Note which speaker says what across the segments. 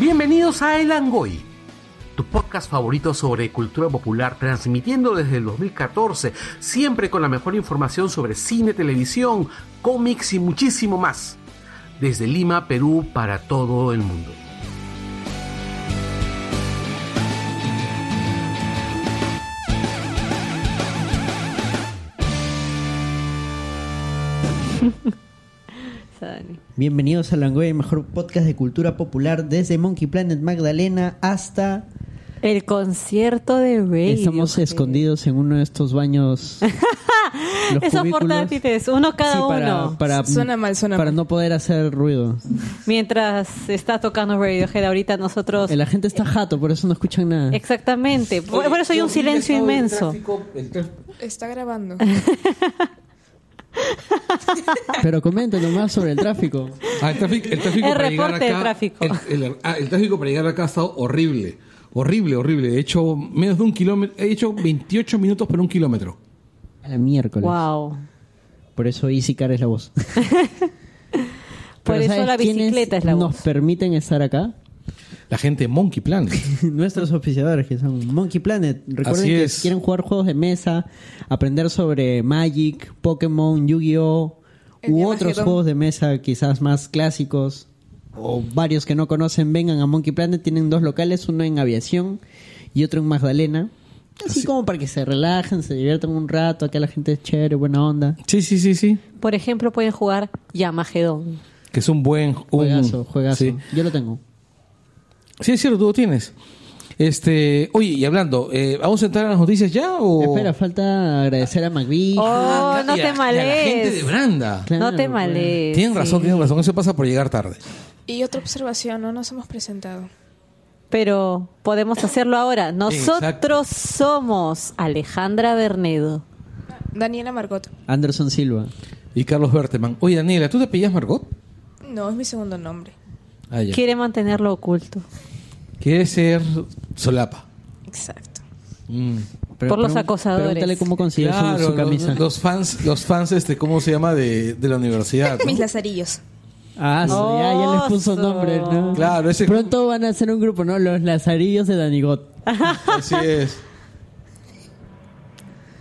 Speaker 1: Bienvenidos a El Angoy, tu podcast favorito sobre cultura popular, transmitiendo desde el 2014, siempre con la mejor información sobre cine, televisión, cómics y muchísimo más. Desde Lima, Perú, para todo el mundo.
Speaker 2: Bienvenidos a Langoy, el mejor podcast de cultura popular desde Monkey Planet Magdalena hasta...
Speaker 3: El concierto de Radiohead.
Speaker 2: Estamos escondidos en uno de estos baños... los
Speaker 3: Esos
Speaker 2: cubículos.
Speaker 3: portátiles, uno cada
Speaker 2: Sí, para,
Speaker 3: uno.
Speaker 2: Para,
Speaker 4: Suena mal, suena
Speaker 2: para
Speaker 4: mal.
Speaker 2: no poder hacer ruido.
Speaker 3: Mientras está tocando Radiohead, ahorita nosotros.
Speaker 2: Eh, La gente está jato, por eso no escuchan nada.
Speaker 3: Exactamente. Por por eso hay un silencio inmenso.
Speaker 4: Está grabando.
Speaker 2: Pero comenten nomás sobre el tráfico.
Speaker 5: Ah, el tráfico, el tráfico
Speaker 3: El
Speaker 5: para llegar
Speaker 3: reporte del
Speaker 5: acá,
Speaker 3: tráfico.
Speaker 5: El, el- ah, el tráfico para llegar acá ha estado horrible. Horrible, horrible. He hecho menos de un kilómetro. He hecho 28 minutos por un kilómetro.
Speaker 2: A la miércoles.
Speaker 3: Wow.
Speaker 2: Por eso Easy Car es la voz.
Speaker 3: Por
Speaker 2: Pero
Speaker 3: eso
Speaker 2: ¿sabes
Speaker 3: la
Speaker 2: quiénes
Speaker 3: bicicleta es la
Speaker 2: nos
Speaker 3: voz.
Speaker 2: permiten estar acá?
Speaker 5: La gente de Monkey Planet.
Speaker 2: Nuestros oficiadores que son Monkey Planet. Recuerden
Speaker 5: Así
Speaker 2: que
Speaker 5: es.
Speaker 2: si quieren jugar juegos de mesa, aprender sobre Magic, Pokémon, Yu-Gi-Oh!
Speaker 4: El
Speaker 2: u
Speaker 4: Yamagedón.
Speaker 2: otros juegos de mesa quizás más clásicos o varios que no conocen, vengan a Monkey Planet. Tienen dos locales, uno en aviación y otro en Magdalena. Así, como para que se relajen, se diviertan un rato, acá la gente es chévere, buena onda.
Speaker 5: Sí, sí, sí, sí.
Speaker 3: Por ejemplo, pueden jugar Yamagedón.
Speaker 5: Que es un buen un-
Speaker 2: Juegazo, juegazo.
Speaker 5: Sí.
Speaker 2: Yo lo tengo.
Speaker 5: Sí, es cierto, tú lo tienes. Este, oye, y hablando, eh, ¿vamos a entrar a las noticias ya? O...
Speaker 2: Espera, falta agradecer a McVie.
Speaker 3: Oh, no
Speaker 5: Y a-
Speaker 3: te
Speaker 5: y a la gente de
Speaker 3: males.
Speaker 5: Branda.
Speaker 2: Claro,
Speaker 3: No te
Speaker 2: bueno.
Speaker 3: males.
Speaker 5: Tienen razón,
Speaker 3: sí.
Speaker 5: tienen razón. Eso pasa por llegar tarde.
Speaker 4: Y otra observación, no nos hemos presentado.
Speaker 3: Pero podemos hacerlo ahora. Nosotros somos Alejandra Bernedo.
Speaker 4: Daniela Margot.
Speaker 2: Anderson Silva.
Speaker 5: Y Carlos Berteman. Oye, Daniela, ¿tú te pillas Margot?
Speaker 4: No, es mi segundo nombre.
Speaker 5: Ah, ya.
Speaker 3: Quiere mantenerlo oculto.
Speaker 5: Quiere ser solapa.
Speaker 4: Exacto.
Speaker 5: Mm.
Speaker 3: Por los
Speaker 2: pregun-
Speaker 3: acosadores.
Speaker 2: Pregúntale cómo consiguió su-
Speaker 5: Claro,
Speaker 2: su,
Speaker 5: lo-
Speaker 2: camisa.
Speaker 5: Los, fans, los fans este, ¿cómo se llama? De, de la universidad. ¿no?
Speaker 4: Mis lazarillos.
Speaker 2: Ah, sí, ya, ya les puso
Speaker 3: Oso.
Speaker 2: nombre, ¿no?
Speaker 5: Claro, ese-
Speaker 2: Pronto van a hacer un grupo, ¿no? Los Lazarillos de Danigot.
Speaker 5: Así es.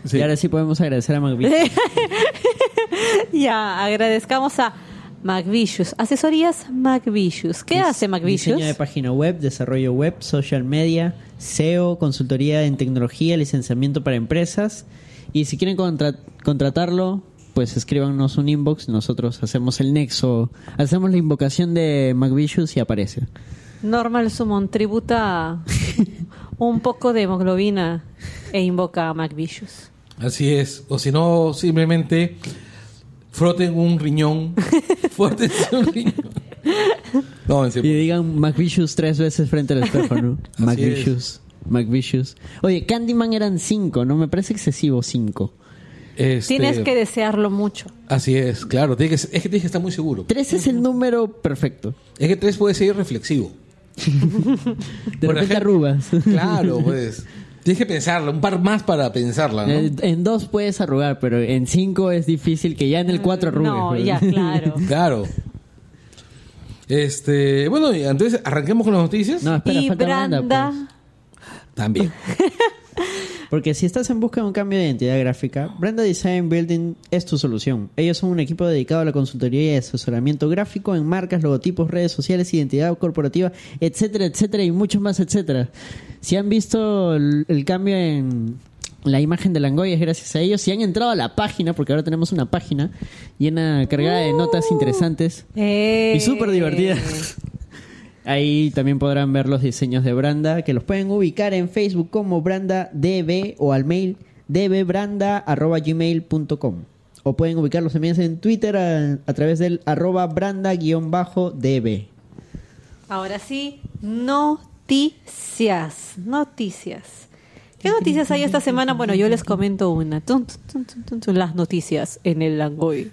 Speaker 5: Sí.
Speaker 2: Y ahora sí podemos agradecer a McVie.
Speaker 3: Ya, agradezcamos a McVicious. Asesorías McVicious. ¿Qué hace
Speaker 2: Diseño de
Speaker 3: McVicious?
Speaker 2: página web, desarrollo web, social media, SEO, consultoría en tecnología, licenciamiento para empresas. Y si quieren contra- contratarlo, pues escríbanos un inbox. Nosotros hacemos el nexo, hacemos la invocación de McVicious y aparece.
Speaker 3: Normal Summon tributa un poco de hemoglobina e invoca a McVicious.
Speaker 5: Así es. O si no, simplemente froten un riñón. Froten un riñón. No, en
Speaker 2: Y
Speaker 5: serio.
Speaker 2: digan McVicious tres veces frente al espejo, ¿no?
Speaker 5: Así
Speaker 2: McVicious. McVicious. Oye, Candyman eran cinco, ¿no? Me parece excesivo cinco.
Speaker 5: Este,
Speaker 3: Tienes que desearlo mucho.
Speaker 5: Así es, claro. tiene que ser- es que tienes que estar muy seguro.
Speaker 2: Tres es el número perfecto.
Speaker 5: Es que tres puede ser reflexivo.
Speaker 2: De
Speaker 5: Por
Speaker 2: repente
Speaker 5: ejemplo-
Speaker 2: arrugas.
Speaker 5: Claro, pues. Tienes que pensarla, un par más para pensarla, ¿no?
Speaker 2: Eh, En dos puedes arrugar, pero en cinco es difícil que ya en el cuatro arrugues.
Speaker 3: Mm, No,
Speaker 2: pues.
Speaker 3: ya, claro.
Speaker 5: Claro. Este, bueno, y entonces arranquemos con las noticias.
Speaker 2: No, espera,
Speaker 3: y
Speaker 2: falta
Speaker 3: Branda,
Speaker 2: Branda, pues.
Speaker 5: También.
Speaker 2: Porque si estás en busca de un cambio de identidad gráfica, Brenda Design Building es tu solución. Ellos son un equipo dedicado a la consultoría y asesoramiento gráfico en marcas, logotipos, redes sociales, identidad corporativa, etcétera, etcétera, y mucho más, etcétera. Si han visto el, el cambio en la imagen de Langoy es gracias a ellos. Si han entrado a la página, porque ahora tenemos una página llena, cargada de notas interesantes
Speaker 3: Eh.
Speaker 2: pues. y súper divertida. Eh. Ahí también podrán ver los diseños de Branda, que los pueden ubicar en Facebook como BrandaDB o al mail dbbranda.gmail.com. O pueden ubicarlos también en Twitter a, a través del arroba branda-db.
Speaker 3: Ahora sí, noticias, noticias. ¿Qué noticias hay esta semana? Bueno, yo les comento una. Tun, tun, tun, tun, tun, tun, las noticias en el Langoy.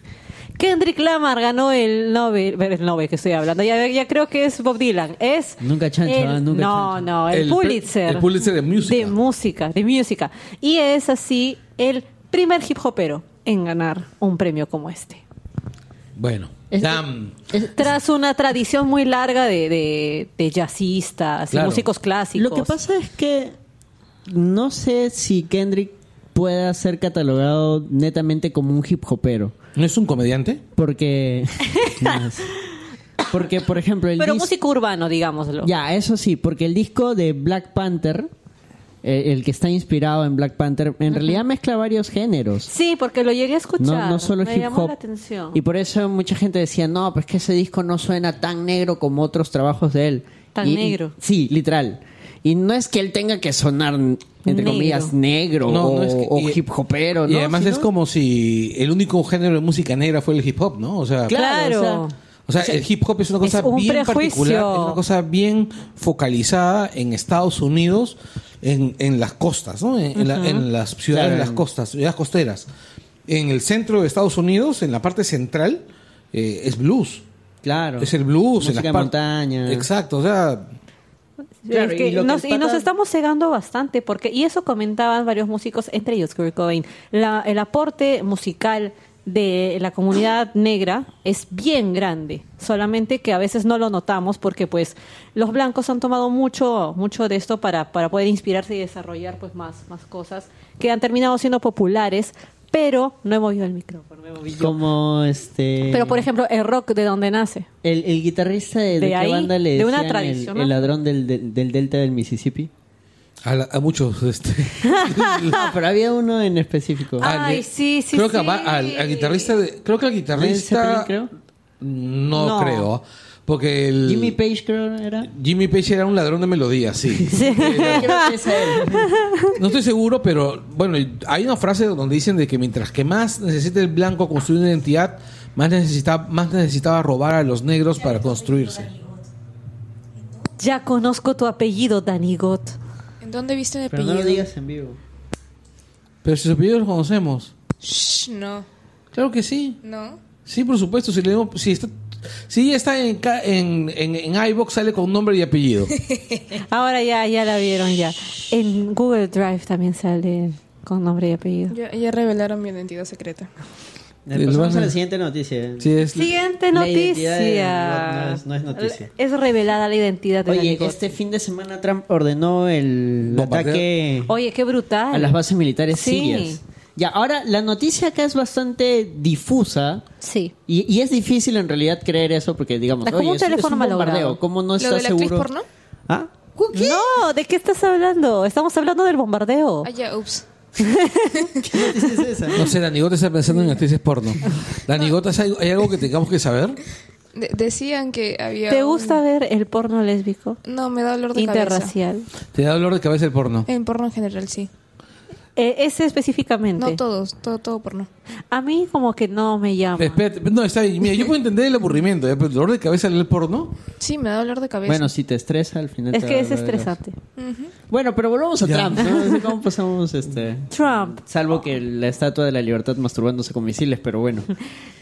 Speaker 3: Kendrick Lamar ganó el Nobel, ver, el Nobel que estoy hablando, ya, ya creo que es Bob Dylan. Es
Speaker 2: Nunca chancho,
Speaker 3: el-
Speaker 2: ah, nunca
Speaker 3: No,
Speaker 2: chancho.
Speaker 3: no, el,
Speaker 5: El pre-
Speaker 3: Pulitzer.
Speaker 5: el Pulitzer de música.
Speaker 3: De música, de música. Y es así el primer hip hopero en ganar un premio como este.
Speaker 5: Bueno,
Speaker 3: Es-
Speaker 5: damn.
Speaker 3: Es- Tras una tradición muy larga de, de, de jazzistas, y
Speaker 5: Claro.
Speaker 3: músicos clásicos.
Speaker 2: Lo que pasa es que no sé si Kendrick pueda ser catalogado netamente como un hip hopero.
Speaker 5: ¿No es un comediante?
Speaker 2: Porque. Más. porque, por ejemplo, el
Speaker 3: Pero
Speaker 2: disco-
Speaker 3: músico urbano, digámoslo.
Speaker 2: Ya, eso sí, porque el disco de Black Panther, eh, el que está inspirado en Black Panther, en realidad mezcla varios géneros.
Speaker 3: Sí, porque lo llegué a escuchar.
Speaker 2: No, no solo
Speaker 3: Me
Speaker 2: hip
Speaker 3: llamó
Speaker 2: hop.
Speaker 3: la atención.
Speaker 2: Y por eso mucha gente decía, no, pues que ese disco no suena tan negro como otros trabajos de él.
Speaker 3: Tan
Speaker 2: Y- y-
Speaker 3: negro.
Speaker 2: sí, literal. Y no es que él tenga que sonar, entre
Speaker 3: Negro.
Speaker 2: comillas, negro
Speaker 5: No,
Speaker 2: o,
Speaker 5: no es que-
Speaker 2: o
Speaker 5: y- e-
Speaker 2: hip hopero.
Speaker 5: Y
Speaker 2: ¿no?
Speaker 5: además
Speaker 2: Sino-
Speaker 5: es como si el único género de música negra fue el hip hop, ¿no? O sea,
Speaker 3: Claro.
Speaker 2: Claro, o sea,
Speaker 5: o sea, el hip hop es una cosa
Speaker 3: es un
Speaker 5: bien particular,
Speaker 3: prejuicio.
Speaker 5: es una cosa bien focalizada en Estados Unidos, en, en las costas, ¿no? En, en la- en las ciudades de
Speaker 2: Claro.
Speaker 5: las costas, ciudades costeras. En el centro de Estados Unidos, en la parte central, eh, es blues.
Speaker 2: Claro.
Speaker 5: Es el blues,
Speaker 2: Música
Speaker 5: en
Speaker 2: de
Speaker 5: las par-
Speaker 2: montaña.
Speaker 5: Exacto, o sea,
Speaker 2: Claro,
Speaker 3: Es que
Speaker 2: y lo que
Speaker 3: nos,
Speaker 2: el
Speaker 3: y nos
Speaker 2: pata-
Speaker 3: estamos cegando bastante porque y eso comentaban varios músicos, entre ellos Kurt Cobain, la- el aporte musical de la comunidad negra es bien grande, solamente que a veces no lo notamos porque pues los blancos han tomado mucho mucho de esto para, para poder inspirarse y desarrollar pues más más cosas que han terminado siendo populares, pero no he movido el micrófono. he movido.
Speaker 2: Como este.
Speaker 3: Pero por ejemplo, el rock de donde nace.
Speaker 2: El, el guitarrista de, de
Speaker 3: De
Speaker 2: qué
Speaker 3: ahí,
Speaker 2: banda le
Speaker 3: de una
Speaker 2: decían el-
Speaker 3: tradicional.
Speaker 2: el, ladrón del, del, del delta del Mississippi.
Speaker 5: a, la- a muchos... Este,
Speaker 2: No, pero había uno en específico.
Speaker 3: Ah, Ay,
Speaker 5: de-
Speaker 3: sí, sí,
Speaker 5: Creo que
Speaker 3: sí.
Speaker 5: va- al, al guitarrista, de- creo que al guitarrista,
Speaker 2: Led Zeppelin, creo.
Speaker 5: no,
Speaker 3: No.
Speaker 5: creo, porque el
Speaker 2: Jimmy Page creo era.
Speaker 5: Jimmy Page era un ladrón de melodías, sí.
Speaker 2: Creo que es él.
Speaker 5: No estoy seguro, pero bueno, hay una frase donde dicen de que mientras que más necesita el blanco construir una identidad, más necesitaba, más necesitaba robar a los negros para construirse.
Speaker 3: Ya conozco tu apellido, Danny Gott.
Speaker 4: ¿En dónde viste mi
Speaker 2: Pero
Speaker 4: apellido?
Speaker 2: no lo digas en vivo.
Speaker 5: Pero si sus apellidos los conocemos,
Speaker 4: Shh, no.
Speaker 5: claro que sí.
Speaker 4: No.
Speaker 5: Sí, por supuesto, si le dimos- si está, si está en, ca- en, en, en iVoox sale con nombre y apellido.
Speaker 3: Ahora ya, ya la vieron ya. En Google Drive también sale con nombre y apellido.
Speaker 4: Ya, ya revelaron mi identidad secreta.
Speaker 5: Sí, lo
Speaker 2: Pasamos
Speaker 5: vas a-
Speaker 2: a la siguiente noticia.
Speaker 5: Sí, es
Speaker 3: Siguiente
Speaker 2: La
Speaker 3: noticia.
Speaker 2: identidad de- no, no es- no es noticia.
Speaker 3: Es revelada la identidad de
Speaker 2: Oye,
Speaker 3: Danny Gold.
Speaker 2: este fin de semana Trump ordenó el
Speaker 5: Bombardeo.
Speaker 2: ataque
Speaker 3: Oye, qué brutal.
Speaker 2: a las bases militares
Speaker 3: Sí.
Speaker 2: sirias. Ya, ahora la noticia acá es bastante difusa.
Speaker 3: Sí.
Speaker 2: Y, y es difícil en realidad creer eso porque digamos,
Speaker 3: Es como
Speaker 2: oye,
Speaker 3: un
Speaker 2: es, es
Speaker 3: teléfono
Speaker 2: un bombardeo,
Speaker 3: malogrado.
Speaker 2: ¿cómo no
Speaker 4: ¿Lo
Speaker 2: estás
Speaker 4: de la actriz
Speaker 2: seguro?
Speaker 4: porno?
Speaker 2: ¿Ah?
Speaker 3: No, ¿de qué estás hablando? Estamos hablando del bombardeo.
Speaker 4: Ah, ya, ups.
Speaker 2: ¿Qué noticia es esa?
Speaker 5: No sé, Dani Gota está pensando en actrices porno. Dani Gota, ¿hay hay algo que tengamos que saber?
Speaker 4: De- decían que había.
Speaker 3: ¿Te
Speaker 4: un-
Speaker 3: gusta ver el porno lésbico?
Speaker 4: No, me da dolor de cabeza.
Speaker 3: Interracial.
Speaker 5: Te da dolor de cabeza el porno.
Speaker 2: Eh,
Speaker 4: En porno en general, sí.
Speaker 3: Eh, ese específicamente.
Speaker 4: No todos, todo, todo porno.
Speaker 3: a mí como que no me llama.
Speaker 5: Espérate, no, está bien. Mira, yo puedo entender el aburrimiento, ¿eh? pero el dolor de cabeza en el porno.
Speaker 4: Sí, me da dolor de cabeza.
Speaker 2: Bueno, si te estresa al final.
Speaker 3: Es
Speaker 2: te
Speaker 3: que
Speaker 2: va a
Speaker 3: es
Speaker 2: doler la cabeza.
Speaker 3: estresante.
Speaker 2: Bueno, pero volvamos a
Speaker 5: Ya.
Speaker 2: Trump, ¿no? No sé ¿Cómo pasamos este?
Speaker 3: Trump.
Speaker 2: Salvo que la estatua de la libertad masturbándose con misiles, pero bueno.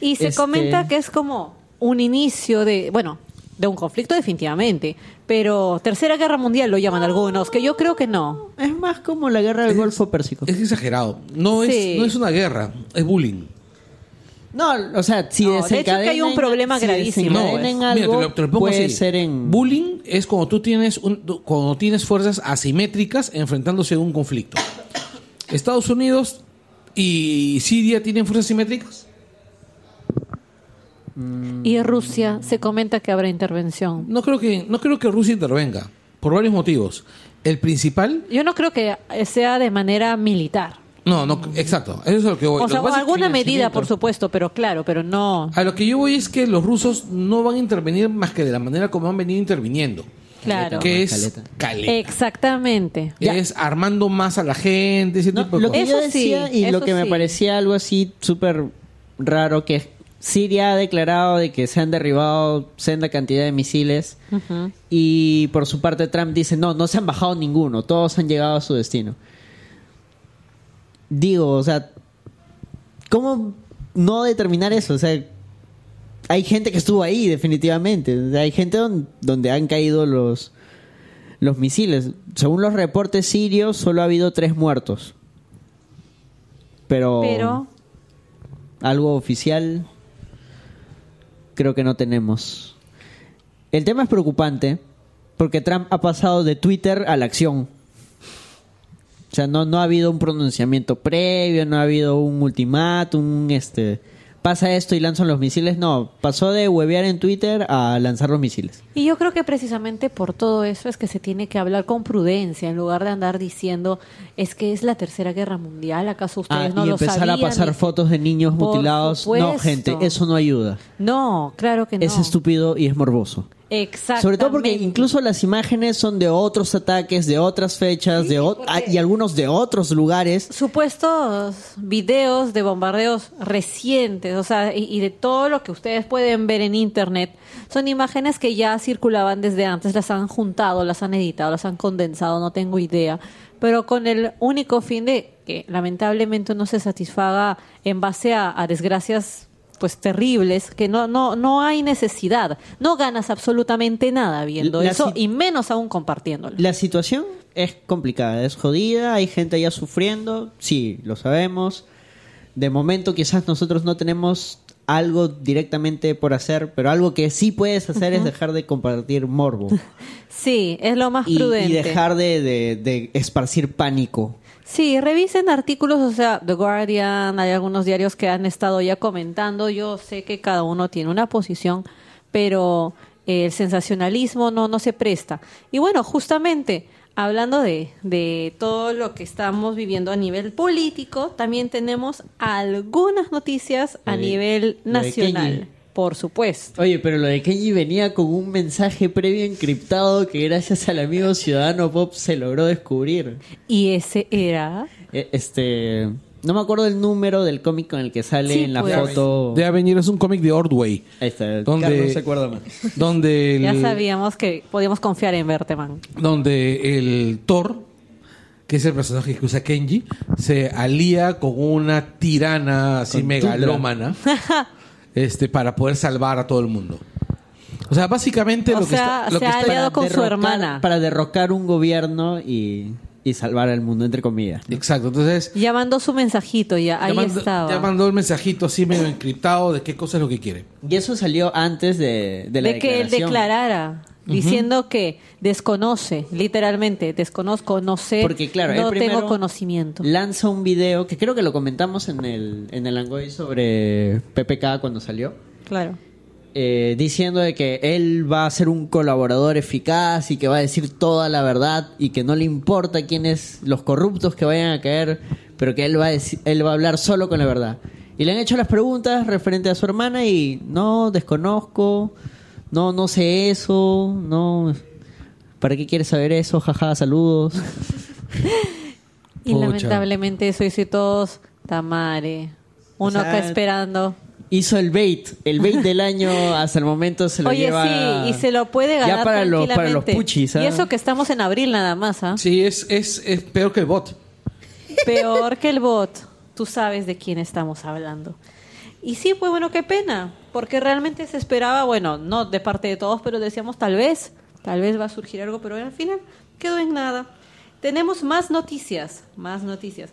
Speaker 3: Y se
Speaker 2: Este-
Speaker 3: comenta que es como un inicio de, bueno, de un conflicto definitivamente, pero Tercera Guerra Mundial lo llaman algunos, que yo creo que no.
Speaker 2: Es más como la guerra del Golfo Pérsico.
Speaker 5: Es exagerado. No,
Speaker 3: Sí.
Speaker 5: es, no es una guerra, es bullying.
Speaker 2: No, o sea, si
Speaker 3: No, de hecho es que hay
Speaker 2: desencadenan...
Speaker 3: un problema
Speaker 2: si
Speaker 3: gravísimo,
Speaker 5: No,
Speaker 2: desencadenan
Speaker 3: pues.
Speaker 5: mira,
Speaker 2: algo,
Speaker 5: te lo- te lo pongo
Speaker 2: puede
Speaker 5: así.
Speaker 2: ser en...
Speaker 5: Bullying es cuando tú tienes un- cuando tienes fuerzas asimétricas enfrentándose a un conflicto. Estados Unidos y Siria tienen fuerzas asimétricas.
Speaker 3: Y Rusia se comenta que habrá intervención.
Speaker 5: No creo que no creo que Rusia intervenga por varios motivos. El principal
Speaker 3: Yo no creo que eh, sea de manera militar.
Speaker 5: No, no, exacto. Eso es a lo que voy.
Speaker 3: O
Speaker 5: Lo
Speaker 3: sea,
Speaker 5: que pasa es que
Speaker 3: alguna
Speaker 5: el Ah,
Speaker 3: medida,
Speaker 5: financiamiento-
Speaker 3: por supuesto, pero claro, pero no.
Speaker 5: A lo que yo voy es que los rusos no van a intervenir más que de la manera como han venido interviniendo.
Speaker 3: Claro. Eh,
Speaker 5: Que es
Speaker 2: Caleta.
Speaker 5: caleta.
Speaker 3: Exactamente.
Speaker 5: Es armando más a la gente, ese
Speaker 2: No,
Speaker 5: tipo de
Speaker 2: lo que
Speaker 5: cosas.
Speaker 2: yo
Speaker 3: Eso sí,
Speaker 2: decía y lo
Speaker 3: eso
Speaker 2: que me
Speaker 3: sí.
Speaker 2: parecía algo así súper raro que es, Siria ha declarado de que se han derribado senda cantidad de misiles y por su parte Trump dice no, no se han bajado ninguno, todos han llegado a su destino. Digo, o sea, ¿cómo no determinar eso? O sea, hay gente que estuvo ahí definitivamente, O sea, hay gente don- donde han caído los los misiles. Según los reportes sirios, solo ha habido tres muertos. Pero,
Speaker 5: Oh.
Speaker 3: Pero
Speaker 2: algo oficial. creo que no tenemos. El tema es preocupante porque Trump ha pasado de Twitter a la acción. O sea, no, no ha habido un pronunciamiento previo, no ha habido un ultimátum, un, este pasa esto y lanzan los misiles. No, pasó de huevear en Twitter a lanzar los misiles.
Speaker 3: Y yo creo que precisamente por todo eso es que se tiene que hablar con prudencia, en lugar de andar diciendo, es que es la Tercera Guerra Mundial, ¿acaso ustedes
Speaker 2: Ah,
Speaker 3: no
Speaker 2: y
Speaker 3: lo
Speaker 2: empezar
Speaker 3: sabían?
Speaker 2: a pasar
Speaker 3: Y-
Speaker 2: fotos de niños
Speaker 3: Por
Speaker 2: mutilados. No,
Speaker 3: supuesto.
Speaker 2: gente, eso no ayuda.
Speaker 3: No, claro que no.
Speaker 2: Es estúpido y es morboso.
Speaker 3: Exactamente.
Speaker 2: Sobre todo porque incluso las imágenes son de otros ataques, de otras fechas, de ot- ah, y algunos de otros lugares.
Speaker 3: supuestos videos de bombardeos recientes, o sea, y, y de todo lo que ustedes pueden ver en internet, son imágenes que ya circulaban desde antes, las han juntado, las han editado, las han condensado, no tengo idea, pero con el único fin de que lamentablemente no se satisfaga en base a, a desgracias pues terribles, que no, no, no hay necesidad, no ganas absolutamente nada viendo
Speaker 2: La
Speaker 3: eso
Speaker 2: sit-
Speaker 3: y menos aún compartiéndolo.
Speaker 2: La situación es complicada, es jodida, hay gente allá sufriendo, sí, lo sabemos. De momento quizás nosotros no tenemos algo directamente por hacer, pero algo que sí puedes hacer es dejar de compartir morbo
Speaker 3: Sí, es lo más
Speaker 2: y,
Speaker 3: Ah, prudente.
Speaker 2: y dejar de, de- de esparcir pánico.
Speaker 3: Sí, revisen artículos, o sea, The Guardian, hay algunos diarios que han estado ya comentando, yo sé que cada uno tiene una posición, pero eh, el sensacionalismo no, no se presta. Y bueno, justamente hablando de, de todo lo que estamos viviendo a nivel político, también tenemos algunas noticias a
Speaker 2: Lo de-
Speaker 3: nivel
Speaker 2: lo de
Speaker 3: nacional,
Speaker 2: Kenji.
Speaker 3: por supuesto.
Speaker 2: Oye, pero lo de Kenji venía con un mensaje previo encriptado que gracias al amigo Ciudadano Pop se logró descubrir.
Speaker 3: Y ese era...
Speaker 2: Eh, Este, no me acuerdo el número del cómic con el que sale
Speaker 3: Sí,
Speaker 2: en la
Speaker 3: pues.
Speaker 2: foto.
Speaker 5: De Avenir es un cómic de Ordway.
Speaker 2: Ahí está,
Speaker 5: Donde-
Speaker 2: Carlos se acuerda más.
Speaker 5: Donde el,
Speaker 3: Ya sabíamos que podíamos confiar en Berteman.
Speaker 5: donde el Thor, que es el personaje que usa Kenji, se alía con una tirana así
Speaker 2: Con Tundra.
Speaker 5: megalómana este, para poder salvar a todo el mundo. O sea, básicamente
Speaker 3: O
Speaker 5: lo que
Speaker 3: sea,
Speaker 5: está,
Speaker 3: se
Speaker 5: lo que
Speaker 3: ha
Speaker 5: está-
Speaker 3: aliado con su
Speaker 2: derrocar-
Speaker 3: hermana.
Speaker 2: Para derrocar un gobierno y, y salvar al mundo, entre comillas.
Speaker 5: Exacto, entonces
Speaker 3: Ya mandó su mensajito, ya ahí
Speaker 5: ya mandó,
Speaker 3: estaba.
Speaker 5: ya mandó el mensajito así medio encriptado de qué cosa es lo que quiere.
Speaker 2: Y eso salió antes de, de la
Speaker 3: de que él
Speaker 2: declaración.
Speaker 3: declarara diciendo que desconoce, literalmente, desconozco, no sé,
Speaker 2: Porque claro, él
Speaker 3: no
Speaker 2: primero
Speaker 3: tengo conocimiento.
Speaker 2: Lanza un video que creo que lo comentamos en el, en el Angoy sobre PPK cuando salió.
Speaker 3: Claro.
Speaker 2: eh, diciendo de que él va a ser un colaborador eficaz y que va a decir toda la verdad y que no le importa quiénes los corruptos que vayan a caer, pero que él va a deci- él va a hablar solo con la verdad. Y le han hecho las preguntas referente a su hermana y no desconozco, no no sé eso, no ¿Para qué quieres saber eso? Jaja, saludos.
Speaker 3: Y
Speaker 5: Pucha.
Speaker 3: lamentablemente eso hizo y todos Tamare. Uno
Speaker 2: O sea,
Speaker 3: acá esperando.
Speaker 2: Hizo el bait, el bait del año hasta el momento se lo
Speaker 3: Oye,
Speaker 2: lleva.
Speaker 3: sí, y se lo puede ganar
Speaker 2: ya para los para los
Speaker 3: tranquilamente.
Speaker 2: puchis. ¿ah?
Speaker 3: Y eso que estamos en abril nada más, ¿ah?
Speaker 5: Sí, es, es, es peor que el bot.
Speaker 3: Peor que el bot. Tú sabes de quién estamos hablando. Y sí, pues bueno, qué pena. Porque realmente se esperaba, bueno, no de parte de todos, pero decíamos tal vez, tal vez va a surgir algo, pero al final quedó en nada. Tenemos más noticias, más noticias.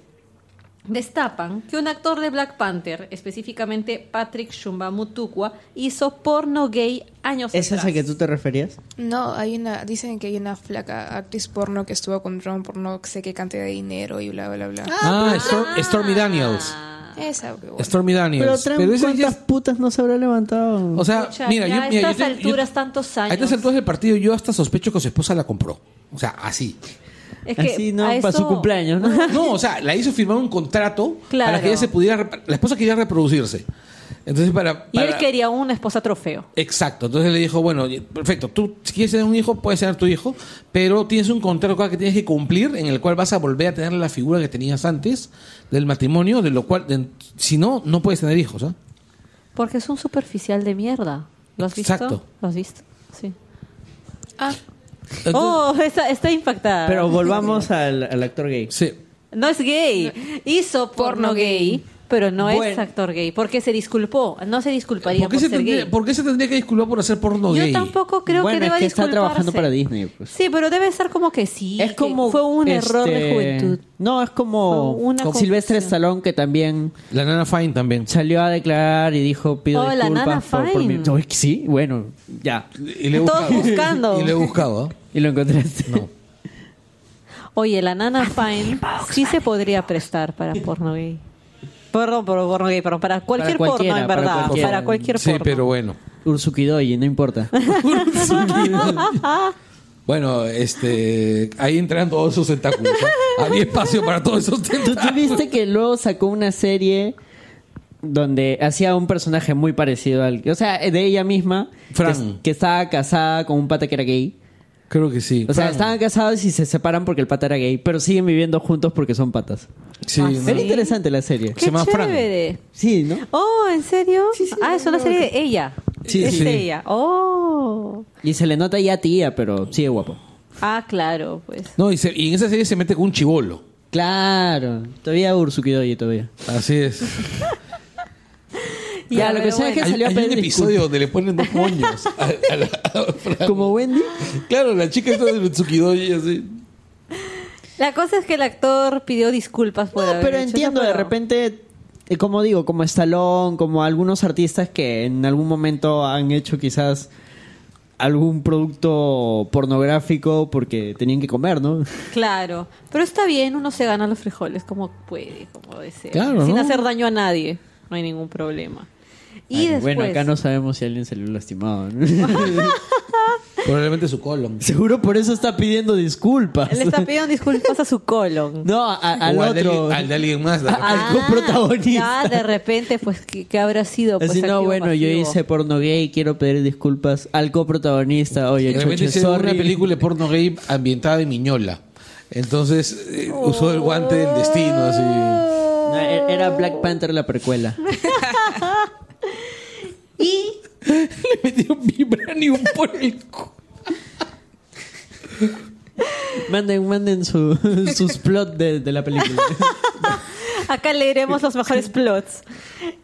Speaker 3: Destapan que un actor de Black Panther, específicamente Patrick Shumba Mutukwa, hizo porno gay años
Speaker 2: ¿Esa es a
Speaker 3: atrás.
Speaker 2: que tú te referías?
Speaker 4: No, hay una, dicen que hay una flaca actriz porno que estuvo con Ron por no sé qué cantidad de dinero y bla, bla, bla.
Speaker 5: Ah, Stor- Stormy Daniels.
Speaker 4: Esa, qué bueno.
Speaker 5: Stormy
Speaker 2: Pero
Speaker 5: Daniels.
Speaker 2: Trump,
Speaker 5: esa ya
Speaker 2: ¿cuántas
Speaker 5: es-
Speaker 2: putas no se habrá levantado?
Speaker 5: o sea,
Speaker 3: Pucha,
Speaker 5: mira,
Speaker 3: ya
Speaker 5: yo,
Speaker 3: a
Speaker 5: mira, yo
Speaker 3: estas
Speaker 5: te- yo-
Speaker 3: alturas, tantos años.
Speaker 5: A estas alturas del partido, yo hasta sospecho que su esposa la compró. O sea, así.
Speaker 3: Es
Speaker 2: Así, Ah, ¿no?
Speaker 3: a
Speaker 2: Para su
Speaker 3: eso-
Speaker 2: cumpleaños, ¿no?
Speaker 5: No, o sea, la hizo firmar un contrato
Speaker 3: Ah. Claro.
Speaker 5: para que ella se pudiera. rep- La esposa quería reproducirse. Entonces, para.
Speaker 3: Y él
Speaker 5: para-
Speaker 3: quería una esposa trofeo.
Speaker 5: Exacto. Entonces le dijo, bueno, perfecto, tú si quieres tener un hijo, puedes tener tu hijo, pero tienes un contrato acá que tienes que cumplir en el cual vas a volver a tener la figura que tenías antes del matrimonio, de lo cual, de- si no, no puedes tener hijos. ¿ah?
Speaker 3: Porque es un superficial de mierda. ¿Lo has visto?
Speaker 5: Exacto.
Speaker 3: ¿Lo has visto? Sí.
Speaker 4: Ah,
Speaker 5: Entonces,
Speaker 3: oh, está, está impactada.
Speaker 2: Pero volvamos al, al actor gay.
Speaker 5: sí.
Speaker 3: no es gay. Hizo porno gay. pero no es
Speaker 2: Bueno.
Speaker 3: actor gay. Porque se disculpó. No se disculparía
Speaker 5: ¿Por
Speaker 3: por,
Speaker 5: qué, se
Speaker 3: ser
Speaker 5: tendría,
Speaker 3: gay.
Speaker 5: por qué se tendría que disculpar por hacer porno
Speaker 3: Yo
Speaker 5: gay?
Speaker 3: tampoco creo
Speaker 2: Bueno,
Speaker 3: que
Speaker 2: es
Speaker 3: deba
Speaker 2: que está
Speaker 3: disculparse.
Speaker 2: trabajando para Disney, pues.
Speaker 3: Sí, pero debe estar como que sí.
Speaker 2: es
Speaker 3: que
Speaker 2: como
Speaker 3: fue un error de
Speaker 2: este,
Speaker 3: juventud.
Speaker 2: No, es como
Speaker 3: Fue una
Speaker 2: con Silvestre
Speaker 3: confusión.
Speaker 2: Stallone que también
Speaker 5: La nana Fine también.
Speaker 2: salió a declarar y dijo pido
Speaker 3: Oh, la
Speaker 2: disculpas
Speaker 3: Nana
Speaker 2: por, por mi-
Speaker 3: Fine.
Speaker 2: Oye, sí, bueno, ya
Speaker 5: Y le he
Speaker 3: Todos
Speaker 5: buscado.
Speaker 3: buscando.
Speaker 5: Y le he buscado. ¿ah?
Speaker 2: y lo encontraste.
Speaker 5: No.
Speaker 3: Oye, la nana Fine sí se podría prestar para porno gay. Perdón, por porno gay, perdón, para cualquier porno,
Speaker 2: cualquiera,
Speaker 3: en
Speaker 2: para
Speaker 3: verdad. Para cualquier,
Speaker 2: cualquiera.
Speaker 5: Sí,
Speaker 3: porno.
Speaker 5: pero bueno.
Speaker 2: Ursukidoyi, no importa.
Speaker 5: Bueno, este, ahí entran todos esos tentáculos. ¿ah? Había espacio para todos esos
Speaker 2: ¿Tú, tú
Speaker 5: tentáculos.
Speaker 2: viste que luego sacó una serie donde hacía un personaje muy parecido al... O sea, de ella misma,
Speaker 5: Fran.
Speaker 2: que, que estaba casada con un pata que era gay.
Speaker 5: Creo que sí.
Speaker 2: O sea,
Speaker 5: Fran.
Speaker 2: estaban casados y se separan porque el pata era gay, pero siguen viviendo juntos porque son patas.
Speaker 5: Sí,
Speaker 3: Ah,
Speaker 5: no.
Speaker 2: Era interesante la serie.
Speaker 5: Se
Speaker 3: Qué
Speaker 5: llama Fran.
Speaker 3: chévere.
Speaker 2: Sí, ¿no?
Speaker 3: Oh, ¿en serio? ah, es una serie de ella.
Speaker 5: Sí,
Speaker 3: es
Speaker 5: sí.
Speaker 3: ella. Oh.
Speaker 2: Y se le nota ya tía, pero sigue guapo.
Speaker 3: Ah, claro, pues.
Speaker 5: No, y, se- y en esa serie se mete con un chivolo.
Speaker 2: Claro, todavía Ursukidoyi todavía.
Speaker 5: Así es.
Speaker 2: Ya, lo que
Speaker 3: pero
Speaker 2: sea es que
Speaker 5: Hay,
Speaker 2: salió a
Speaker 5: hay un
Speaker 2: pedir
Speaker 5: episodio donde le ponen dos moños. a- a la- a Fran.
Speaker 2: Como Wendy.
Speaker 5: Claro, la chica está del Tsukidoji así.
Speaker 3: La cosa es que el actor pidió disculpas por
Speaker 2: No,
Speaker 3: haber
Speaker 2: pero
Speaker 3: hecho
Speaker 2: entiendo,
Speaker 3: eso,
Speaker 2: de
Speaker 3: pero-
Speaker 2: repente, eh, como digo, como Stallone, como algunos artistas que en algún momento han hecho quizás algún producto pornográfico porque tenían que comer, ¿no?
Speaker 3: Claro, pero está bien, uno se gana los frijoles como puede, como desea,
Speaker 5: Claro,
Speaker 3: sin
Speaker 5: ¿no?
Speaker 3: hacer daño a nadie, no hay ningún problema. Y
Speaker 2: Ay,
Speaker 3: después,
Speaker 2: Bueno, acá no sabemos si alguien salió lastimado. ¿no?
Speaker 5: Probablemente su colon.
Speaker 2: Seguro por eso está pidiendo disculpas.
Speaker 3: le está pidiendo disculpas a su colon.
Speaker 2: No, a- al
Speaker 5: O al de
Speaker 2: otro.
Speaker 5: alguien- al de alguien más. la-
Speaker 2: al coprotagonista.
Speaker 3: Ah, de repente, pues, ¿qué, qué habrá sido? Pues,
Speaker 2: Así no,
Speaker 3: activo,
Speaker 2: bueno, yo
Speaker 3: pasivo?
Speaker 2: hice porno gay, quiero pedir disculpas al coprotagonista. Oye,
Speaker 5: De repente
Speaker 2: choche,
Speaker 5: hicieron
Speaker 2: sorry.
Speaker 5: una película de porno gay ambientada en Miñola. Entonces eh, usó el guante del destino, así.
Speaker 2: No, e- Era Black Panther la precuela.
Speaker 3: Y
Speaker 5: Le metió un vibranium por el cu-
Speaker 2: Manden, manden su- sus plot de, de la película.
Speaker 3: acá leeremos los mejores plots.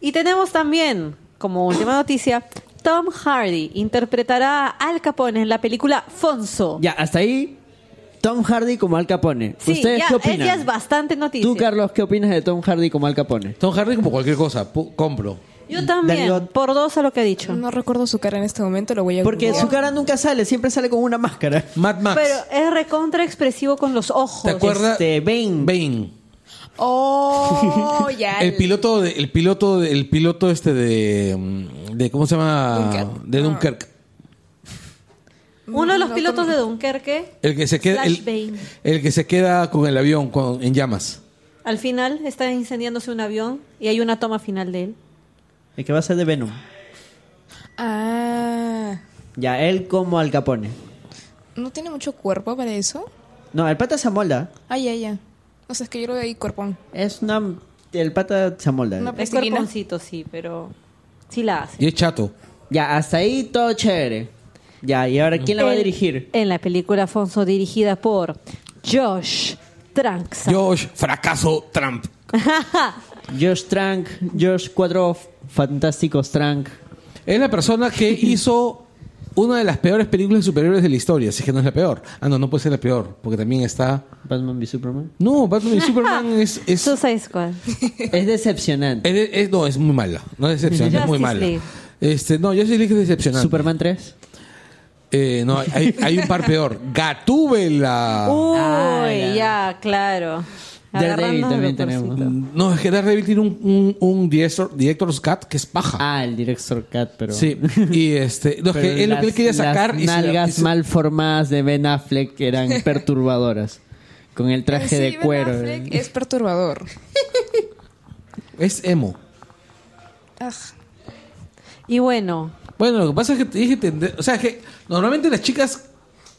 Speaker 3: Y tenemos también, como última noticia, Tom Hardy interpretará a Al Capone en la película Fonso.
Speaker 2: ya, hasta ahí. Tom Hardy como Al Capone.
Speaker 3: Sí,
Speaker 2: ¿Ustedes
Speaker 3: ya,
Speaker 2: qué
Speaker 3: es,
Speaker 2: opinan?
Speaker 3: ya es bastante noticia.
Speaker 2: Tú, Carlos, ¿qué opinas de Tom Hardy como Al Capone?
Speaker 5: Tom Hardy como cualquier cosa, pu- compro.
Speaker 3: Yo también,
Speaker 2: Daniel.
Speaker 3: por dos a lo que ha dicho.
Speaker 4: No recuerdo su cara en este momento, lo voy a
Speaker 2: Porque
Speaker 4: googlear.
Speaker 2: su cara nunca sale, siempre sale con una máscara.
Speaker 5: Mad Max.
Speaker 3: Pero es recontra expresivo con los ojos.
Speaker 5: ¿Te acuerdas?
Speaker 2: Este, Bane.
Speaker 5: Bane.
Speaker 4: Oh, ya.
Speaker 5: El piloto de- el piloto de- el piloto este de, mm, de ¿cómo se llama?
Speaker 4: Dunkirk.
Speaker 3: Ah.
Speaker 5: De Dunkirk.
Speaker 3: Uno de los
Speaker 4: No,
Speaker 3: pilotos de Dunkerque,
Speaker 5: El que se queda
Speaker 3: Slash
Speaker 5: el,
Speaker 3: Bane.
Speaker 5: el que se queda con el avión con- en llamas.
Speaker 3: al final está incendiándose un avión y hay una toma final de él.
Speaker 2: El que va a ser de Venom.
Speaker 4: Ah.
Speaker 2: Ya, él como Al Capone.
Speaker 4: ¿No tiene mucho cuerpo para eso?
Speaker 2: No, el pata se amolda.
Speaker 4: Ah, ya, ya. O sea, es que yo lo veo ahí cuerpón.
Speaker 2: Es una... El pata se amolda.
Speaker 4: Una
Speaker 3: Es
Speaker 4: Plastilina.
Speaker 3: cuerponcito, sí, pero sí la hace.
Speaker 5: Y es chato.
Speaker 2: Ya, hasta ahí todo chévere. Ya, y ahora, ¿quién la va a
Speaker 3: El-
Speaker 2: dirigir?
Speaker 3: En la película Afonso, dirigida por Josh Tranks.
Speaker 5: Josh, fracaso, Trump.
Speaker 2: Josh Trank, Josh Cuatro Fantásticos Trank.
Speaker 5: Es la persona que hizo una de las peores películas superiores de la historia, si es que no es la peor. Ah, no, no puede ser la peor, porque también está...
Speaker 2: Batman v Superman.
Speaker 5: No, Batman y Superman es... es, es,
Speaker 3: Suicide Squad.
Speaker 2: Es decepcionante.
Speaker 5: es- no, es muy mala. No es decepcionante, es muy
Speaker 3: Justice
Speaker 5: mala.
Speaker 3: League.
Speaker 5: Este, no, yo sí dije decepcionante.
Speaker 2: Superman 3.
Speaker 5: Eh, no, hay, hay un par peor. Gatúbela.
Speaker 3: Uy,
Speaker 2: Ah, ya.
Speaker 3: ya, claro.
Speaker 2: Daredevil
Speaker 3: Agarrándonos
Speaker 2: también
Speaker 3: los
Speaker 2: tenemos.
Speaker 3: torcitos.
Speaker 5: No, es que Daredevil tiene un, un, un director, director's cut que es paja.
Speaker 2: Ah, el Director Cat, pero...
Speaker 5: Sí, y este... No, es
Speaker 2: Pero
Speaker 5: que es lo que él quería
Speaker 2: las-
Speaker 5: sacar...
Speaker 2: Las
Speaker 5: y se la-
Speaker 2: nalgas
Speaker 5: y se-
Speaker 2: mal formadas de Ben Affleck eran perturbadoras. Con el traje
Speaker 4: Sí,
Speaker 2: de
Speaker 4: Ben
Speaker 2: cuero. eh.
Speaker 4: Affleck es perturbador.
Speaker 5: Es emo.
Speaker 4: Aj.
Speaker 3: Y bueno,
Speaker 5: Bueno, lo que pasa es que tienes que entender- O sea, es que normalmente las chicas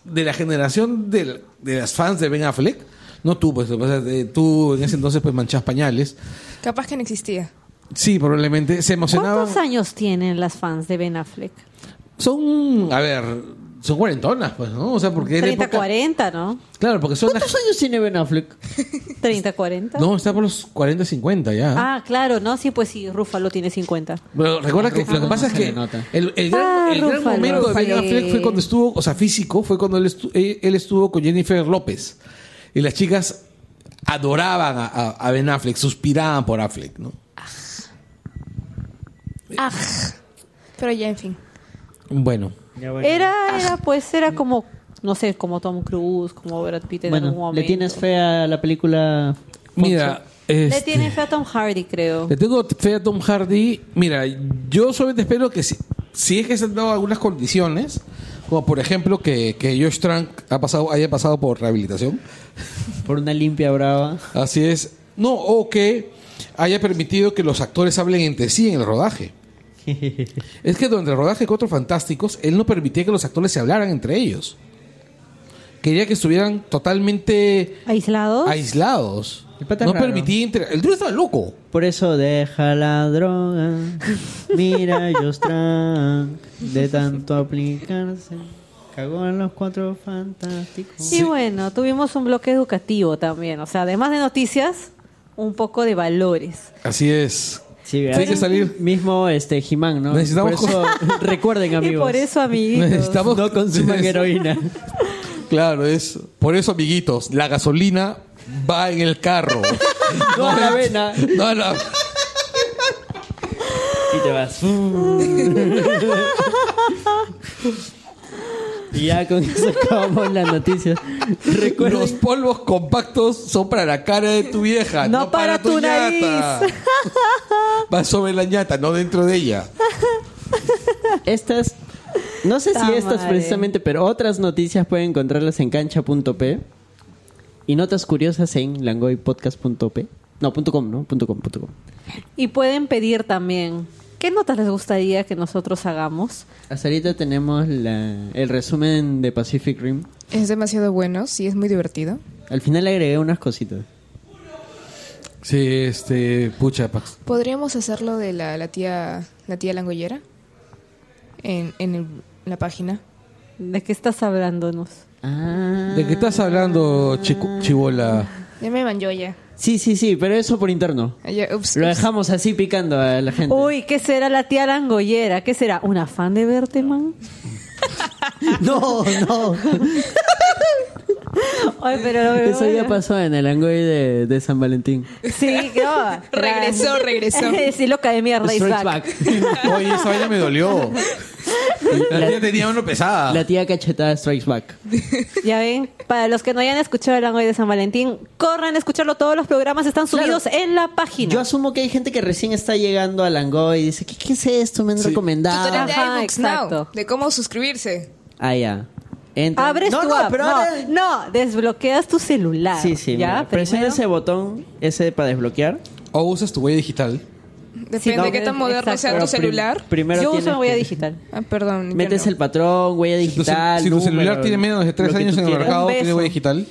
Speaker 5: de la generación del- de, las fans de Ben Affleck, no tú, pues, lo que pasa es que tú en ese entonces pues manchas pañales.
Speaker 4: Capaz que no existía.
Speaker 5: Sí, probablemente se emocionaban.
Speaker 3: ¿cuántos años tienen las fans de Ben Affleck?
Speaker 5: Son, a ver, son cuarentonas, pues, ¿no? O sea, porque es de
Speaker 3: 30,
Speaker 5: época-
Speaker 3: 40, ¿no?
Speaker 5: Claro, porque son las...
Speaker 2: ¿Cuántos años tiene Ben Affleck?
Speaker 3: 30, 40.
Speaker 5: No, está por los 40, 50 ya.
Speaker 3: Ah, claro, no, sí, pues sí, Rúfalo tiene 50.
Speaker 5: Bueno, recuerda que lo que pasa es
Speaker 2: se
Speaker 5: que
Speaker 2: le nota.
Speaker 5: el, el gran,
Speaker 3: Ah,
Speaker 5: el gran
Speaker 3: Rúfalo,
Speaker 5: momento de Ben
Speaker 3: Rúfalo.
Speaker 5: Affleck fue cuando estuvo, o sea, físico, fue cuando él, estu- eh, él estuvo con Jennifer López. Y las chicas adoraban a, a- a Ben Affleck, suspiraban por Affleck, ¿no?
Speaker 2: Eh.
Speaker 4: Pero ya, en fin.
Speaker 5: Bueno,
Speaker 4: Este
Speaker 3: Era,
Speaker 2: Ah.
Speaker 3: era, pues, era como, no sé, como Tom Cruise, como Brad Pitt en algún
Speaker 2: Bueno,
Speaker 3: momento.
Speaker 2: ¿le tienes fe a la película?
Speaker 5: mira.
Speaker 3: Le
Speaker 5: este-
Speaker 3: tiene fe a Tom Hardy, creo.
Speaker 5: Le tengo fe a Tom Hardy. Mira, yo solamente espero que si, si es que se han dado algunas condiciones, como por ejemplo que, que Josh Trank ha pasado, haya pasado por rehabilitación.
Speaker 2: Por una limpia brava.
Speaker 5: Así es. No, o que haya permitido que los actores hablen entre sí en el rodaje. es que durante el rodaje de Cuatro Fantásticos, él no permitía que los actores se hablaran entre ellos. Quería que estuvieran totalmente
Speaker 3: ¿Aislados?
Speaker 5: aislados.
Speaker 2: El pata es
Speaker 5: No
Speaker 2: raro.
Speaker 5: permitía... inter- El tío estaba loco.
Speaker 2: Por eso deja la droga. Mira, Jostran. De tanto aplicarse. Cagó en los cuatro fantásticos.
Speaker 3: Y bueno, tuvimos un bloque educativo también. O sea, además de noticias, un poco de valores.
Speaker 5: Así es.
Speaker 2: Sí,
Speaker 5: Tiene que salir.
Speaker 2: Mismo este Jimán, ¿no?
Speaker 5: Necesitamos
Speaker 2: Por eso, recuerden,
Speaker 3: Y
Speaker 2: amigos.
Speaker 3: por eso, amiguitos.
Speaker 5: Necesitamos
Speaker 2: No consuman heroína.
Speaker 5: Claro, es por eso, amiguitos, la gasolina va en el carro.
Speaker 2: No a la ¿ah? avena.
Speaker 5: No, no.
Speaker 2: Y te vas. y ya con eso acabamos las noticias. Recuerden.
Speaker 5: Los polvos compactos son para la cara de tu vieja, no,
Speaker 3: No para tu nariz.
Speaker 5: Va sobre la ñata, no dentro de ella.
Speaker 2: Estas, no sé si
Speaker 3: Ta
Speaker 2: estas
Speaker 3: madre.
Speaker 2: precisamente, pero otras noticias pueden encontrarlas en cancha.p y notas curiosas en langoypodcast.p. No, punto .com, ¿no? Punto .com, punto .com.
Speaker 3: Y pueden pedir también. ¿Qué notas les gustaría que nosotros hagamos?
Speaker 2: Hasta ahorita tenemos la- el resumen de Pacific Rim.
Speaker 4: Es demasiado bueno, sí, es muy divertido.
Speaker 2: Al final le agregué unas cositas.
Speaker 5: Sí, este, pucha, Pax.
Speaker 4: ¿Podríamos hacerlo de la, la tía la tía langollera? En, en el- la página.
Speaker 3: ¿De qué estás hablándonos?
Speaker 2: Ah.
Speaker 5: ¿De qué estás hablando, chicu- chibola?
Speaker 4: Ya me manchó ya.
Speaker 2: Sí, sí, sí, pero eso por interno.
Speaker 4: Ah, ya, ups,
Speaker 2: Lo
Speaker 4: ups.
Speaker 2: dejamos así picando a la gente.
Speaker 3: Uy, ¿qué será la tía Langollera? ¿Qué será? ¿Una fan de Berteman?
Speaker 2: No, no.
Speaker 3: Ay, pero lo veo-
Speaker 2: Eso ya pasó en el Angoy de, de San Valentín.
Speaker 3: Sí, no.
Speaker 4: Regresó, regresó.
Speaker 3: sí, loca de mierda,
Speaker 2: Strikes
Speaker 3: Isaac.
Speaker 2: back.
Speaker 5: Oye, esa vaina me dolió. La tía tenía mano
Speaker 3: Ah.
Speaker 5: pesada.
Speaker 2: La tía cachetada Strikes Back.
Speaker 3: Ya ven, para los que no hayan escuchado el Langoy de San Valentín, corran a escucharlo. Todos los programas están subidos en la página.
Speaker 2: Yo asumo que hay gente que recién está llegando al Angoy y dice, ¿qué, qué es esto? Me han
Speaker 4: Tutorial
Speaker 2: recomendado.
Speaker 4: de
Speaker 3: Ajá,
Speaker 4: iBooks
Speaker 3: exacto.
Speaker 4: Now, de cómo suscribirse.
Speaker 2: Ah, ya. Entra.
Speaker 3: Abres
Speaker 2: no,
Speaker 3: tu
Speaker 2: no,
Speaker 3: app.
Speaker 2: pero
Speaker 3: no,
Speaker 2: ahora-
Speaker 3: no, desbloqueas tu celular.
Speaker 2: Sí, sí.
Speaker 3: ¿Ya?
Speaker 2: mira, presiona
Speaker 3: Primero.
Speaker 2: ese botón, ese para desbloquear.
Speaker 5: O usas tu huella digital.
Speaker 4: Depende
Speaker 3: no,
Speaker 4: de qué tan moderno
Speaker 3: exacto.
Speaker 4: sea
Speaker 2: Pero
Speaker 4: tu
Speaker 2: prim-
Speaker 4: celular.
Speaker 2: primero
Speaker 3: Yo
Speaker 2: tienes
Speaker 3: uso la huella
Speaker 2: que-
Speaker 3: digital.
Speaker 4: Ah, perdón. yo
Speaker 2: Metes
Speaker 4: no.
Speaker 2: el patrón, huella
Speaker 5: Si tu,
Speaker 2: digital.
Speaker 5: si tu
Speaker 2: número,
Speaker 5: celular tiene menos de
Speaker 2: lo
Speaker 5: 3
Speaker 2: que
Speaker 5: años
Speaker 2: tú
Speaker 5: en el
Speaker 2: quieras.
Speaker 5: mercado,
Speaker 3: Un
Speaker 5: tiene
Speaker 3: beso.
Speaker 5: huella digital.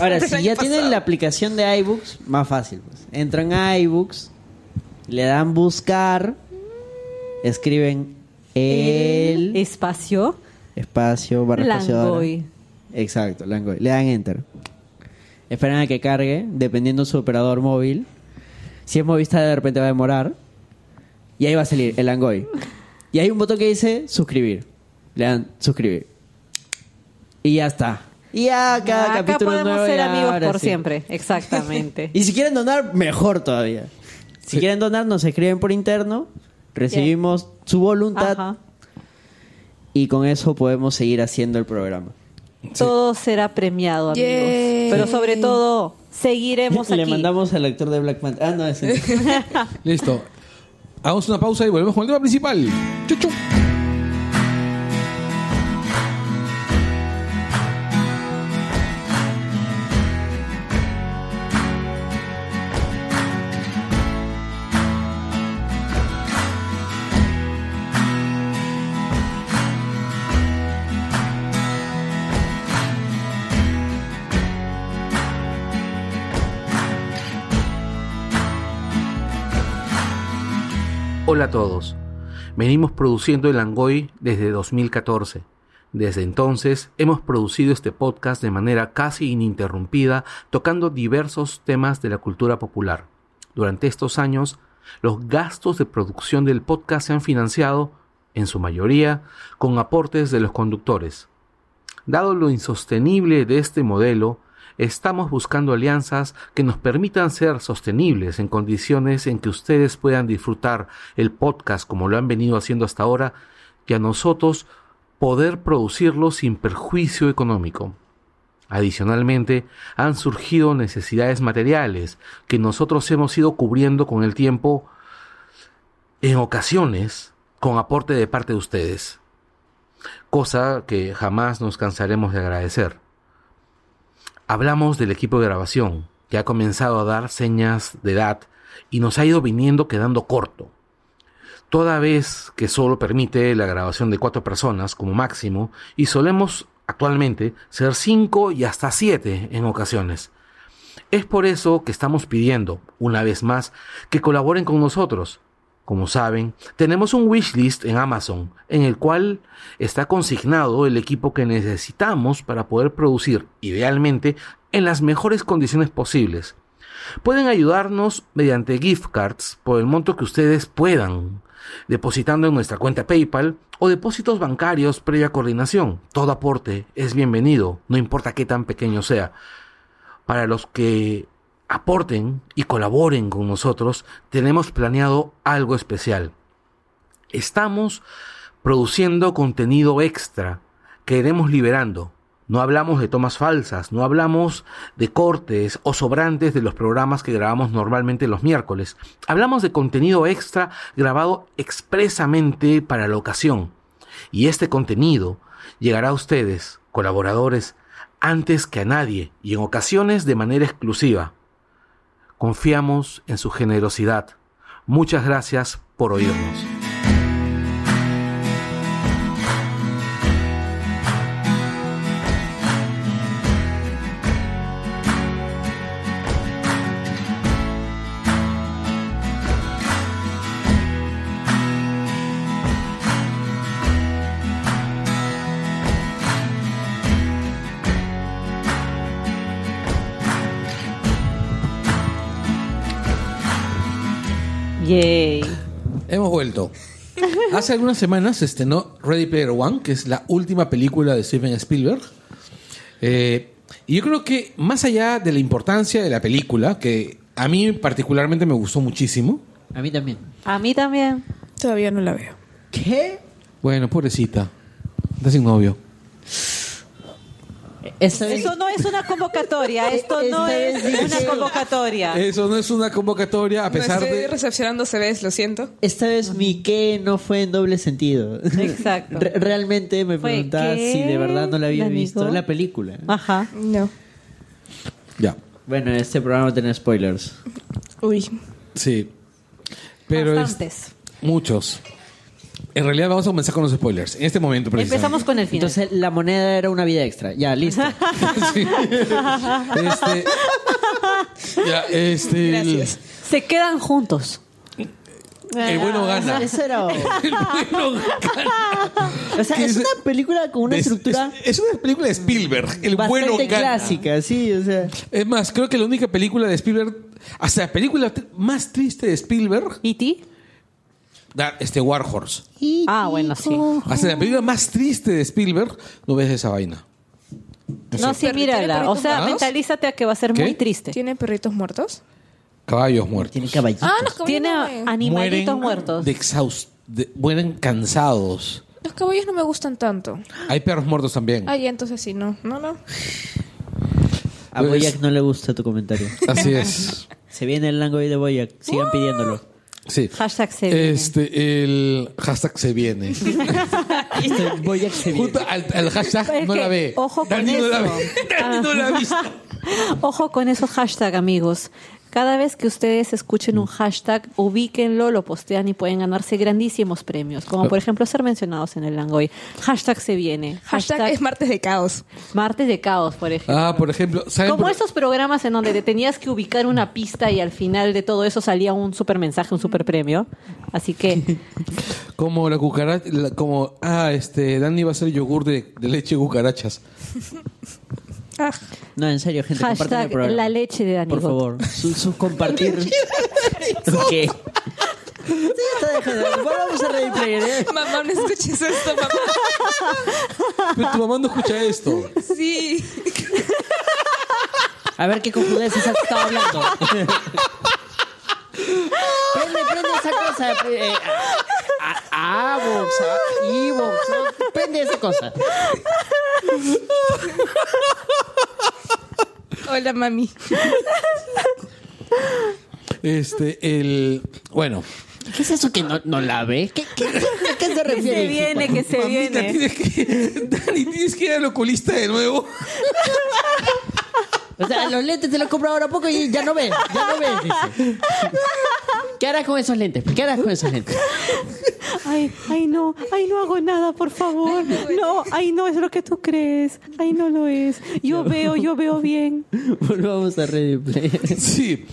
Speaker 2: Ahora,
Speaker 4: El
Speaker 2: si
Speaker 4: año
Speaker 2: ya tienen
Speaker 4: pasado.
Speaker 2: la aplicación de iBooks, más fácil. pues. Entran a iBooks, le dan buscar, escriben
Speaker 3: Eh,
Speaker 2: el,
Speaker 3: espacio
Speaker 2: espacio barra espaciadora.
Speaker 3: Langoy.
Speaker 2: Exacto, Langoy. Le dan enter. Esperan a que cargue, dependiendo su operador móvil. Si es Movistar, de repente va a demorar. Y ahí va a salir el Langoy. Y hay un botón que dice suscribir. Le dan suscribir. Y ya está. Y ya cada
Speaker 3: Acá
Speaker 2: capítulo
Speaker 3: podemos
Speaker 2: nuevo
Speaker 3: ser
Speaker 2: ya,
Speaker 3: amigos
Speaker 2: ahora
Speaker 3: por
Speaker 2: sí.
Speaker 3: siempre, exactamente.
Speaker 2: Y si quieren donar, mejor todavía. Si quieren donar, nos escriben por interno. Recibimos su voluntad.
Speaker 3: Ajá.
Speaker 2: Y con eso podemos seguir haciendo el programa.
Speaker 3: Todo será premiado, amigos.
Speaker 4: Yay.
Speaker 3: Pero sobre todo, seguiremos
Speaker 2: Le
Speaker 3: aquí.
Speaker 2: mandamos al actor de Black Panther. Ah, no, ese.
Speaker 5: Listo. Hagamos una pausa y volvemos con el tema principal. Chuchu.
Speaker 1: Hola a todos. Venimos produciendo el Angoy desde 2014. Desde entonces hemos producido este podcast de manera casi ininterrumpida, tocando diversos temas de la cultura popular. Durante estos años, los gastos de producción del podcast se han financiado, en su mayoría, con aportes de los conductores. Dado lo insostenible de este modelo, estamos buscando alianzas que nos permitan ser sostenibles en condiciones en que ustedes puedan disfrutar el podcast como lo han venido haciendo hasta ahora y a nosotros poder producirlo sin perjuicio económico. Adicionalmente, han surgido necesidades materiales que nosotros hemos ido cubriendo con el tiempo, en ocasiones con aporte de parte de ustedes, cosa que jamás nos cansaremos de agradecer. Hablamos del equipo de grabación, que ha comenzado a dar señas de edad y nos ha ido viniendo quedando corto. Toda vez que solo permite la grabación de cuatro personas como máximo, y solemos actualmente ser cinco y hasta siete en ocasiones. Es por eso que estamos pidiendo, una vez más, que colaboren con nosotros. Como saben, tenemos un wishlist en Amazon, en el cual está consignado el equipo que necesitamos para poder producir, idealmente, en las mejores condiciones posibles. Pueden ayudarnos mediante gift cards por el monto que ustedes puedan, depositando en nuestra cuenta PayPal o depósitos bancarios previa coordinación. Todo aporte es bienvenido, no importa qué tan pequeño sea. Para los que aporten y colaboren con nosotros, tenemos planeado algo especial. Estamos produciendo contenido extra que iremos liberando. No hablamos de tomas falsas, no hablamos de cortes o sobrantes de los programas que grabamos normalmente los miércoles. Hablamos de contenido extra grabado expresamente para la ocasión. Y este contenido llegará a ustedes, colaboradores, antes que a nadie y en ocasiones de manera exclusiva. Confiamos en su generosidad. Muchas gracias por oírnos.
Speaker 3: Yay.
Speaker 5: Hemos vuelto. Hace algunas semanas se estrenó Ready Player One, que es la última película de Steven Spielberg. Eh, y yo creo que más allá de la importancia de la película, que a mí particularmente me gustó muchísimo.
Speaker 2: A mí también.
Speaker 3: A mí también.
Speaker 4: Todavía no la veo.
Speaker 2: ¿Qué?
Speaker 5: Bueno, pobrecita. Está sin novio.
Speaker 2: Esa
Speaker 3: Eso no es una convocatoria. Esto no es una convocatoria.
Speaker 2: Eh,
Speaker 5: Eso no es una convocatoria, a pesar
Speaker 4: no estoy
Speaker 5: de...
Speaker 4: recepcionando CVs, lo siento.
Speaker 2: Esta vez mi qué no fue en doble sentido.
Speaker 3: Exacto.
Speaker 2: Re- realmente me
Speaker 3: Fue,
Speaker 2: preguntaba
Speaker 3: ¿qué?
Speaker 2: si de verdad no la había
Speaker 3: ¿La
Speaker 2: visto
Speaker 3: negó? Ah.
Speaker 2: la película.
Speaker 3: Ajá.
Speaker 4: No.
Speaker 5: Ya,
Speaker 2: Bueno, este programa tiene spoilers.
Speaker 4: Uy.
Speaker 5: sí. Pero es-
Speaker 3: Bastantes.
Speaker 5: Muchos. En realidad vamos a comenzar con los spoilers. En este momento,
Speaker 3: Empezamos
Speaker 5: precisamente.
Speaker 3: con el final.
Speaker 2: Entonces la moneda era una vida extra. Ya, listo.
Speaker 5: Este, ya, este, el-
Speaker 4: Gracias.
Speaker 3: Se quedan juntos.
Speaker 4: Eh,
Speaker 5: El, bueno gana.
Speaker 2: Eso era. O
Speaker 5: El bueno gana.
Speaker 2: sea,
Speaker 5: ¿Qué
Speaker 2: es
Speaker 5: es-
Speaker 2: una película con una
Speaker 5: Es-
Speaker 2: estructura
Speaker 5: Es, es una película de Spielberg. El
Speaker 2: bastante
Speaker 5: bueno gana.
Speaker 2: clásica, sí, o sea.
Speaker 5: Es más, creo que la única película de Spielberg, hasta la película t- más triste de Spielberg,
Speaker 3: ¿Y ti?
Speaker 5: da- este War Horse.
Speaker 3: Ah, bueno, sí.
Speaker 5: Hasta la película más triste de Spielberg, no ves esa vaina.
Speaker 3: No, sí, mírala. O sea,
Speaker 5: ¿Más?
Speaker 3: mentalízate a que va a ser
Speaker 5: ¿Qué?
Speaker 3: muy triste.
Speaker 4: ¿Tiene perritos muertos?
Speaker 5: Caballos muertos.
Speaker 2: Tiene caballitos.
Speaker 4: Ah, los
Speaker 3: Tiene
Speaker 4: caballos. no me-
Speaker 3: animalitos muertos.
Speaker 5: De exhaust, de- mueren cansados.
Speaker 4: Los caballos no me gustan tanto.
Speaker 5: Hay perros muertos también.
Speaker 4: Ah, ya, entonces sí, no. No, no.
Speaker 2: A Boyac no le gusta tu comentario.
Speaker 5: Así es.
Speaker 2: Se viene el langoy de Boyac.
Speaker 3: Ah.
Speaker 2: Sigan pidiéndolo.
Speaker 5: Sí.
Speaker 3: Hashtag se viene.
Speaker 5: Este, el hashtag se viene.
Speaker 2: Este Boyac se viene.
Speaker 5: Junto al, al hashtag
Speaker 3: Es
Speaker 5: no
Speaker 3: que,
Speaker 5: la ve.
Speaker 3: ojo con
Speaker 5: Dani no la
Speaker 3: eso.
Speaker 5: ve. Dani no la ha visto.
Speaker 3: Ojo con esos hashtags, amigos. Cada vez que ustedes escuchen un hashtag, ubíquenlo, lo postean y pueden ganarse grandísimos premios, como por ejemplo ser mencionados en el Langoy. Hashtag se viene.
Speaker 4: Hashtag, es martes de caos.
Speaker 3: martes de caos, por ejemplo.
Speaker 5: Ah, por ejemplo, ¿saben
Speaker 3: Como
Speaker 5: por-
Speaker 3: esos programas en donde te tenías que ubicar una pista y al final de todo eso salía un super mensaje, un super premio. Así que
Speaker 5: como la cucaracha, la- como, ah, este, Dani va a hacer yogur de, de leche y cucarachas.
Speaker 4: Ah,
Speaker 2: No, en serio, gente, compartan el
Speaker 3: hashtag
Speaker 2: programa.
Speaker 3: la leche de Dani
Speaker 2: Por
Speaker 3: Gold.
Speaker 2: favor, sus compartir. ¿Qué? Sí, está dejando. Volvamos a replay, ¿eh?
Speaker 4: mamá, no escuches esto, mamá.
Speaker 5: Pero tu mamá no escucha esto.
Speaker 4: Sí.
Speaker 2: A ver qué confundeces has estado hablando. prende, prende esa cosa. eh, a, a, a Vox, a Evox, ¿no? prende esa cosa.
Speaker 4: Hola, mami.
Speaker 5: Este, el, bueno,
Speaker 2: ¿Qué es eso que no, no la ve? ¿Qué, qué, a qué se
Speaker 3: Que se
Speaker 2: refiere?
Speaker 3: viene, que se
Speaker 5: Mamita,
Speaker 3: viene.
Speaker 5: tienes que, Dani, tienes que ir al oculista de nuevo.
Speaker 2: O sea, los lentes te los compro ahora poco y ya no ves, ya no ves, dice. ¿Qué harás con esos lentes? ¿Qué harás con esos lentes?
Speaker 3: Ay, ay no, ay no hago nada, por favor. No, ay no es lo que tú crees. Ay no lo es. Yo veo, yo veo bien.
Speaker 2: Volvamos a replay.
Speaker 5: Sí.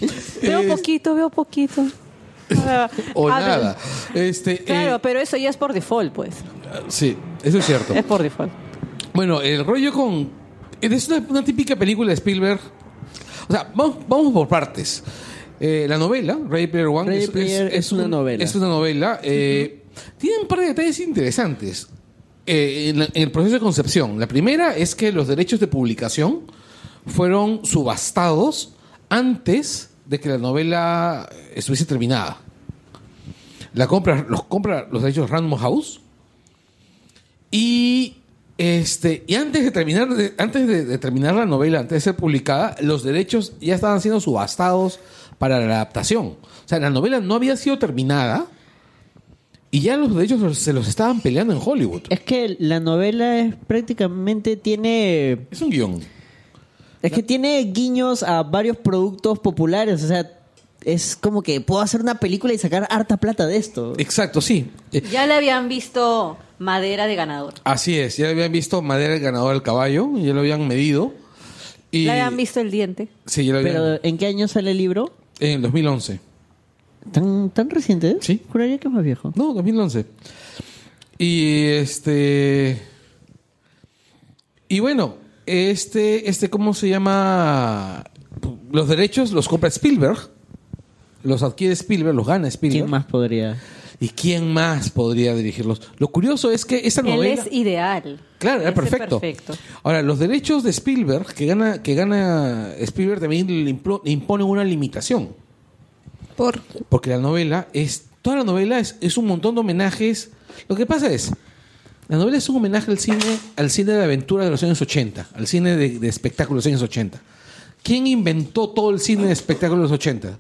Speaker 3: Veo
Speaker 5: Es-
Speaker 3: poquito, veo poquito.
Speaker 5: o
Speaker 3: Ah,
Speaker 5: nada. Este,
Speaker 3: Claro,
Speaker 5: eh,
Speaker 3: pero eso ya es por default, pues.
Speaker 5: sí, eso es cierto.
Speaker 3: Es por default.
Speaker 5: Bueno, el rollo con. Es una, una típica película de Spielberg. O sea, vamos, vamos por partes. Eh, la novela, Ready Player One,
Speaker 2: Ready Player es una novela.
Speaker 5: Es una novela. eh, Tiene un par de detalles interesantes eh, en, la- en el proceso de concepción. La primera es que los derechos de publicación fueron subastados antes de que la novela estuviese terminada. La compra, los compra los derechos Random House. Y este y antes de terminar de- antes de, de terminar la novela, antes de ser publicada, los derechos ya estaban siendo subastados para la adaptación. O sea, la novela no había sido terminada y ya los derechos se los estaban peleando en Hollywood.
Speaker 2: Es que la novela es prácticamente tiene
Speaker 5: Es un guión.
Speaker 2: Es que tiene guiños a varios productos populares, o sea, es como que puedo hacer una película y sacar harta plata de esto.
Speaker 5: Exacto, sí. Eh,
Speaker 3: Ya le habían visto madera de ganador.
Speaker 5: Así es, ya habían visto madera el ganador del caballo, ya lo habían medido. Y,
Speaker 3: Le habían visto el diente.
Speaker 5: Sí, ya lo habían.
Speaker 2: Pero ¿en qué año sale el libro?
Speaker 5: En el 2011.
Speaker 2: ¿Tan, tan reciente?
Speaker 5: Sí.
Speaker 2: Juraría que es más viejo.
Speaker 5: No, 2011. Y este. Y bueno, este, este, ¿cómo se llama? Los derechos los compra Spielberg. Los adquiere Spielberg, los gana Spielberg.
Speaker 2: ¿Quién más podría?
Speaker 5: ¿Y quién más podría dirigirlos? Lo curioso es que esta
Speaker 3: Él
Speaker 5: novela.
Speaker 3: es ideal.
Speaker 5: Claro, era
Speaker 3: Ese
Speaker 5: perfecto.
Speaker 3: perfecto.
Speaker 5: Ahora, los derechos de Spielberg, que gana, que gana Spielberg también le impro- le imponen una limitación.
Speaker 4: Por.
Speaker 5: Porque la novela es. Toda la novela es, es un montón de homenajes. Lo que pasa es. La novela es un homenaje al cine, al cine de aventura de los años 80, al cine de, de espectáculos de los años 80. ¿Quién inventó todo el cine de espectáculos de los 80?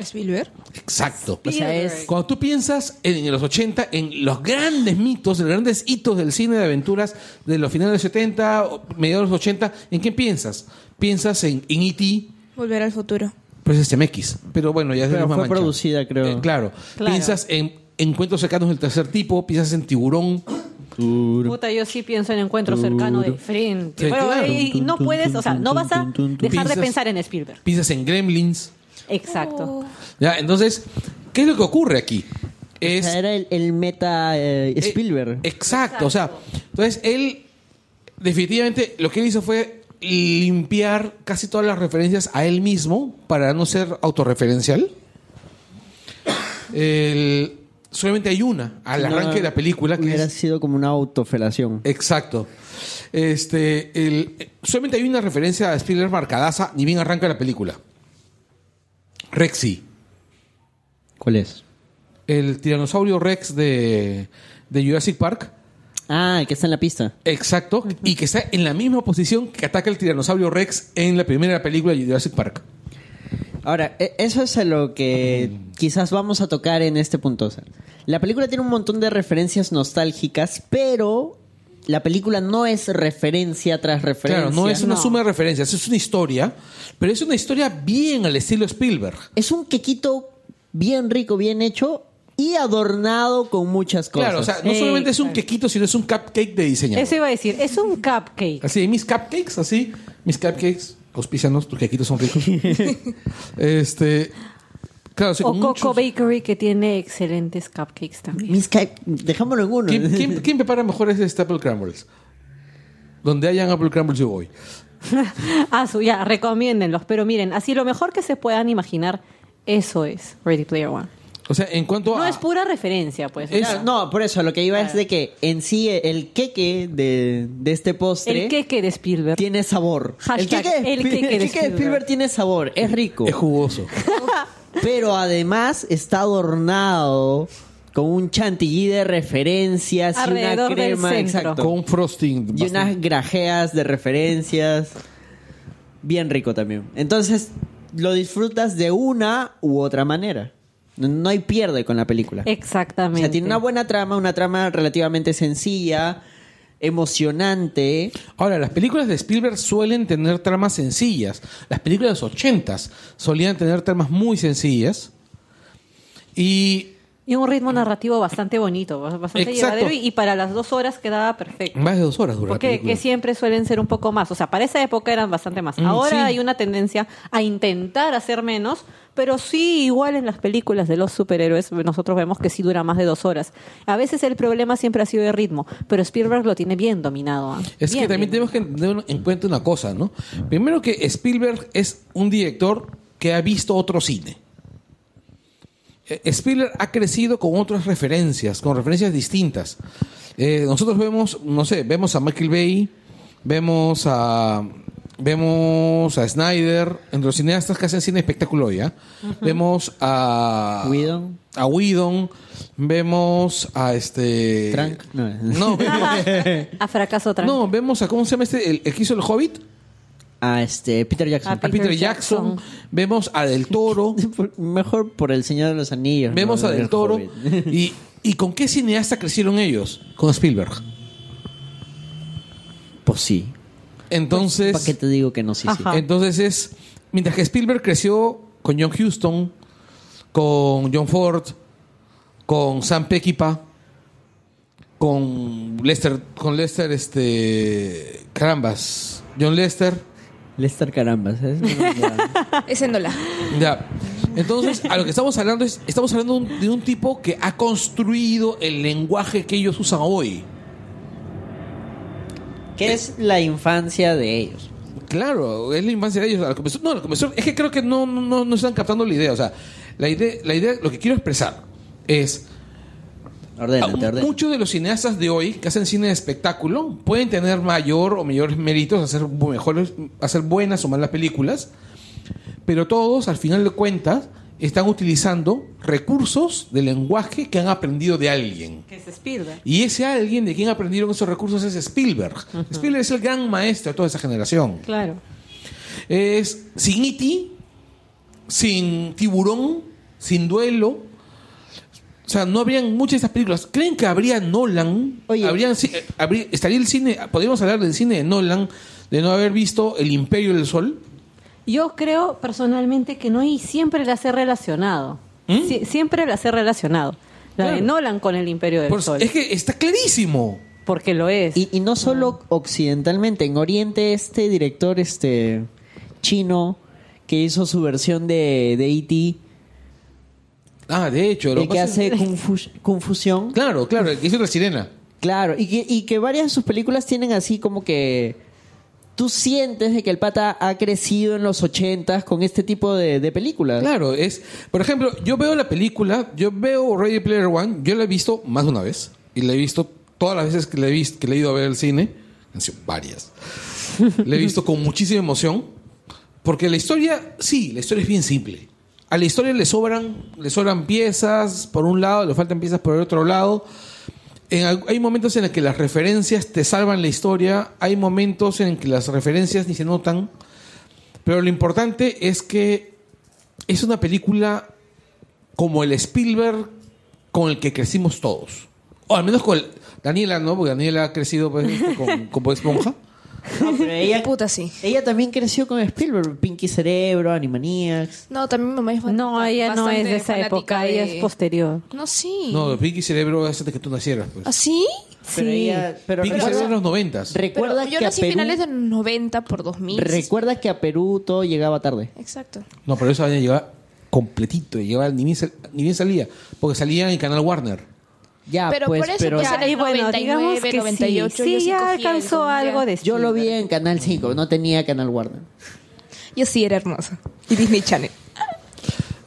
Speaker 4: Spielberg.
Speaker 5: Exacto.
Speaker 2: O sea, es...
Speaker 5: Cuando tú piensas en, en los 80, en los grandes mitos, en los grandes hitos del cine de aventuras de los finales de los 70, o mediados de los 80, ¿en quién piensas? Piensas en en E E.T.,
Speaker 4: Volver al futuro.
Speaker 5: pues es CMX. Pero bueno, ya es la
Speaker 2: Pero
Speaker 5: misma
Speaker 2: fue
Speaker 5: mancha.
Speaker 2: producida, creo.
Speaker 5: Eh, claro.
Speaker 3: Claro.
Speaker 5: Piensas en encuentros cercanos del tercer tipo, piensas en tiburón.
Speaker 3: Puta, yo sí pienso en encuentro cercano de frente.
Speaker 5: Sí,
Speaker 3: Bueno,
Speaker 5: claro.
Speaker 3: y, y no puedes, o sea, no vas a dejar de
Speaker 5: Piensas-
Speaker 3: pensar en Spielberg.
Speaker 5: Piensas en gremlins.
Speaker 3: Exacto.
Speaker 5: ¿ya? Entonces, ¿qué es lo que ocurre aquí?
Speaker 2: O
Speaker 5: Es,
Speaker 2: sea, era el, el meta eh,
Speaker 5: eh,
Speaker 2: Spielberg.
Speaker 5: exacto. O sea, entonces él, definitivamente, lo que él hizo fue limpiar casi todas las referencias a él mismo para no ser autorreferencial. El- solamente hay una al
Speaker 2: Si no,
Speaker 5: arranque de la película que
Speaker 2: Hubiera
Speaker 5: es-
Speaker 2: sido como una autofelación.
Speaker 5: Exacto. Este, el- eh, solamente hay una referencia a Spielberg marcadaza, ni bien arranca la película. Rexy,
Speaker 2: ¿Cuál es?
Speaker 5: el tiranosaurio Rex de, de Jurassic Park.
Speaker 2: Ah, el que está en la pista.
Speaker 5: Exacto, y que está en la misma posición que ataca el tiranosaurio Rex en la primera película de Jurassic Park.
Speaker 2: Ahora, e- eso es a lo que quizás vamos a tocar en este punto. o sea, la película tiene un montón de referencias nostálgicas, pero la película no es referencia tras referencia.
Speaker 5: Claro, no es una
Speaker 3: No.
Speaker 5: suma de referencias, es una historia, pero es una historia bien al estilo Spielberg.
Speaker 2: Es un quequito bien rico, bien hecho y adornado con muchas cosas.
Speaker 5: Claro, o sea, no
Speaker 3: Sí,
Speaker 5: solamente es un
Speaker 3: claro.
Speaker 5: quequito, sino es un cupcake de diseñador.
Speaker 3: Eso iba a decir, es un cupcake.
Speaker 5: Así, mis cupcakes, así, mis cupcakes, auspícianos, tus quequitos son ricos. este, claro, sí,
Speaker 3: O
Speaker 5: con
Speaker 3: Coco
Speaker 5: muchos-
Speaker 3: Bakery que tiene excelentes cupcakes también.
Speaker 2: Mis ca- Dejámoslo en uno.
Speaker 5: ¿Quién, quién, quién prepara mejores Apple Crumbles? Donde hayan Apple Crumbles yo voy.
Speaker 3: Ah, su, ya, recomiéndenlos. Pero miren, así lo mejor que se puedan imaginar, eso es Ready Player One.
Speaker 5: O sea, en cuanto
Speaker 3: No
Speaker 5: a...
Speaker 3: es pura referencia, pues.
Speaker 5: Es-
Speaker 2: Claro, no, por eso lo que iba
Speaker 3: Ah.
Speaker 2: es de que en sí el queque de, de este postre
Speaker 3: El queque de Spielberg.
Speaker 2: tiene sabor.
Speaker 3: Hashtag,
Speaker 2: de
Speaker 3: el
Speaker 2: Spi-
Speaker 3: queque de
Speaker 2: de
Speaker 3: Spielberg.
Speaker 2: Spielberg tiene sabor, es rico.
Speaker 5: Es jugoso.
Speaker 2: Pero además está adornado con un chantilly de referencias y una
Speaker 3: Alrededor del
Speaker 2: crema
Speaker 3: centro.
Speaker 2: exacto.
Speaker 5: con frosting.
Speaker 2: y
Speaker 5: bastante.
Speaker 2: unas grajeas de referencias. Bien rico también. Entonces, lo disfrutas de una u otra manera. No- No hay pierde con la película. O
Speaker 3: Exactamente.
Speaker 2: sea, tiene una buena trama, una trama relativamente sencilla, emocionante.
Speaker 5: Ahora, las películas de Spielberg suelen tener tramas sencillas. Las películas de los ochentas solían tener tramas muy sencillas. Y
Speaker 3: Y un ritmo narrativo bastante bonito, bastante
Speaker 5: Mm. Exacto.
Speaker 3: llevadero y, y para las dos horas quedaba perfecto.
Speaker 5: más de dos horas dura la
Speaker 3: Porque
Speaker 5: película.
Speaker 3: que siempre suelen ser un poco más. O sea, para esa época eran bastante más.
Speaker 5: Mm,
Speaker 3: Ahora
Speaker 5: sí.
Speaker 3: hay una tendencia a intentar hacer menos, pero sí, igual en las películas de los superhéroes, nosotros vemos que sí dura más de dos horas. A veces el problema siempre ha sido de ritmo, pero Spielberg lo tiene bien dominado. ¿ah?
Speaker 5: Es
Speaker 3: Bien,
Speaker 5: que también
Speaker 3: bien.
Speaker 5: tenemos que tener en cuenta una cosa, ¿no? Primero que Spielberg es un director que ha visto otro cine. Eh, Spielberg ha crecido con otras referencias, con referencias distintas. Eh, nosotros vemos, no sé, vemos a Michael Bay, vemos a vemos a Snyder, entre los cineastas que hacen cine espectáculo ya. Vemos a
Speaker 2: Whedon.
Speaker 5: a Whedon, vemos a este
Speaker 2: Trank, no.
Speaker 5: no vemos,
Speaker 3: A fracaso tranquilo.
Speaker 5: no, vemos a cómo se llama este, el, el que hizo el Hobbit,
Speaker 2: A este Peter Jackson.
Speaker 3: A
Speaker 5: a Peter
Speaker 3: Peter
Speaker 5: Jackson,
Speaker 3: Jackson.
Speaker 5: vemos a Del Toro,
Speaker 2: Por- Mejor por el Señor de los Anillos.
Speaker 5: vemos
Speaker 2: ¿no?
Speaker 5: a Del
Speaker 2: El
Speaker 5: Toro.
Speaker 2: Hobbit.
Speaker 5: Y, ¿Y con qué cineasta crecieron ellos? Con Spielberg.
Speaker 2: Pues sí.
Speaker 5: Entonces,
Speaker 2: ¿Para qué te digo que no? Sí, sí.
Speaker 3: Ajá.
Speaker 5: entonces es. Mientras que Spielberg creció con John Huston, con John Ford, con Sam Peckinpah, con Lester, con Lester, este. Carambas. John Lester.
Speaker 2: Lester Carambas. ¿sabes?
Speaker 4: Ese no la.
Speaker 5: Ya. Entonces, a lo que estamos hablando es, estamos hablando de un- de un tipo que ha construido el lenguaje que ellos usan hoy.
Speaker 2: ¿Qué es la infancia de ellos?
Speaker 5: Claro, es la infancia de ellos. A la convención- no, la convención- es que creo que no, no, no están captando la idea. O sea, la idea, la idea, lo que quiero expresar es,
Speaker 2: Ordénate,
Speaker 5: a-
Speaker 2: ordénate.
Speaker 5: Ah, muchos de los cineastas de hoy que hacen cine de espectáculo pueden tener mayor o mayores méritos, hacer bu- mejores, hacer buenas o malas películas, pero todos, al final de cuentas, están utilizando recursos de lenguaje que han aprendido de alguien.
Speaker 3: Que es Spielberg.
Speaker 5: Y ese alguien de quien aprendieron esos recursos es Spielberg. Spielberg es el gran maestro de toda esa generación.
Speaker 3: Claro.
Speaker 5: Es sin Iti, sin Tiburón, sin Duelo. O sea, no habrían muchas de estas películas. ¿Creen que habría Nolan?
Speaker 2: Oye.
Speaker 5: Habrían ci- eh, habrí- estaría el cine, podríamos hablar del cine de Nolan, de no haber visto El Imperio del Sol.
Speaker 3: Yo creo personalmente que no y siempre las he relacionado. Sie- siempre las he relacionado. La de
Speaker 5: ¿Mm? Claro.
Speaker 3: Nolan con el Imperio del
Speaker 5: Por-
Speaker 3: Sol.
Speaker 5: es que está clarísimo.
Speaker 3: Porque lo es.
Speaker 2: Y, y no solo occidentalmente, en Oriente este director este chino que hizo su versión de de E.T.,
Speaker 5: Ah, de hecho, lo
Speaker 2: el que
Speaker 5: pasa es-
Speaker 2: hace confu- confusión,
Speaker 5: Claro, claro, el que hizo la sirena.
Speaker 2: claro, y que, y que varias de sus películas tienen así como que tú sientes de que el pata ha crecido en los ochentas con este tipo de, de películas.
Speaker 5: Claro, es. Por ejemplo, yo veo la película, yo veo Ready Player One, yo la he visto más de una vez. Y la he visto todas las veces que la he, visto, que la he ido a ver al cine, han sido varias. La he visto con muchísima emoción, porque la historia, sí, la historia es bien simple. A la historia le sobran, le sobran piezas por un lado, le faltan piezas por el otro lado. En al- hay momentos en los que las referencias te salvan la historia, hay momentos en que las referencias ni se notan, pero lo importante es que es una película como el Spielberg con el que crecimos todos. O al menos con el- Daniela, ¿no? Porque Daniela ha crecido pues, este, con, con Bob Esponja.
Speaker 2: No, pero ella,
Speaker 4: Puta, sí.
Speaker 2: ella también creció con Spielberg, Pinky Cerebro, Animaniacs.
Speaker 4: No, también mi mamá es fan-
Speaker 3: No, ella no es de
Speaker 4: bastante
Speaker 3: esa
Speaker 4: fanática
Speaker 3: época, ella
Speaker 4: de-
Speaker 3: es posterior.
Speaker 4: No, sí.
Speaker 5: No, Pinky Cerebro es antes que tú nacieras. Pues.
Speaker 4: ¿Ah, sí?
Speaker 2: Pero
Speaker 3: Sí.
Speaker 2: ella, pero
Speaker 5: Pinky Cerebro
Speaker 2: recuerda,
Speaker 5: es los noventas.
Speaker 4: Pero
Speaker 2: recuerda
Speaker 4: yo
Speaker 2: que a
Speaker 4: nací a
Speaker 2: Perú,
Speaker 4: finales de los 90 por 2000.
Speaker 2: recuerda que a Perú todo llegaba tarde.
Speaker 4: Exacto.
Speaker 5: No, pero esa vaina llegaba completito, llegaba ni bien, sal- ni bien salía, porque salía en el canal Warner.
Speaker 2: Ya,
Speaker 4: Pero
Speaker 2: pues,
Speaker 4: por eso
Speaker 2: pero
Speaker 4: ya
Speaker 3: Ya, y bueno,
Speaker 4: 99,
Speaker 3: digamos que sí,
Speaker 4: 98, yo
Speaker 3: sí
Speaker 4: sí
Speaker 3: ya
Speaker 4: cogía
Speaker 3: alcanzó
Speaker 4: algún día.
Speaker 3: algo de
Speaker 2: yo lo vi en Canal 5, no tenía Canal Warner.
Speaker 4: Yo sí era hermosa. Y Disney Channel.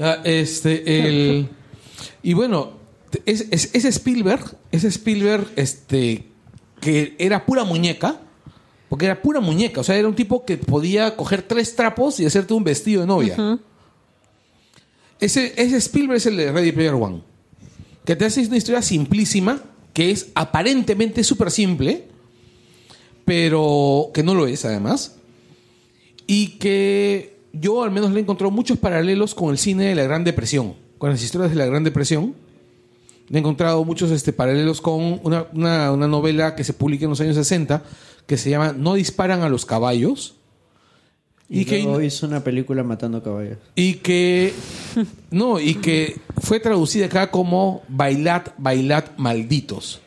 Speaker 5: Ah, este, el, y bueno, te- es, es- ese Spielberg, ese Spielberg, este, que era pura muñeca, porque era pura muñeca, o sea, era un tipo que podía coger tres trapos y hacerte un vestido de novia. ese, ese Spielberg es el de Ready Player One, que te hace una historia simplísima, que es aparentemente súper simple, pero que no lo es además y que yo al menos le he encontrado muchos paralelos con el cine de la Gran Depresión, con las historias de la Gran Depresión. Le he encontrado muchos este, paralelos con una, una- una novela que se publica en los años 60 que se llama No disparan a los caballos.
Speaker 2: Y,
Speaker 5: que
Speaker 2: luego hizo una película matando caballos.
Speaker 5: y que. No, y que fue traducida acá como Bailad, bailad, malditos.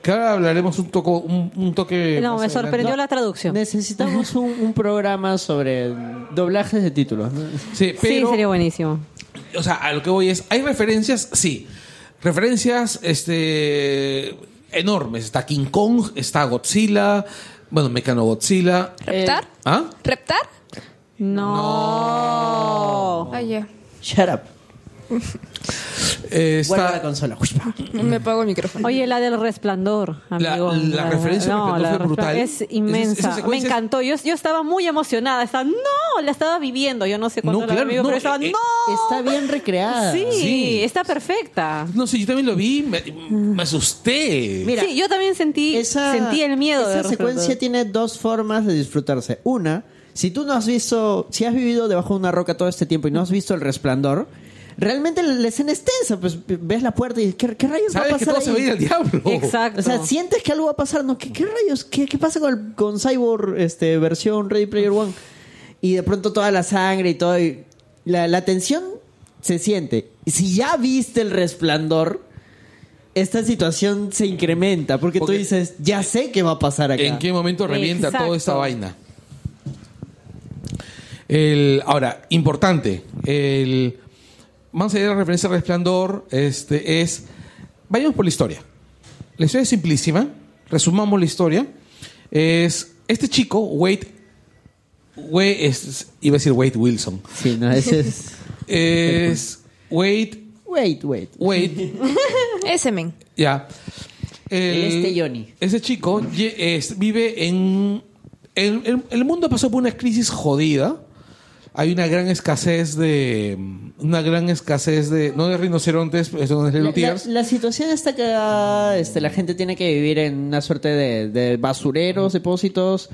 Speaker 5: Que ahora hablaremos un, toco, un, un toque.
Speaker 3: No,
Speaker 5: más
Speaker 3: me
Speaker 5: adelante.
Speaker 3: sorprendió la traducción.
Speaker 2: Necesitamos un, un programa sobre doblajes de títulos. ¿no?
Speaker 5: Sí,
Speaker 3: Sí,
Speaker 5: pero-
Speaker 3: sería buenísimo.
Speaker 5: O sea, a lo que voy es, ¿hay referencias? Sí. Referencias este enormes. Está King Kong, está Godzilla, bueno, Mecano Godzilla.
Speaker 4: ¿Reptar?
Speaker 5: ¿Ah?
Speaker 4: ¿Reptar?
Speaker 3: No.
Speaker 4: Ah, ya.
Speaker 2: Shut up.
Speaker 5: Eh,
Speaker 2: Vuelve a la
Speaker 5: está
Speaker 2: consola.
Speaker 4: Me pago el micrófono.
Speaker 3: Oye, la del resplandor,
Speaker 5: La-
Speaker 3: amigo.
Speaker 5: la referencia al
Speaker 3: no,
Speaker 5: Resplandor
Speaker 3: la
Speaker 5: fue
Speaker 3: del
Speaker 5: brutal.
Speaker 3: Es
Speaker 5: Esa- esa
Speaker 3: inmensa. Me
Speaker 5: secuencia es-
Speaker 3: encantó. Yo, yo estaba muy emocionada. Estaba, no, la estaba viviendo. Yo no sé cuánto
Speaker 5: No,
Speaker 3: la
Speaker 5: claro,
Speaker 3: vivido,
Speaker 5: no,
Speaker 3: pero estaba,
Speaker 5: eh, eh, ah,
Speaker 3: no.
Speaker 2: Está bien recreada.
Speaker 3: sí,
Speaker 5: sí.
Speaker 3: está perfecta.
Speaker 5: No sé, yo también lo vi, me, me asusté.
Speaker 2: Mira,
Speaker 3: sí, yo también sentí,
Speaker 2: Esa,
Speaker 3: sentí el miedo
Speaker 2: esa
Speaker 3: de Resplandor.
Speaker 2: secuencia tiene dos formas de disfrutarse. Una, si tú no has visto, si has vivido debajo de una roca todo este tiempo y no has visto el resplandor, realmente la escena es tensa. Pues ves la puerta y dices, ¿qué, qué rayos va a
Speaker 5: Sabes que
Speaker 2: pasar?
Speaker 5: todo se va a
Speaker 2: ahí?
Speaker 5: ir al diablo.
Speaker 3: Exacto.
Speaker 2: O sea, sientes que algo va a pasar, ¿no? ¿Qué, qué rayos? ¿Qué, qué pasa con, el- con Cyborg este, versión Ready Player One? Y de pronto toda la sangre y todo. y la, la tensión se siente. Y si ya viste el resplandor, esta situación se incrementa. Porque,
Speaker 5: Porque-
Speaker 2: tú dices, ya sé qué va a pasar acá.
Speaker 5: ¿En qué momento revienta
Speaker 3: Exacto.
Speaker 5: toda esta vaina? El, ahora, importante. El, más allá de la referencia al resplandor, este, es. Vayamos por la historia. La historia es simplísima. Resumamos la historia. Es este chico, Wade. Wade es- iba a decir Wade Wilson.
Speaker 2: Sí, no, ese es.
Speaker 5: Es. Wade.
Speaker 2: Wait, wait.
Speaker 5: Wade
Speaker 4: Ese men.
Speaker 5: ya. El-
Speaker 2: Este Johnny.
Speaker 5: Ese chico ye- es- vive en. El, el- el mundo pasó por una crisis jodida. Hay una gran escasez de. Una gran escasez de. No de rinocerontes, eso no es de
Speaker 2: La, la-
Speaker 5: lutears.
Speaker 2: la situación está que ah, este, la gente tiene que vivir en una suerte de, de basureros, depósitos.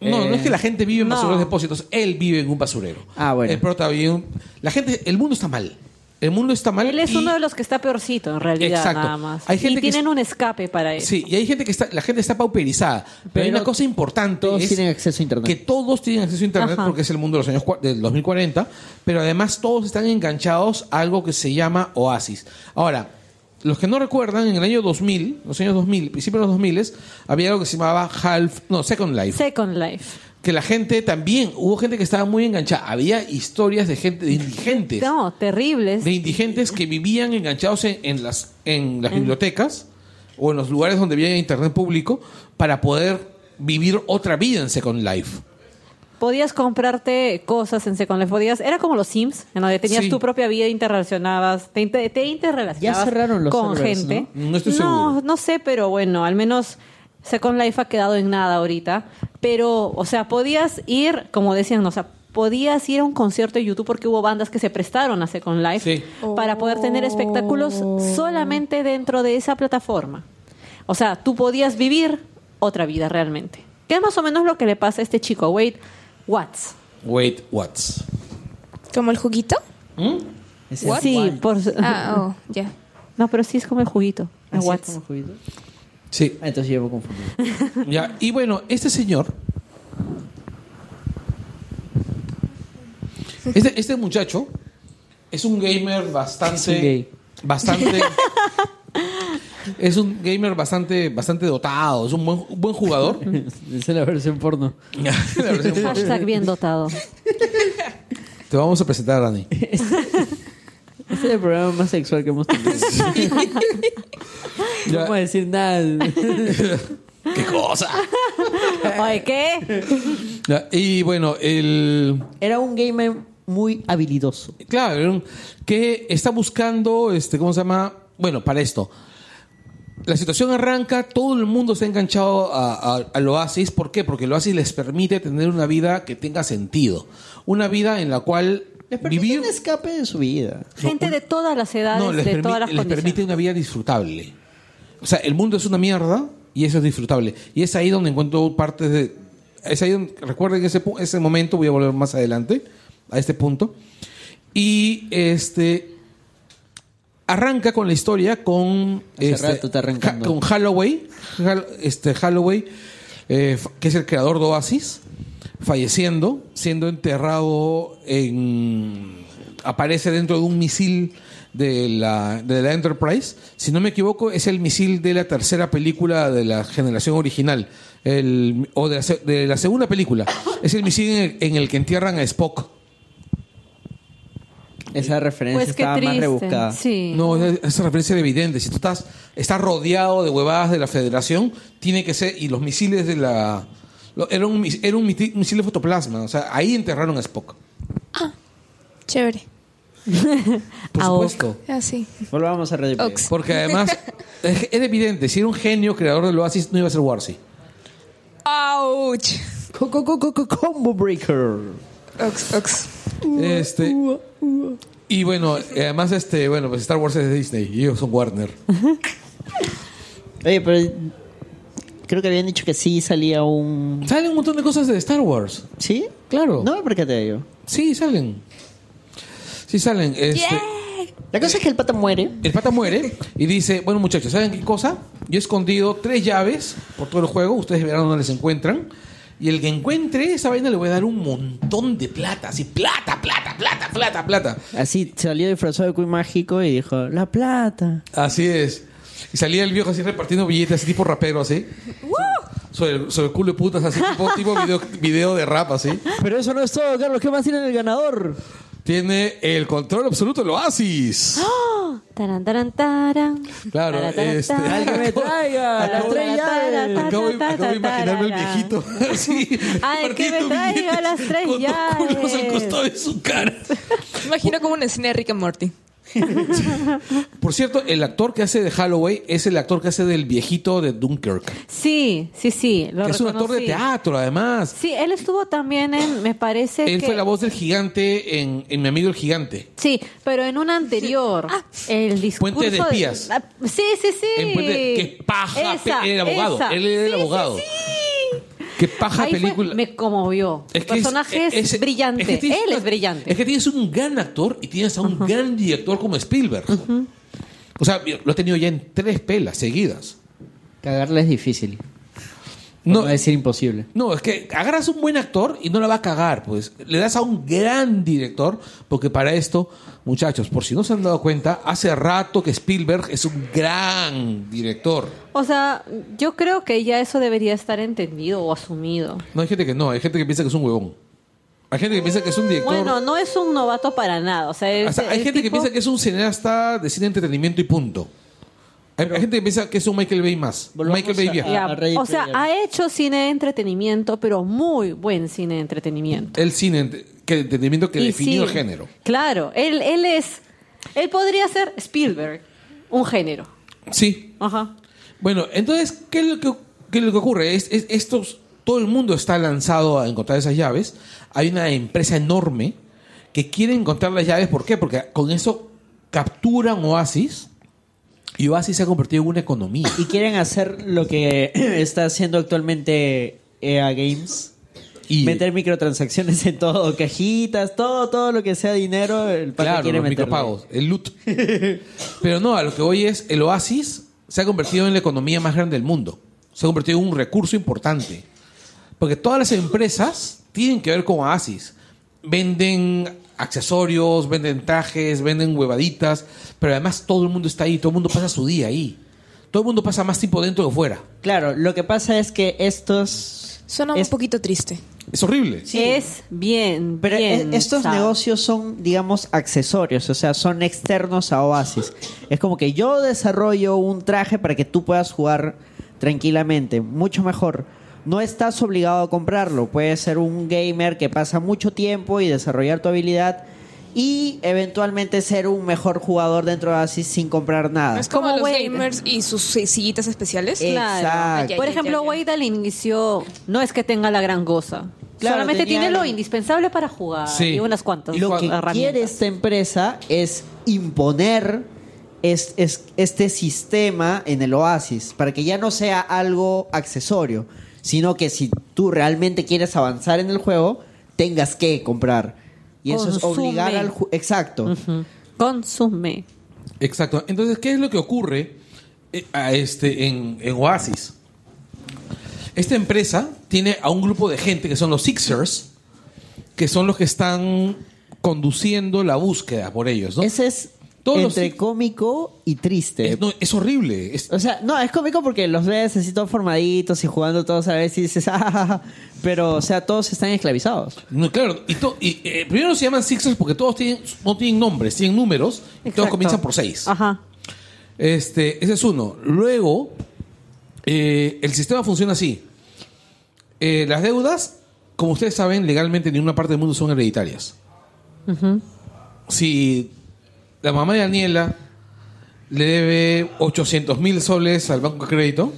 Speaker 5: No, no es que la gente vive en
Speaker 3: no.
Speaker 5: basureros depósitos, él vive en un basurero.
Speaker 2: Ah, bueno.
Speaker 5: El prota vive en un- La gente, el mundo está mal. El mundo está mal.
Speaker 3: Él es
Speaker 5: y-
Speaker 3: uno de los que está peorcito, en realidad,
Speaker 5: Exacto.
Speaker 3: nada más.
Speaker 5: Hay gente
Speaker 3: y
Speaker 5: que
Speaker 3: tienen
Speaker 5: es-
Speaker 3: un escape para eso.
Speaker 5: Sí, y hay gente que está, la gente está pauperizada. Pero, hay
Speaker 2: Pero
Speaker 5: una cosa importante.
Speaker 2: todos
Speaker 5: es
Speaker 2: tienen acceso a internet.
Speaker 5: Que todos tienen acceso a internet
Speaker 3: Ajá.
Speaker 5: porque es el mundo de los años cua- del 2040. Pero además todos están enganchados a algo que se llama Oasis. Ahora, los que no recuerdan, en el año 2000, los años 2000, principios de los 2000, había algo que se llamaba Half, no, Second Life
Speaker 3: Second Life.
Speaker 5: que la gente también, hubo gente que estaba muy enganchada. Había historias de gente, de indigentes.
Speaker 3: No, terribles.
Speaker 5: De indigentes que vivían enganchados en, en las, en las bibliotecas o en los lugares donde había internet público para poder vivir otra vida en Second Life.
Speaker 3: Podías comprarte cosas en Second Life. Podías, era como los Sims, en donde tenías
Speaker 5: Sí.
Speaker 3: tu propia vida y interrelacionabas. Te, inter- te interrelacionabas
Speaker 2: Ya cerraron los
Speaker 3: con
Speaker 2: servers,
Speaker 3: gente.
Speaker 5: ¿no? No estoy seguro.
Speaker 3: no, no sé, pero bueno, al menos Second Life ha quedado en nada ahorita. Pero, o sea, podías ir, como decían, o sea, podías ir a un concierto de YouTube porque hubo bandas que se prestaron a Second Life
Speaker 5: Sí.
Speaker 3: para poder tener espectáculos
Speaker 2: Oh.
Speaker 3: solamente dentro de esa plataforma. O sea, tú podías vivir otra vida realmente. Que es más o menos lo que le pasa a este chico, Wade Watts.
Speaker 5: Wait, what's?
Speaker 4: ¿Como el juguito?
Speaker 5: ¿Mm?
Speaker 2: Es
Speaker 3: Sí,
Speaker 2: igual.
Speaker 3: por
Speaker 4: Ah, oh, ya.
Speaker 3: No, pero sí es como el juguito. el
Speaker 2: Así es
Speaker 3: Watts.
Speaker 2: como juguito.
Speaker 5: Sí.
Speaker 2: Ah, entonces llevo confundido.
Speaker 5: Ya, y bueno, este señor. Este, este muchacho es un gamer bastante.
Speaker 2: Es un gay.
Speaker 5: Bastante. es un gamer bastante, bastante dotado. Es un buen, un buen jugador.
Speaker 2: Esa es la versión porno.
Speaker 5: La versión porno.
Speaker 3: Hashtag bien dotado.
Speaker 5: Te vamos a presentar, Dani.
Speaker 2: Ese Este es el programa más sexual que hemos tenido. No
Speaker 5: Ya,
Speaker 2: puedo decir nada.
Speaker 5: ¡Qué cosa!
Speaker 3: Oye, ¿qué?
Speaker 5: Ya, y bueno, el.
Speaker 2: Era un gamer muy habilidoso.
Speaker 5: Claro, era un- que está buscando, este, ¿cómo se llama? Bueno, para esto. La situación arranca, todo el mundo está enganchado a- a- al Oasis. ¿Por qué? Porque el Oasis les permite tener una vida que tenga sentido. Una vida en la cual
Speaker 2: Les permite
Speaker 5: vivir...
Speaker 2: un escape de su vida.
Speaker 3: Gente de todas las edades,
Speaker 5: No, les,
Speaker 3: de
Speaker 5: permi-
Speaker 3: todas las
Speaker 5: les
Speaker 3: condiciones.
Speaker 5: permite una vida disfrutable. O sea, el mundo es una mierda y eso es disfrutable. Y es ahí donde encuentro partes de... Es ahí donde, recuerden ese, pu- ese momento, voy a volver más adelante a este punto. Y este... Arranca con la historia con...
Speaker 2: Hace
Speaker 5: este,
Speaker 2: rato está arrancando.
Speaker 5: Ja- con Holloway, Hal- este, Holloway, eh, f- que es el creador de Oasis, falleciendo, siendo enterrado en... Aparece dentro de un misil de la, de la Enterprise. Si no me equivoco, es el misil de la tercera película de la generación original. El, o de la, se- de la segunda película. Es el misil en el, en el que entierran a Spock.
Speaker 2: Esa referencia
Speaker 3: Pues qué
Speaker 2: estaba más
Speaker 3: triste.
Speaker 2: rebuscada.
Speaker 3: Sí.
Speaker 5: No, esa esa referencia era evidente. Si tú estás, estás rodeado de huevadas de la Federación, tiene que ser. Y los misiles de la. lo- Era un, mis- era un miti- misil de fotoplasma. O sea, ahí enterraron a Spock.
Speaker 4: Chévere.
Speaker 5: Por
Speaker 3: Ah,
Speaker 5: supuesto.
Speaker 4: Así.
Speaker 2: Volvamos a repetir.
Speaker 4: Ox.
Speaker 5: Porque además, es- era evidente. Si era un genio creador del Oasis, no iba a ser Warsi.
Speaker 4: ¡Auch!
Speaker 2: Co- co- co- co- co- Combo Breaker.
Speaker 4: Ox, ox.
Speaker 5: Este. Y bueno, además, este, bueno, pues Star Wars es de Disney y ellos son Warner.
Speaker 2: Oye, pero creo que habían dicho que sí salía un...
Speaker 5: Salen un montón de cosas de Star Wars.
Speaker 2: ¿Sí?
Speaker 5: Claro.
Speaker 2: No me percaté de ello.
Speaker 5: Sí, salen. Sí, salen. Este,
Speaker 2: La cosa es que el pata muere.
Speaker 5: El pata muere y dice, bueno muchachos, ¿saben qué cosa? Yo he escondido tres llaves por todo el juego, ustedes verán dónde les encuentran. Y el que encuentre esa vaina le voy a dar un montón de plata, así, plata, plata, plata, plata, plata.
Speaker 2: Así salió disfrazado de cuy mágico y dijo, la plata.
Speaker 5: Así es. Y salía el viejo así repartiendo billetes, así tipo rapero, así. Sobre, el- sobre el culo de putas, así tipo, tipo video, video de rap, así.
Speaker 2: Pero eso no es todo, Carlos. ¿Qué más tiene el ganador?
Speaker 5: Tiene el control absoluto del oasis.
Speaker 2: ¡Ah!
Speaker 3: Oh, Taran, taran, taran.
Speaker 5: Claro,
Speaker 3: Taran, taran,
Speaker 5: este-
Speaker 3: taran.
Speaker 5: Alguien me
Speaker 2: traiga
Speaker 3: las tres llaves.
Speaker 5: Acabo, acabo de imaginarme al viejito así.
Speaker 3: Ay, que me
Speaker 5: repartiendo
Speaker 3: traiga
Speaker 5: billetes
Speaker 3: las tres
Speaker 5: con dos culos al
Speaker 3: llaves.
Speaker 5: costado de su cara.
Speaker 4: Imagino como una escena de Rick and Morty.
Speaker 5: Por cierto, el actor que hace de Holloway es el actor que hace del viejito de Dunkirk.
Speaker 3: Sí, sí, sí. Lo
Speaker 5: que es un actor de
Speaker 3: reconocí.
Speaker 5: teatro, además.
Speaker 3: Sí, él estuvo también en, me parece
Speaker 5: Él
Speaker 3: que...
Speaker 5: fue la voz del gigante en, en Mi amigo el gigante.
Speaker 3: Sí, pero en una anterior, el discurso...
Speaker 5: Puente Ah. de espías.
Speaker 3: Ah, sí, sí, sí.
Speaker 5: En Puente de- qué paja,
Speaker 3: Esa,
Speaker 5: pe- era abogado,
Speaker 3: esa.
Speaker 5: él era el
Speaker 3: Sí, sí,
Speaker 5: abogado.
Speaker 3: sí.
Speaker 5: Qué paja
Speaker 3: Ahí fue-
Speaker 5: película.
Speaker 3: me conmovió.
Speaker 5: Es que
Speaker 3: el personaje es,
Speaker 5: es-
Speaker 3: brillante.
Speaker 5: es que tienes
Speaker 3: él
Speaker 5: una-
Speaker 3: es brillante.
Speaker 5: Es que tienes un gran actor y tienes a un gran director como Spielberg. O sea, lo he tenido ya en tres pelas seguidas.
Speaker 2: Cagarla es difícil. No.
Speaker 5: No,
Speaker 2: Va a decir imposible.
Speaker 5: no, es que agarras un buen actor y no la va a cagar, pues. Le das a un gran director, porque para esto, muchachos, por si no se han dado cuenta, hace rato que Spielberg es un gran director.
Speaker 3: O sea, yo creo que ya eso debería estar entendido o asumido.
Speaker 5: No hay gente que no, hay gente que piensa que es un huevón. Hay gente que piensa que es un director.
Speaker 3: Bueno, no es un novato para nada. O sea,
Speaker 5: O sea, hay gente que piensa que es un cineasta de cine entretenimiento y punto. Hay, hay gente que piensa que es un Michael Bay más.
Speaker 2: Volvamos
Speaker 5: Michael Bay
Speaker 2: a-
Speaker 5: viejo.
Speaker 2: a Ready
Speaker 3: o sea,
Speaker 2: Player.
Speaker 3: ha hecho cine de entretenimiento, pero muy buen cine de entretenimiento.
Speaker 5: El cine ent- que el entendimiento que
Speaker 3: Y
Speaker 5: definió
Speaker 3: sí,
Speaker 5: el género.
Speaker 3: Claro, él, él es. Él podría ser Spielberg, un género.
Speaker 5: Sí.
Speaker 3: Ajá.
Speaker 5: Bueno, entonces, ¿qué es lo que, qué es lo que ocurre? Es, es- estos, todo el mundo está lanzado a encontrar esas llaves. Hay una empresa enorme que quiere encontrar las llaves. ¿Por qué? Porque con eso capturan Oasis y Oasis se ha convertido en una economía.
Speaker 2: Y quieren hacer lo que está haciendo actualmente EA Games.
Speaker 5: Y-
Speaker 2: meter microtransacciones en todo, cajitas, todo, todo lo que sea dinero, el pata
Speaker 5: Claro,
Speaker 2: quiere
Speaker 5: los
Speaker 2: meterle.
Speaker 5: micropagos, el loot. Pero no, a lo que hoy es, el Oasis se ha convertido en la economía más grande del mundo. Se ha convertido en un recurso importante. Porque todas las empresas tienen que ver con Oasis. Venden accesorios, venden trajes, venden huevaditas, pero además todo el mundo está ahí, todo el mundo pasa su día ahí. Todo el mundo pasa más tiempo dentro que fuera.
Speaker 2: Claro, lo que pasa es que estos
Speaker 4: Suena
Speaker 2: es-
Speaker 4: un poquito triste.
Speaker 5: Es horrible.
Speaker 3: Es bien,
Speaker 2: pero
Speaker 3: bien
Speaker 2: e- estos
Speaker 3: sad.
Speaker 2: negocios son, digamos, accesorios, o sea, son externos a Oasis. Es como que yo desarrollo un traje para que tú puedas jugar tranquilamente, mucho mejor. No estás obligado a comprarlo, puedes ser un gamer que pasa mucho tiempo y desarrollar tu habilidad y eventualmente ser un mejor jugador dentro de Oasis sin comprar nada.
Speaker 4: No es como
Speaker 3: Como
Speaker 4: los
Speaker 3: Wade.
Speaker 4: gamers y sus si- sillitas especiales.
Speaker 2: Eh,
Speaker 3: Claro.
Speaker 2: Exacto.
Speaker 3: Por
Speaker 4: Ya, ya,
Speaker 3: ejemplo,
Speaker 4: ya, ya.
Speaker 3: Wade al inicio no es que tenga la gran cosa.
Speaker 2: Claro,
Speaker 3: Solamente
Speaker 2: tenía
Speaker 3: tiene lo
Speaker 2: la-
Speaker 3: indispensable para jugar
Speaker 5: Sí.
Speaker 3: y unas cuantas
Speaker 2: lo que
Speaker 3: herramientas.
Speaker 2: quiere esta empresa es imponer es, es- este sistema en el oasis para que ya no sea algo accesorio, sino que si tú realmente quieres avanzar en el juego, tengas que comprar. Y eso es
Speaker 3: Consume.
Speaker 2: obligar al ju- Exacto.
Speaker 3: Ujú. Consume.
Speaker 5: Exacto. Entonces, ¿qué es lo que ocurre eh, a este, en, en Oasis? Esta empresa tiene a un grupo de gente que son los Sixers, que son los que están conduciendo la búsqueda por ellos, ¿no?
Speaker 2: Ese es
Speaker 5: Todos los
Speaker 2: entre
Speaker 5: sig-
Speaker 2: cómico y triste.
Speaker 5: Es- no, es horrible. Es,
Speaker 2: O sea, no, es cómico porque los ves así todos formaditos y jugando todos a la vez y dices, "Ah, ah, ah", pero o sea, todos están esclavizados.
Speaker 5: no, claro, y to- y, eh, primero se llaman Sixers porque todos tienen, no tienen nombres, tienen números, y todos
Speaker 3: Exacto.
Speaker 5: comienzan por seis.
Speaker 3: Ajá.
Speaker 5: Este, ese es uno. Luego, eh, el sistema funciona así. Eh, las deudas, como ustedes saben, legalmente en ninguna parte del mundo son hereditarias. Si la mamá de Daniela le debe 800 mil soles al banco de crédito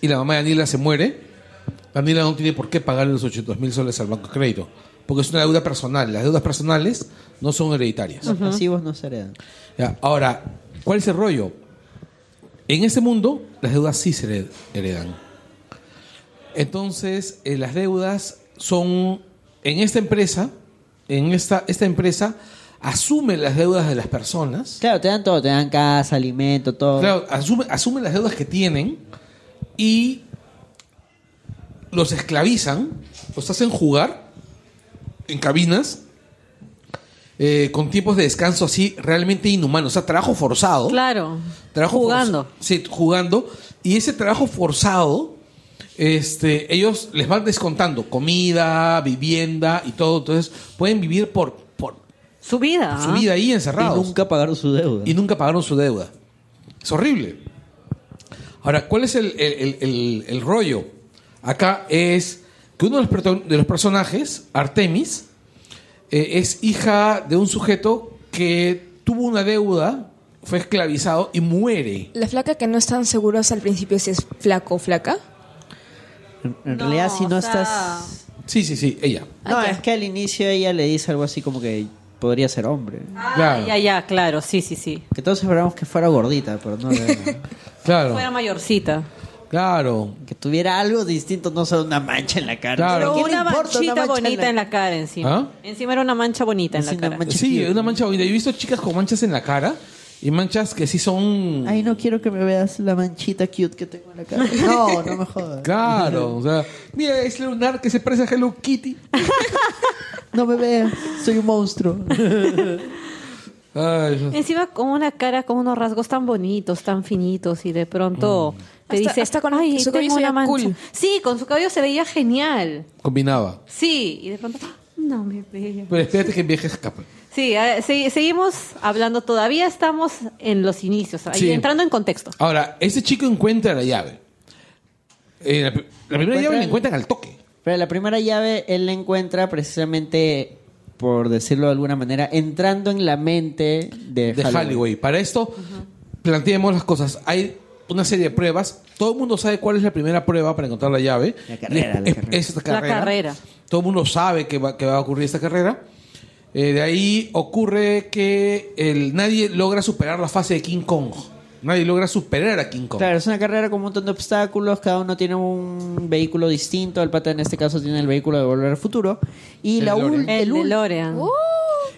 Speaker 5: y la mamá de Daniela se muere, Daniela no tiene por qué pagarle los 800 mil soles al banco de crédito. Porque es una deuda personal. Las deudas personales no son hereditarias.
Speaker 2: Los pasivos no se heredan.
Speaker 5: Ya, ahora, ¿cuál es el rollo? En este mundo, las deudas sí se hered- heredan. Entonces, eh, las deudas son en esta empresa, en esta, esta empresa asume las deudas de las personas,
Speaker 2: Claro, te dan todo, te dan casa, alimento, todo.
Speaker 5: claro, asume, asume las deudas que tienen y los esclavizan, los hacen jugar en cabinas. eh, con tiempos de descanso así realmente inhumanos, o sea, trabajo forzado.
Speaker 3: Claro.
Speaker 5: Trabajo
Speaker 3: Jugando.
Speaker 5: forza- sí, jugando. Y ese trabajo forzado, este, ellos les van descontando comida, vivienda y todo. Entonces pueden vivir por, por
Speaker 3: Su vida. ¿ah?
Speaker 5: su vida ahí
Speaker 2: y
Speaker 5: encerrados.
Speaker 2: nunca pagaron su deuda.
Speaker 5: Y nunca pagaron su deuda. Es horrible. Ahora, ¿cuál es el, el- el- el- el rollo? Acá es que uno de los, proto- de los personajes, Artemis, eh, es hija de un sujeto que tuvo una deuda, fue esclavizado y muere.
Speaker 4: La flaca que no están seguros al principio si es flaco o flaca.
Speaker 2: En- En
Speaker 3: No,
Speaker 2: realidad, si
Speaker 3: o
Speaker 2: no
Speaker 3: sea-
Speaker 2: estás.
Speaker 5: Sí, sí, sí, ella.
Speaker 2: No,
Speaker 3: Ah, ya.
Speaker 2: es que al inicio ella le dice algo así como que podría ser hombre.
Speaker 3: Ah,
Speaker 5: Claro.
Speaker 3: ya, ya, claro. Sí, sí, sí.
Speaker 2: Que todos esperamos que fuera gordita, pero no. era.
Speaker 5: Claro,
Speaker 3: Fuera mayorcita.
Speaker 5: claro.
Speaker 2: que tuviera algo distinto, no solo una mancha en la cara.
Speaker 5: Claro.
Speaker 3: Pero
Speaker 2: ¿Pero qué le
Speaker 3: una
Speaker 2: importa
Speaker 3: manchita bonita en la cara encima.
Speaker 5: ¿Ah?
Speaker 3: Encima era una mancha bonita en la
Speaker 2: Sí, una
Speaker 3: cara.
Speaker 2: mancha-
Speaker 5: Sí, una mancha bonita. Yo he visto chicas con manchas en la cara y manchas que sí son...
Speaker 2: Ay, no quiero que me veas la manchita cute que tengo en la cara. No, no me jodas.
Speaker 5: Claro, o sea, mira es lunar que se parece a Hello Kitty.
Speaker 2: No me veas, soy un monstruo.
Speaker 5: Ay, yo-
Speaker 3: Encima con una cara con unos rasgos tan bonitos, tan finitos y de pronto
Speaker 2: Mm.
Speaker 3: te
Speaker 4: Hasta-
Speaker 3: dice,
Speaker 4: hasta con
Speaker 3: "Ay,
Speaker 4: su cabello
Speaker 3: tengo
Speaker 4: se
Speaker 3: una
Speaker 4: veía
Speaker 3: mancha".
Speaker 4: cool.
Speaker 3: Sí, con su cabello se veía genial.
Speaker 5: combinaba.
Speaker 3: Sí, y de pronto "Ah, no me veo.
Speaker 5: Pero espérate que viajes escape.
Speaker 3: Sí, eh, se- seguimos hablando todavía estamos en los inicios, ahí
Speaker 5: Sí.
Speaker 3: entrando en contexto.
Speaker 5: Ahora, este chico encuentra la llave. Eh, la, pri- la primera llave la encuentran al toque.
Speaker 2: Pero la primera llave él la encuentra precisamente, por decirlo de alguna manera, entrando en la mente de,
Speaker 5: de
Speaker 2: Holloway.
Speaker 5: Halliway. Para esto, planteemos las cosas. Hay una serie de pruebas. Todo el mundo sabe cuál es la primera prueba para encontrar la llave.
Speaker 2: La carrera, la
Speaker 5: Es-
Speaker 2: carrera.
Speaker 5: es esta
Speaker 3: La carrera.
Speaker 5: Todo el mundo sabe que va, que va a ocurrir esta carrera. Eh, de ahí ocurre que el, nadie logra superar la fase de King Kong. Nadie logra superar a King Kong.
Speaker 2: Claro, es una carrera con un montón de obstáculos, cada uno tiene un vehículo distinto, el pata en este caso tiene el vehículo de Volver al Futuro, y
Speaker 5: El
Speaker 2: la ul-
Speaker 5: DeLorean.
Speaker 3: El
Speaker 2: ul-
Speaker 3: DeLorean.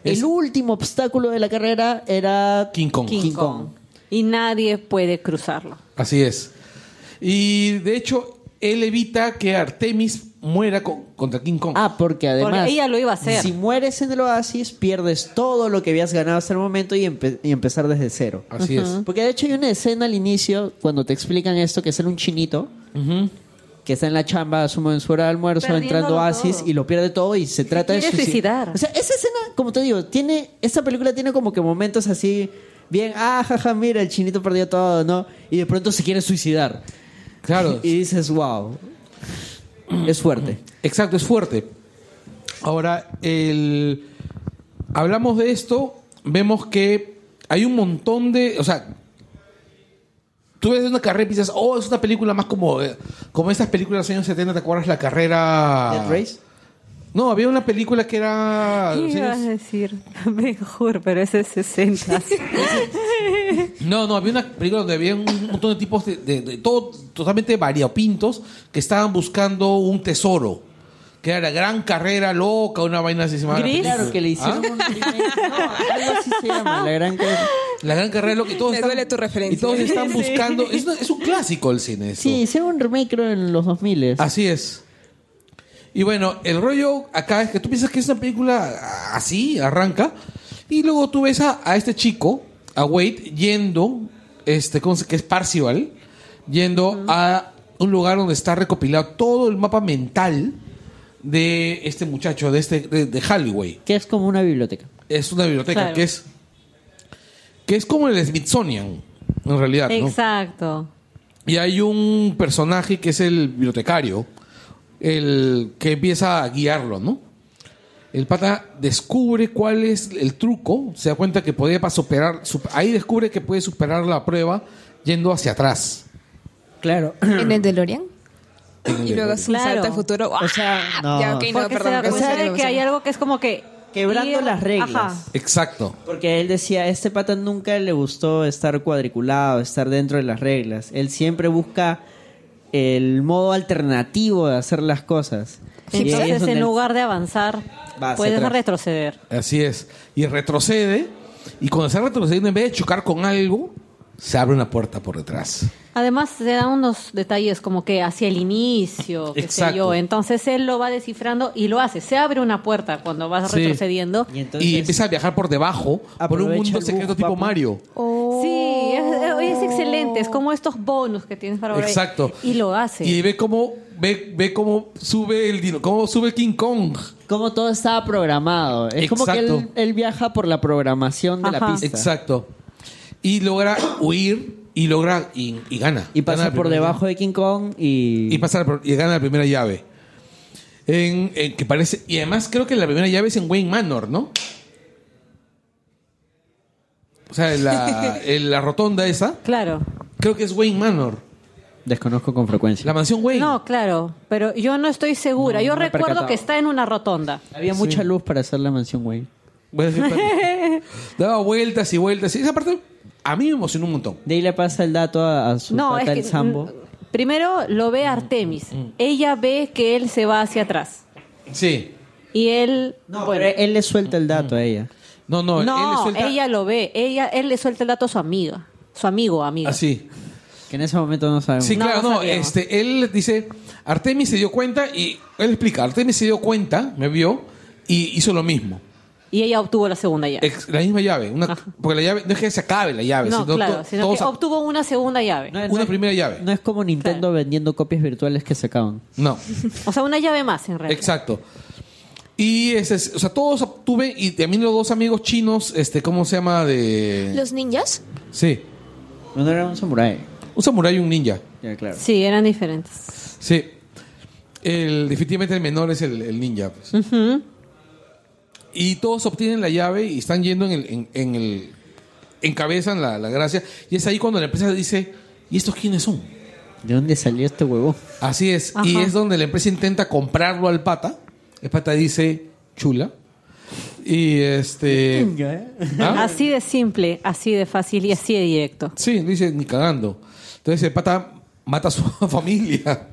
Speaker 2: el
Speaker 5: Es-
Speaker 2: último obstáculo de la carrera era
Speaker 5: King Kong.
Speaker 2: King Kong.
Speaker 3: Y nadie puede cruzarlo.
Speaker 5: Así es. Y de hecho, él evita que Artemis muera co- contra King Kong.
Speaker 2: Ah, porque además...
Speaker 3: Porque ella lo iba a hacer.
Speaker 2: Si mueres en el oasis, pierdes todo lo que habías ganado hasta el momento y, empe- y empezar desde cero.
Speaker 5: Así es.
Speaker 2: Porque de hecho hay una escena al inicio, cuando te explican esto, que es un chinito que está en la chamba, asumo en su hora de almuerzo,
Speaker 3: Perdiéndolo
Speaker 2: entrando a Oasis
Speaker 3: todo.
Speaker 2: y lo pierde todo y se trata de
Speaker 3: quiere
Speaker 2: suicid-
Speaker 3: suicidar.
Speaker 2: O sea, esa escena, como te digo, tiene esta película tiene como que momentos así bien, ah, jaja, mira, el chinito perdió todo, ¿no? Y de pronto se quiere suicidar.
Speaker 5: Claro.
Speaker 2: Y dices, "Wow." Es fuerte.
Speaker 5: Exacto, es fuerte. Ahora, el... hablamos de esto, vemos que hay un montón de... O sea, tú ves una carrera y piensas, oh, es una película más como, eh, como esas películas de los años 70, ¿te acuerdas la carrera...
Speaker 2: Death Race.
Speaker 5: No, había una película que era...
Speaker 3: ¿Qué
Speaker 5: los
Speaker 3: ibas a
Speaker 5: años-
Speaker 3: decir? Mejor, pero ese es 60.
Speaker 5: No, no, había una película donde había un montón de tipos de, de- de todo totalmente variopintos que estaban buscando un tesoro. Que era la gran carrera loca, una vaina así se llamaba la
Speaker 3: Gris.
Speaker 5: película.
Speaker 2: Claro que le hicieron
Speaker 5: ¿Ah?
Speaker 2: un remake. No, algo así se llama, la gran que-
Speaker 5: La gran carrera loca y todos
Speaker 4: Me
Speaker 5: están,
Speaker 4: duele tu referencia.
Speaker 5: Y todos están
Speaker 4: Sí.
Speaker 5: buscando. Es, una- es un clásico el cine. Eso. Ah,
Speaker 2: Sí, hicieron un remake creo en los 2000.
Speaker 5: Así es. Y bueno, el rollo acá es que tú piensas que es una película así, arranca, y luego tú ves a, a este chico, a Wade, yendo, este, ¿cómo se- que es Parcival, yendo a un lugar donde está recopilado todo el mapa mental de este muchacho, de este, de, de Halliway.
Speaker 2: Que es como una biblioteca.
Speaker 5: Es una biblioteca
Speaker 3: Claro.
Speaker 5: que es que es como el Smithsonian, en
Speaker 2: Ah,
Speaker 5: realidad. ¿no?
Speaker 3: Exacto.
Speaker 5: Y hay un personaje que es el bibliotecario, el que empieza a guiarlo, ¿no? El pata descubre cuál es el truco, se da cuenta que podía para superar, sup- ahí descubre que puede superar la prueba yendo hacia atrás.
Speaker 2: Claro.
Speaker 4: En el DeLorean. Y luego hace un
Speaker 3: Claro.
Speaker 4: salto al futuro. ¡Ah!
Speaker 2: O sea, no.
Speaker 4: Ya, ok, no,
Speaker 3: Porque se
Speaker 4: perdón.
Speaker 3: da
Speaker 4: me
Speaker 3: cuenta
Speaker 4: salió,
Speaker 3: de
Speaker 4: me
Speaker 3: que hay
Speaker 4: salió.
Speaker 3: algo que es como que...
Speaker 2: Quebrando
Speaker 3: ir-
Speaker 2: las reglas.
Speaker 3: Ajá.
Speaker 5: Exacto.
Speaker 2: Porque él decía, este pata nunca le gustó estar cuadriculado, estar dentro de las reglas. Él siempre busca el modo alternativo de hacer las cosas. Y ahí es
Speaker 3: Entonces,
Speaker 2: donde
Speaker 3: en
Speaker 2: él-
Speaker 3: lugar de avanzar,
Speaker 2: Va hacia
Speaker 3: puedes
Speaker 2: atrás.
Speaker 3: retroceder.
Speaker 5: Así es. Y retrocede, y cuando está retrocediendo, en vez de chocar con algo, se abre una puerta por detrás.
Speaker 3: Además, se dan unos detalles como que hacia el inicio, qué sé
Speaker 5: Exacto.
Speaker 3: yo. Entonces, él lo va descifrando y lo hace. Se abre una puerta cuando vas
Speaker 5: Sí.
Speaker 3: retrocediendo.
Speaker 2: Y entonces-
Speaker 5: y empieza a viajar por debajo, por un
Speaker 2: Aprovecha
Speaker 5: mundo
Speaker 2: el
Speaker 5: secreto
Speaker 2: bus,
Speaker 5: tipo
Speaker 2: papu.
Speaker 5: Mario.
Speaker 3: Oh. Sí, es, es excelente. Es como estos bonus que tienes para volver.
Speaker 5: Exacto.
Speaker 3: Y lo hace.
Speaker 5: Y ve cómo ve, ve cómo sube el dino, cómo sube King Kong.
Speaker 2: Como todo estaba programado. Es como que él,
Speaker 5: Exacto.
Speaker 2: él viaja por la programación de
Speaker 3: Ajá.
Speaker 2: la pista.
Speaker 5: Exacto. Y logra huir y logra y, y gana.
Speaker 2: Y
Speaker 5: Gana
Speaker 2: pasa
Speaker 5: la
Speaker 2: por
Speaker 5: primera
Speaker 2: debajo de King Kong y...
Speaker 5: llave. y pasa por- y gana la primera llave. En, en que parece y además creo que la primera llave es en Wayne Manor, ¿no? O sea, en la, en la rotonda esa,
Speaker 3: Claro.
Speaker 5: creo que es Wayne Manor,
Speaker 2: Desconozco con frecuencia.
Speaker 5: la mansión Wayne.
Speaker 3: No, claro. Pero yo no estoy segura.
Speaker 2: No,
Speaker 3: yo
Speaker 2: no me he
Speaker 3: recuerdo
Speaker 2: percatado.
Speaker 3: que está en una rotonda.
Speaker 2: Había mucha luz para hacer la mansión, güey.
Speaker 5: Bueno, sí, pa- daba vueltas y vueltas. Y esa parte a mí me emocionó un montón.
Speaker 2: De ahí le pasa el dato a, a su
Speaker 3: No,
Speaker 2: pata
Speaker 3: es que.
Speaker 2: el Sambo.
Speaker 3: mm, Primero lo
Speaker 5: Mm,
Speaker 3: ve Artemis. Ella ve que él se va hacia atrás.
Speaker 5: Sí.
Speaker 3: Y él.
Speaker 2: No,
Speaker 3: bueno,
Speaker 2: pero él le suelta el
Speaker 5: Mm.
Speaker 2: dato a ella.
Speaker 5: No, no,
Speaker 3: No,
Speaker 5: él le suelta
Speaker 3: ella lo ve. Ella, él le suelta el dato a su amiga. Su amigo, amiga.
Speaker 5: así.
Speaker 2: Que en ese momento no sabemos.
Speaker 5: Sí,
Speaker 3: No,
Speaker 5: claro,
Speaker 3: no
Speaker 5: no,
Speaker 3: sabíamos.
Speaker 5: este, él dice, Artemis se dio cuenta y él explica, Artemis se dio cuenta, me vio y hizo lo mismo.
Speaker 3: Y ella obtuvo la segunda llave.
Speaker 5: Ex- la misma llave, una,
Speaker 3: Ajá.
Speaker 5: porque la llave no es que se acabe la llave,
Speaker 3: no,
Speaker 5: sino
Speaker 3: claro.
Speaker 5: to-
Speaker 3: Sino
Speaker 5: todos
Speaker 3: que
Speaker 5: a-
Speaker 3: obtuvo una segunda llave.
Speaker 2: No, no
Speaker 5: una
Speaker 2: es-
Speaker 5: primera llave.
Speaker 2: No es como Nintendo vendiendo copias virtuales que se acaban.
Speaker 5: No,
Speaker 3: O sea, una llave más en realidad.
Speaker 5: exacto. Y ese es- o sea, todos obtuve y también los dos amigos chinos, este, ¿cómo se llama? De
Speaker 4: ¿Los ninjas?
Speaker 5: sí,
Speaker 2: No era un samurái.
Speaker 5: un samurái y un ninja.
Speaker 2: Ya, claro.
Speaker 3: Sí, eran diferentes.
Speaker 5: Sí. El, definitivamente el menor es el, el ninja. pues. Y todos obtienen la llave y están yendo en el... En, en el encabezan la, la gracia. Y es ahí cuando la empresa dice, ¿y estos quiénes son?
Speaker 2: ¿De dónde salió este huevo?
Speaker 5: Así es.
Speaker 3: Ajá.
Speaker 5: Y es donde la empresa intenta comprarlo al pata. El pata dice, chula. Y este. ¿ah?
Speaker 3: Así de simple, así de fácil y así de directo.
Speaker 5: Sí, dice ni cagando. Entonces el pata mata a su familia.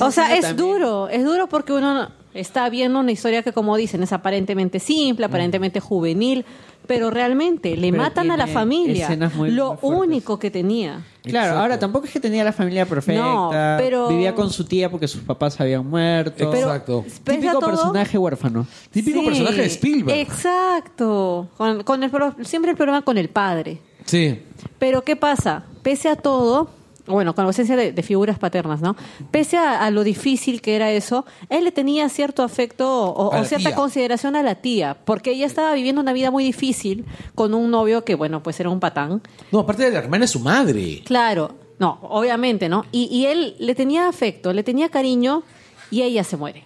Speaker 3: O sea, es duro, es duro porque uno no- está viendo una historia que, como dicen, es aparentemente simple, aparentemente juvenil, pero realmente le
Speaker 2: Pero
Speaker 3: matan a la
Speaker 2: tiene
Speaker 3: familia,
Speaker 2: escenas muy-
Speaker 3: lo
Speaker 2: muy fuertes.
Speaker 3: único que tenía.
Speaker 2: Claro,
Speaker 5: Exacto.
Speaker 2: ahora tampoco es que tenía la familia perfecta.
Speaker 3: No, pero-
Speaker 2: Vivía con su tía porque sus papás habían muerto.
Speaker 3: Pero-
Speaker 5: Exacto.
Speaker 3: Pese a
Speaker 2: Típico
Speaker 3: todo-
Speaker 2: personaje huérfano.
Speaker 5: Típico
Speaker 3: Sí,
Speaker 5: personaje de Spielberg.
Speaker 3: Exacto. Con, con el pro- siempre el problema con el padre.
Speaker 5: sí.
Speaker 3: Pero ¿qué pasa? Pese a todo, bueno, con la ausencia de, de figuras paternas, ¿no? Pese a, a lo difícil que era eso, él le tenía cierto afecto o,
Speaker 5: A
Speaker 3: o
Speaker 5: la
Speaker 3: cierta
Speaker 5: tía.
Speaker 3: consideración a la tía, porque ella estaba viviendo una vida muy difícil con un novio que, bueno, pues era un patán.
Speaker 5: No, aparte de la hermana es su madre.
Speaker 3: Claro, no, obviamente, ¿no? Y, y él le tenía afecto, le tenía cariño y ella se muere.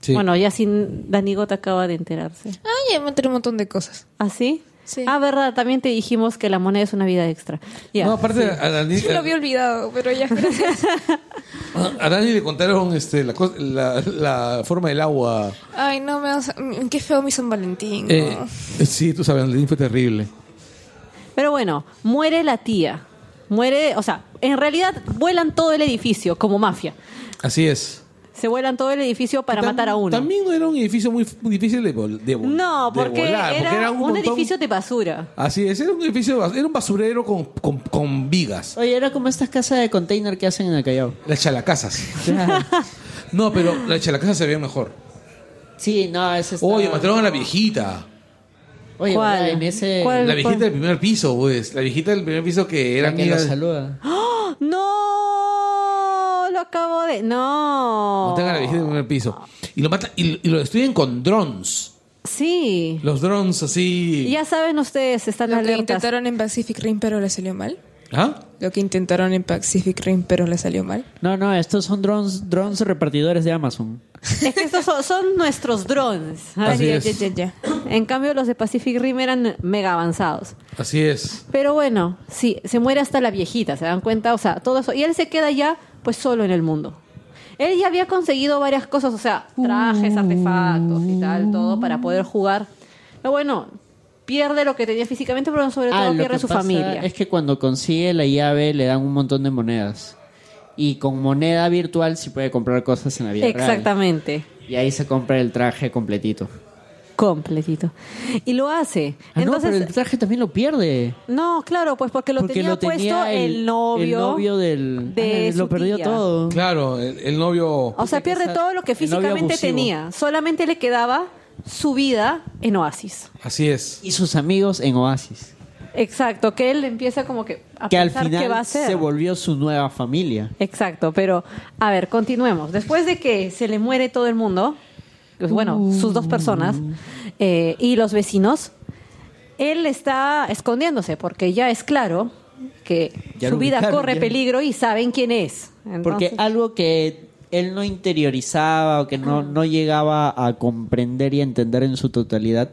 Speaker 5: Sí.
Speaker 3: Bueno, ya sin Dani Gota acaba de enterarse.
Speaker 4: Ay, ya me enteré un montón de cosas.
Speaker 3: ¿Así?
Speaker 4: Sí.
Speaker 3: Ah, verdad, también te dijimos que la moneda es una vida extra. Ya.
Speaker 5: No, aparte a, Dani,
Speaker 4: Yo lo había olvidado, pero ya gracias.
Speaker 5: a- a Dani le contaron este, la, cosa- la, la forma del agua.
Speaker 4: Ay, no me vas a- mm, Qué feo mi San Valentín. ¿no?
Speaker 5: Eh, sí, tú sabes, Dani fue terrible.
Speaker 3: Pero bueno, muere la tía. Muere, o sea, en realidad vuelan todo el edificio como mafia.
Speaker 5: Así es.
Speaker 3: Se vuelan todo el edificio para
Speaker 5: Tam-
Speaker 3: matar a uno.
Speaker 5: También no era un edificio muy, muy difícil de, vol- de vol-
Speaker 3: no,
Speaker 5: de
Speaker 3: porque,
Speaker 5: volar,
Speaker 3: era un,
Speaker 5: montón-
Speaker 3: edificio de basura.
Speaker 5: Así es, era un edificio, de bas- era un basurero con, con, con vigas,
Speaker 2: Oye, era como estas casas de container que hacen en el Callao.
Speaker 5: las chalacasas. No, pero las chalacasas se veían mejor.
Speaker 2: sí, no, ese está...
Speaker 5: Oye, mataron a la viejita.
Speaker 2: Oye,
Speaker 3: ¿Cuál?
Speaker 2: ¿verdad? en ese...
Speaker 3: ¿Cuál?
Speaker 5: La viejita del primer piso, pues. La viejita del primer piso que era
Speaker 2: La que
Speaker 5: amiga.
Speaker 2: lo
Speaker 5: de-
Speaker 2: saluda.
Speaker 3: No, lo acabo de... No.
Speaker 5: Mataron a la viejita del primer piso. Y lo matan, y, y lo destruyen con drones.
Speaker 3: Sí.
Speaker 5: Los drones así.
Speaker 3: Ya saben ustedes, están
Speaker 4: Lo que
Speaker 3: alertas.
Speaker 4: intentaron en Pacific Rim, pero le salió mal.
Speaker 5: ¿Ah?
Speaker 4: Lo que intentaron en Pacific Rim, pero le salió mal.
Speaker 2: No, no, estos son drones, drones repartidores de Amazon.
Speaker 3: Es que estos son, son nuestros drones.
Speaker 5: Así
Speaker 4: ya,
Speaker 5: es.
Speaker 4: ya, ya, ya.
Speaker 3: En cambio, los de Pacific Rim eran mega avanzados.
Speaker 5: Así es.
Speaker 3: Pero bueno, sí, se muere hasta la viejita, ¿se dan cuenta? O sea, todo eso. Y él se queda ya, pues, solo en el mundo. Él ya había conseguido varias cosas, o sea, trajes,
Speaker 2: Uh.
Speaker 3: artefactos y tal, todo para poder jugar. Pero bueno, pierde lo que tenía físicamente, pero sobre todo
Speaker 2: Ah, lo
Speaker 3: pierde
Speaker 2: que
Speaker 3: su
Speaker 2: pasa
Speaker 3: familia.
Speaker 2: Es que cuando consigue la llave le dan un montón de monedas. Y con moneda virtual sí puede comprar cosas en la vida real.
Speaker 3: Exactamente.
Speaker 2: Y ahí se compra el traje completito.
Speaker 3: Completito. Y lo hace.
Speaker 2: Ah, no,
Speaker 3: Entonces,
Speaker 2: pero el traje también lo pierde.
Speaker 3: no, claro, pues porque lo
Speaker 2: porque
Speaker 3: tenía
Speaker 2: lo tenía
Speaker 3: puesto el,
Speaker 2: el-
Speaker 3: novio.
Speaker 2: el novio del-
Speaker 3: de
Speaker 2: Ah, lo
Speaker 3: su
Speaker 2: perdió
Speaker 3: tía.
Speaker 2: todo.
Speaker 5: Claro, el, el novio.
Speaker 3: O sea,
Speaker 2: Porque
Speaker 3: pierde
Speaker 2: esa-
Speaker 3: todo lo que
Speaker 2: el novio
Speaker 3: físicamente
Speaker 2: abusivo.
Speaker 3: tenía. Solamente le quedaba su vida en Oasis.
Speaker 5: Así es.
Speaker 2: Y sus amigos en Oasis.
Speaker 3: Exacto, que él empieza como que a
Speaker 2: que al
Speaker 3: pensar qué va a
Speaker 2: final
Speaker 3: hacer.
Speaker 2: se volvió su nueva familia.
Speaker 3: Exacto, pero a ver, continuemos. Después de que se le muere todo el mundo, pues, bueno, sus dos personas eh, y los vecinos, él está escondiéndose porque ya es claro que
Speaker 2: Ya
Speaker 3: su
Speaker 2: lo
Speaker 3: vida
Speaker 2: ubicaron,
Speaker 3: corre
Speaker 2: ya.
Speaker 3: peligro y saben quién es.
Speaker 2: Porque
Speaker 3: Entonces-
Speaker 2: algo que él no interiorizaba o que no, no llegaba a comprender y a entender en su totalidad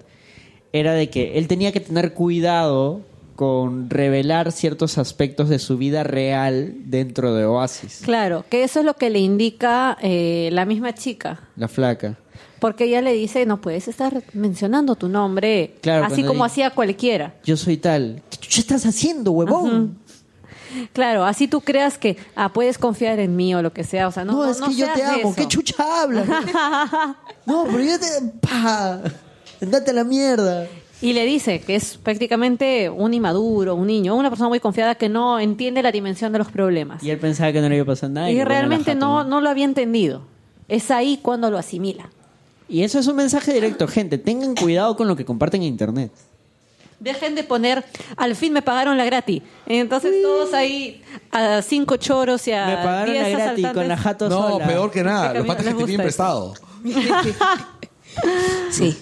Speaker 2: era de que él tenía que tener cuidado con revelar ciertos aspectos de su vida real dentro de Oasis,
Speaker 3: Claro, que eso es lo que le indica eh, la misma chica.
Speaker 2: la flaca.
Speaker 3: Porque ella le dice, no puedes estar mencionando tu nombre,
Speaker 2: Claro,
Speaker 3: así
Speaker 2: cuando
Speaker 3: como
Speaker 2: ella-
Speaker 3: hacía cualquiera.
Speaker 2: Yo soy tal. ¿Qué chucha estás haciendo, huevón?
Speaker 3: Claro, así tú creas que ah, puedes confiar en mí o lo que sea. O sea, no,
Speaker 2: No, es
Speaker 3: no
Speaker 2: que yo
Speaker 3: seas
Speaker 2: te amo.
Speaker 3: eso.
Speaker 2: ¿Qué chucha hablas? no, pero yo te... Pa. Andate a la mierda.
Speaker 3: Y le dice que es prácticamente un inmaduro, un niño, una persona muy confiada que no entiende la dimensión de los problemas.
Speaker 2: Y
Speaker 3: Y,
Speaker 2: él pensaba que no le iba a pasar nada. que bueno, la
Speaker 3: realmente
Speaker 2: jato,
Speaker 3: no, no lo había entendido. Es ahí cuando lo asimila.
Speaker 2: Y eso es un mensaje directo, gente. Tengan cuidado con lo que comparten en internet.
Speaker 3: Dejen de poner, al fin me pagaron la gratis. Entonces todos ahí a cinco choros y a
Speaker 2: Me pagaron la
Speaker 3: Ah, diez
Speaker 2: gratis
Speaker 3: asaltantes.
Speaker 2: con la jato
Speaker 5: No,
Speaker 2: sola.
Speaker 5: peor que nada,
Speaker 3: Porque a
Speaker 5: los
Speaker 3: mí
Speaker 5: patas
Speaker 3: no
Speaker 5: que
Speaker 3: les
Speaker 5: te tienen
Speaker 3: gusta
Speaker 5: prestado.
Speaker 4: Sí.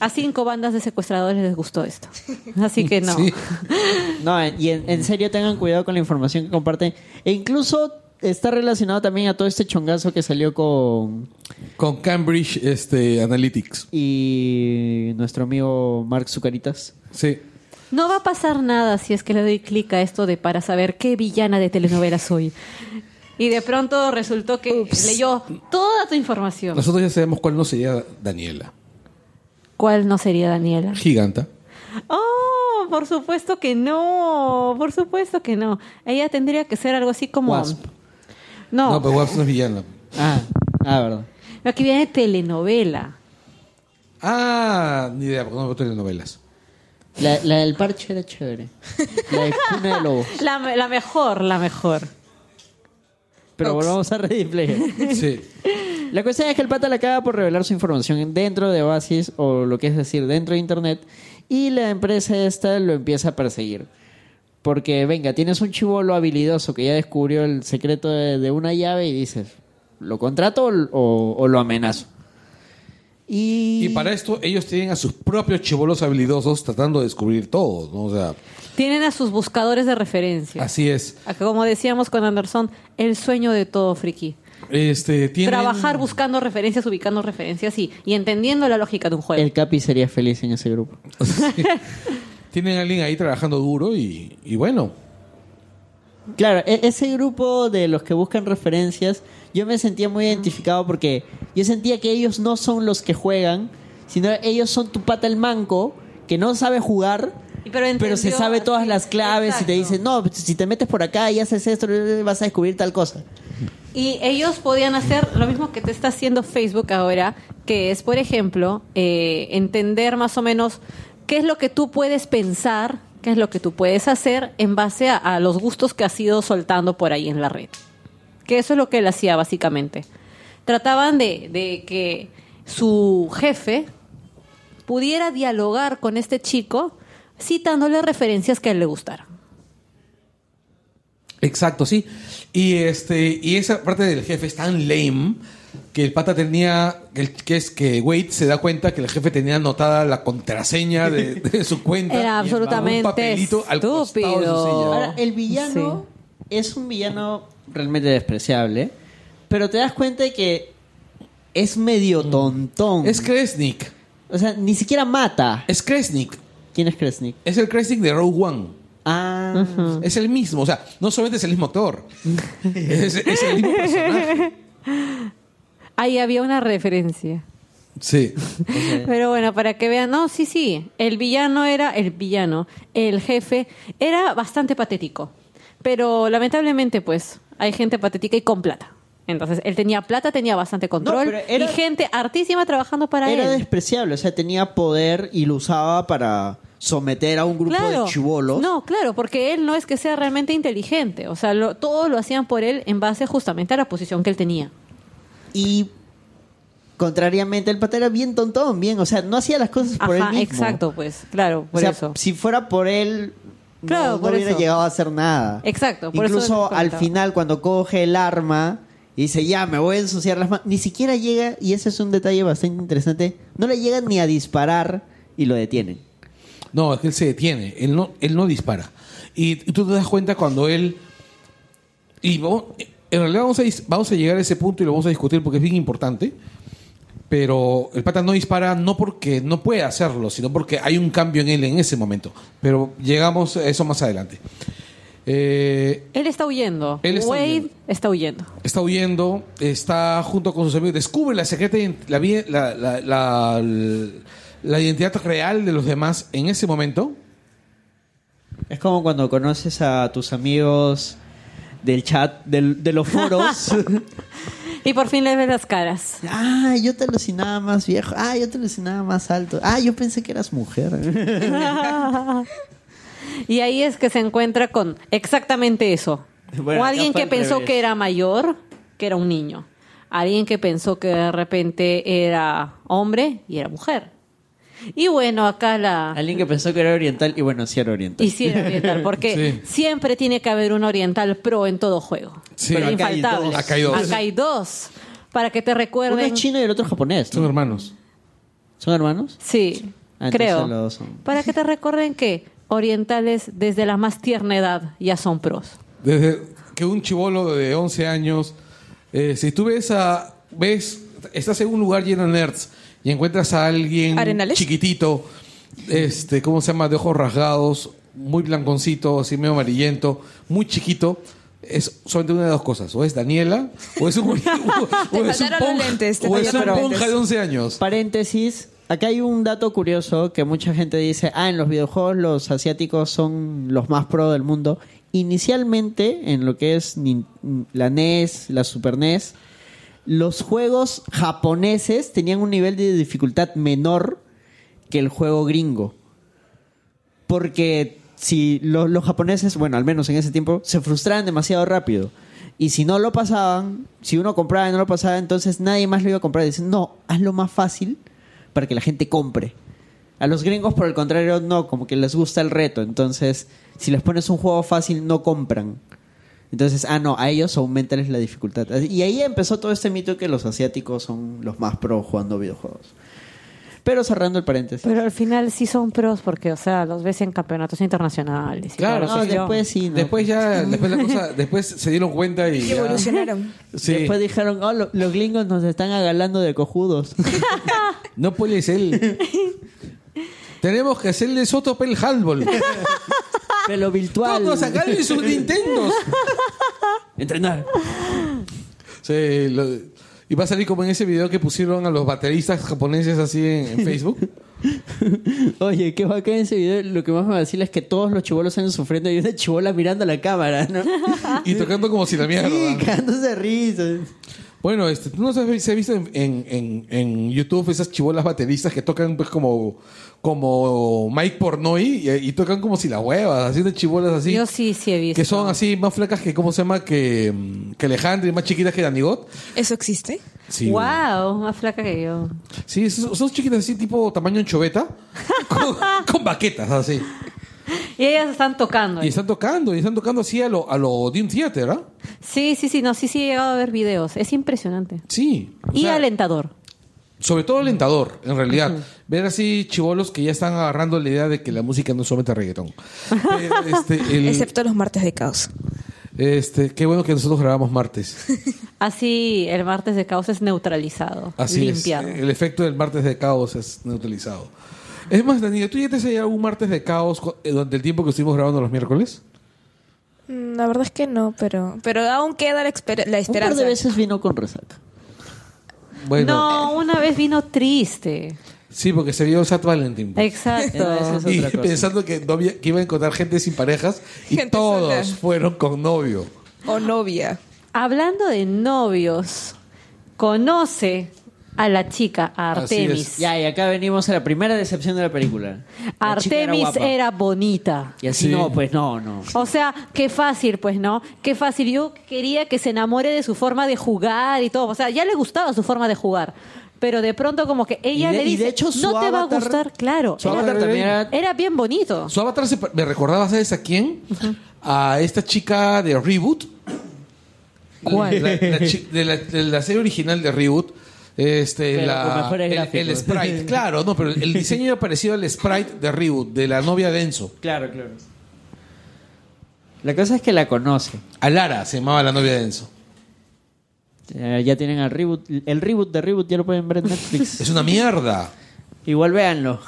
Speaker 3: A cinco bandas de secuestradores les gustó esto. Así que no.
Speaker 5: Sí.
Speaker 2: No, en- y en, en serio tengan cuidado con la información que comparten. E incluso está relacionado también a todo este chongazo que salió con...
Speaker 5: Con Cambridge este, Analytics.
Speaker 2: Y nuestro amigo Mark Zucaritas.
Speaker 5: Sí.
Speaker 3: No va a pasar nada si es que le doy clic a esto de para saber qué villana de telenovela soy. Y de pronto resultó que leyó toda tu información.
Speaker 5: Nosotros ya sabemos cuál no sería Daniela.
Speaker 3: ¿Cuál no sería Daniela?
Speaker 5: Giganta.
Speaker 3: Oh, por supuesto que no, por supuesto que no. Ella tendría que ser algo así como...
Speaker 5: Wasp.
Speaker 3: No,
Speaker 5: No, pero Wasp no es villana.
Speaker 2: Ah, ah, verdad.
Speaker 3: aquí viene telenovela.
Speaker 5: Ah, ni idea, porque no veo telenovelas.
Speaker 2: La, la del parche era chévere. La de cuna de lobos.
Speaker 3: La, me- la mejor, la mejor.
Speaker 2: Pero
Speaker 4: Ox.
Speaker 2: volvamos a Ready Player.
Speaker 5: Sí.
Speaker 2: La cuestión es que el pata la acaba por revelar su información dentro de Oasis, o lo que es decir, dentro de Internet, y la empresa esta lo empieza a perseguir. Porque, venga, tienes un chivolo habilidoso que ya descubrió el secreto de, de una llave y dices, ¿lo contrato o, o- o lo amenazo? Y,
Speaker 5: Y para esto ellos tienen a sus propios chivolos habilidosos tratando de descubrir todo, ¿no? O sea,
Speaker 3: Tienen a sus buscadores de referencia.
Speaker 5: así es.
Speaker 3: A que, Como decíamos con Anderson, el sueño de todo friki.
Speaker 5: Este, tienen...
Speaker 3: Trabajar buscando referencias, ubicando referencias y, y entendiendo la lógica de un juego.
Speaker 2: el Capi sería feliz en ese grupo.
Speaker 5: Tienen a alguien ahí trabajando duro y, y bueno.
Speaker 2: Claro, e- ese grupo de los que buscan referencias, yo me sentía muy identificado porque yo sentía que ellos no son los que juegan, sino ellos son tu pata el manco que no sabe jugar,
Speaker 3: Y- pero
Speaker 2: pero se
Speaker 3: entendió
Speaker 2: sabe
Speaker 3: así,
Speaker 2: todas las claves y te
Speaker 3: exacto.
Speaker 2: dicen, no, pues, si te metes por acá y haces esto, vas a descubrir tal cosa.
Speaker 3: Y ellos podían hacer lo mismo que te está haciendo Facebook ahora, que es, por ejemplo, eh, entender más o menos qué es lo que tú puedes pensar, qué es lo que tú puedes hacer en base a, a los gustos que has ido soltando por ahí en la red. Que eso es lo que él hacía básicamente. Trataban de, de que su jefe pudiera dialogar con este chico citándole referencias que a él le gustaran.
Speaker 5: Exacto, sí. Y este y esa parte del jefe es tan lame que el pata tenía que el- que es que Wade se da cuenta que el jefe tenía anotada la contraseña de, de su cuenta
Speaker 3: Era
Speaker 5: y en
Speaker 3: absolutamente
Speaker 5: un papelito al costado de su silla.
Speaker 3: estúpido.
Speaker 2: Ahora, el villano es un villano realmente despreciable, pero te das cuenta de que es medio tontón.
Speaker 5: Es Kresnik,
Speaker 2: o sea, ni siquiera mata.
Speaker 5: es Kresnik,
Speaker 2: ¿Quién es Kresnik?
Speaker 5: es el Kresnik de Rogue One.
Speaker 2: Ah,
Speaker 3: Mm.
Speaker 5: Es el mismo, o sea, no solamente es el mismo actor, es, es el mismo personaje.
Speaker 3: Ahí había una referencia.
Speaker 5: Sí.
Speaker 3: Pero bueno, para que vean, no, sí, sí, el villano era el villano, el jefe era bastante patético, pero lamentablemente pues hay gente patética y con plata. Entonces, él tenía plata, tenía bastante control
Speaker 2: pero era-
Speaker 3: y gente artísima trabajando para
Speaker 2: era este
Speaker 3: él.
Speaker 2: despreciable, o sea, tenía poder y lo usaba para someter a un grupo
Speaker 3: Claro.
Speaker 2: de chivolos.
Speaker 3: No, claro, porque él no es que sea realmente inteligente, o sea, lo, todo lo hacían por él en base justamente a la posición que él tenía.
Speaker 2: Y contrariamente, el pata era bien tontón, bien, o sea, no hacía las cosas por él
Speaker 3: Ajá,
Speaker 2: mismo.
Speaker 3: exacto, pues, claro,
Speaker 2: O
Speaker 3: por
Speaker 2: sea,
Speaker 3: eso.
Speaker 2: si fuera por él, no-
Speaker 3: Claro,
Speaker 2: no,
Speaker 3: por
Speaker 2: hubiera
Speaker 3: eso.
Speaker 2: llegado a hacer nada.
Speaker 3: Exacto, por eso
Speaker 2: Incluso
Speaker 3: les
Speaker 2: al
Speaker 3: comentaba.
Speaker 2: final, cuando coge el arma y dice, ya, me voy a ensuciar las manos, ni siquiera llega, y ese es un detalle bastante interesante, no le llegan ni a disparar y lo detienen.
Speaker 5: No, es que él se detiene, él no, él no dispara. Y, y tú te das cuenta cuando él... Y vamos- en realidad vamos a, dis- vamos a llegar a ese punto y lo vamos a discutir porque es bien importante. Pero el pata no dispara no porque no puede hacerlo, sino porque hay un cambio en él en ese momento. Pero llegamos a eso más adelante. Eh,
Speaker 3: Él está huyendo.
Speaker 5: Él está
Speaker 3: Wade
Speaker 5: huyendo.
Speaker 3: está huyendo.
Speaker 5: está huyendo, está junto con sus amigos, descubre la secreta ident- la, vi- la, la, la- la identidad real de los demás en ese momento.
Speaker 2: Es como cuando conoces a tus amigos del chat, del- de los foros.
Speaker 3: Y por fin le ves las caras.
Speaker 2: ah, yo te alucinaba más viejo. Ah, yo te alucinaba más alto. Ah, yo pensé que eras mujer.
Speaker 3: Y ahí es que se encuentra con exactamente eso.
Speaker 2: Bueno,
Speaker 3: o
Speaker 2: acá
Speaker 3: alguien
Speaker 2: fue
Speaker 3: que
Speaker 2: al
Speaker 3: pensó
Speaker 2: revés.
Speaker 3: que era mayor, que era un niño. Alguien que pensó que de repente era hombre y era mujer. Y bueno, acá la
Speaker 2: Alguien que pensó que era oriental y bueno, sí era oriental.
Speaker 3: hicieron oriental, porque
Speaker 5: Sí.
Speaker 3: siempre tiene que haber un oriental pro en todo juego.
Speaker 5: Sí.
Speaker 3: Pero
Speaker 2: Acá hay
Speaker 3: infaltable.
Speaker 2: dos.
Speaker 5: Acá hay dos.
Speaker 3: Acá hay dos. Para que te
Speaker 2: Uno
Speaker 3: recuerden.
Speaker 2: es chino y el otro es japonés.
Speaker 5: Son
Speaker 2: ¿no?
Speaker 5: hermanos.
Speaker 2: ¿Son hermanos?
Speaker 3: Sí,
Speaker 2: Ah, entonces
Speaker 3: creo.
Speaker 2: los son.
Speaker 3: Para que te recuerden que orientales desde la más tierna edad ya son pros.
Speaker 5: Desde que un chivolo de 11 años, eh, si tú ves a. ves Estás en un lugar lleno de nerds y encuentras a alguien
Speaker 4: ¿Arenales?
Speaker 5: chiquitito, este, ¿cómo se llama? De ojos rasgados, muy blanconcito, así medio amarillento, muy chiquito. es solamente una de dos cosas. O es Daniela, o es un, o, es un
Speaker 4: faltaron los lentes, te
Speaker 5: o es
Speaker 4: faltaron
Speaker 5: una
Speaker 4: los
Speaker 5: ponja
Speaker 4: lentes.
Speaker 5: de 11 años.
Speaker 2: Paréntesis. Acá hay un dato curioso que mucha gente dice, ah, en los videojuegos los asiáticos son los más pro del mundo. Inicialmente, en lo que es nin- la NES, la Super NES, los juegos japoneses tenían un nivel de dificultad menor que el juego gringo. Porque si lo- los japoneses, bueno, al menos en ese tiempo, se frustraban demasiado rápido. Y si no lo pasaban, si uno compraba y no lo pasaba, entonces nadie más lo iba a comprar. Dicen, no, hazlo más fácil para que la gente compre. A los gringos, por el contrario, no, como que les gusta el reto. Entonces, si les pones un juego fácil, no compran. Entonces, ah, no, a ellos aumentales la dificultad. Y ahí empezó todo este mito que los asiáticos son los más pro jugando videojuegos. Pero cerrando el paréntesis.
Speaker 3: Pero al final sí son pros porque, o sea, los ves en campeonatos internacionales. y
Speaker 5: Claro,
Speaker 3: toda la cuestión.
Speaker 5: no,
Speaker 2: después sí. no.
Speaker 5: Después ya, después la cosa, después se dieron cuenta y
Speaker 4: Y
Speaker 5: ya-
Speaker 4: evolucionaron.
Speaker 5: Sí.
Speaker 2: Después dijeron, oh, lo- los gringos nos están agalando de cojudos.
Speaker 5: No puede ser. Tenemos que hacerle Sotopel handball.
Speaker 2: Pero virtual.
Speaker 5: Vamos a sacarle sus Nintendos.
Speaker 2: Entrenar.
Speaker 5: Sí, lo- y va a salir como en ese video que pusieron a los bateristas japoneses así en, en Facebook.
Speaker 2: Oye, qué bacán ese video. Lo que más me vacila es que todos los chivolos salen sufriendo y una chivola mirando a la cámara, ¿no?
Speaker 3: Ah.
Speaker 5: Y tocando como si la mierda.
Speaker 2: sí, cagándose de risa.
Speaker 5: Bueno, este, ¿tú no sabes si has visto en, en- en- en YouTube esas chibolas bateristas que tocan pues como, como Mike Pornoy y, y tocan como si la huevas, haciendo chibolas así?
Speaker 3: Yo sí, sí he visto.
Speaker 5: Que son así más flacas que, ¿cómo se llama? Que, mm, que Alejandra y más chiquitas que Danigot.
Speaker 4: ¿Eso existe?
Speaker 5: Sí,
Speaker 3: wow, más flaca que yo.
Speaker 5: Sí, son, son chiquitas así tipo tamaño enchoveta con, con baquetas así.
Speaker 3: Y ellas están tocando.
Speaker 5: Y están tocando, y están tocando así a lo, a lo Dream Theater, ¿ah?
Speaker 3: Sí, sí, sí, no, sí, sí he llegado a ver videos. Es impresionante.
Speaker 5: Sí. O
Speaker 3: Y
Speaker 5: sea,
Speaker 3: alentador.
Speaker 5: Sobre todo alentador, en realidad. Ver así chivolos que ya están agarrando la idea de que la música no es solamente reggaetón. Eh, este, el-
Speaker 4: Excepto los martes de caos.
Speaker 5: este, qué bueno que nosotros grabamos martes.
Speaker 3: Así el martes de caos es neutralizado,
Speaker 5: Así
Speaker 3: limpiado.
Speaker 5: es. eh, El efecto del martes de caos es neutralizado. Es más, Daniel, ¿tú ya te has hallado un martes de caos co- eh, durante el tiempo que estuvimos grabando los miércoles?
Speaker 4: Mm, La verdad es que no, pero pero aún queda la, esper- la
Speaker 2: Un par
Speaker 4: esperanza.
Speaker 2: de veces vino con resaca.
Speaker 3: No, una vez vino triste.
Speaker 5: Sí, porque se vio Sat Valentín. pues.
Speaker 3: Exacto.
Speaker 2: es
Speaker 5: Y
Speaker 2: otra cosa.
Speaker 5: pensando que, no había- que iba a encontrar gente sin parejas y
Speaker 4: Gente
Speaker 5: todos
Speaker 4: sola.
Speaker 5: fueron con novio.
Speaker 4: O novia.
Speaker 3: Hablando de novios, conoce a la chica a
Speaker 5: Así es.
Speaker 3: Artemis.
Speaker 2: Ya, y acá venimos a la primera decepción de la película. La chica era
Speaker 3: Artemis
Speaker 2: guapa.
Speaker 3: era, bonita.
Speaker 2: Y así
Speaker 5: Sí.
Speaker 2: no, pues no, no.
Speaker 3: O sea, qué fácil, pues, ¿no? Qué fácil. Yo quería que se enamore de su forma de jugar y todo. O sea, ya le gustaba su forma de jugar. Pero de pronto como que ella
Speaker 2: y de,
Speaker 3: le
Speaker 2: y
Speaker 3: dice,
Speaker 2: de hecho, su
Speaker 3: no te va a
Speaker 2: avatar-
Speaker 3: gustar, claro.
Speaker 2: Su
Speaker 3: Era,
Speaker 2: avatar también era
Speaker 3: era bien bonito.
Speaker 5: Su avatar se pa- me recordaba, ¿sabes a quién? A esta chica de Reboot.
Speaker 3: ¿Cuál?
Speaker 5: La- la chi- de, la, de la serie original de Reboot. Este,
Speaker 2: Pero
Speaker 5: la-
Speaker 2: con mejores
Speaker 5: el,
Speaker 2: gráficos.
Speaker 5: el sprite, claro, no, pero el diseño era parecido al sprite de Reboot, de la novia de Enzo.
Speaker 2: Claro, claro. La cosa es que la conoce.
Speaker 5: Alara se llamaba la novia de Enzo.
Speaker 2: Eh, ya tienen el reboot. El reboot de reboot ya lo pueden ver en Netflix.
Speaker 5: Es una mierda.
Speaker 2: Igual véanlo.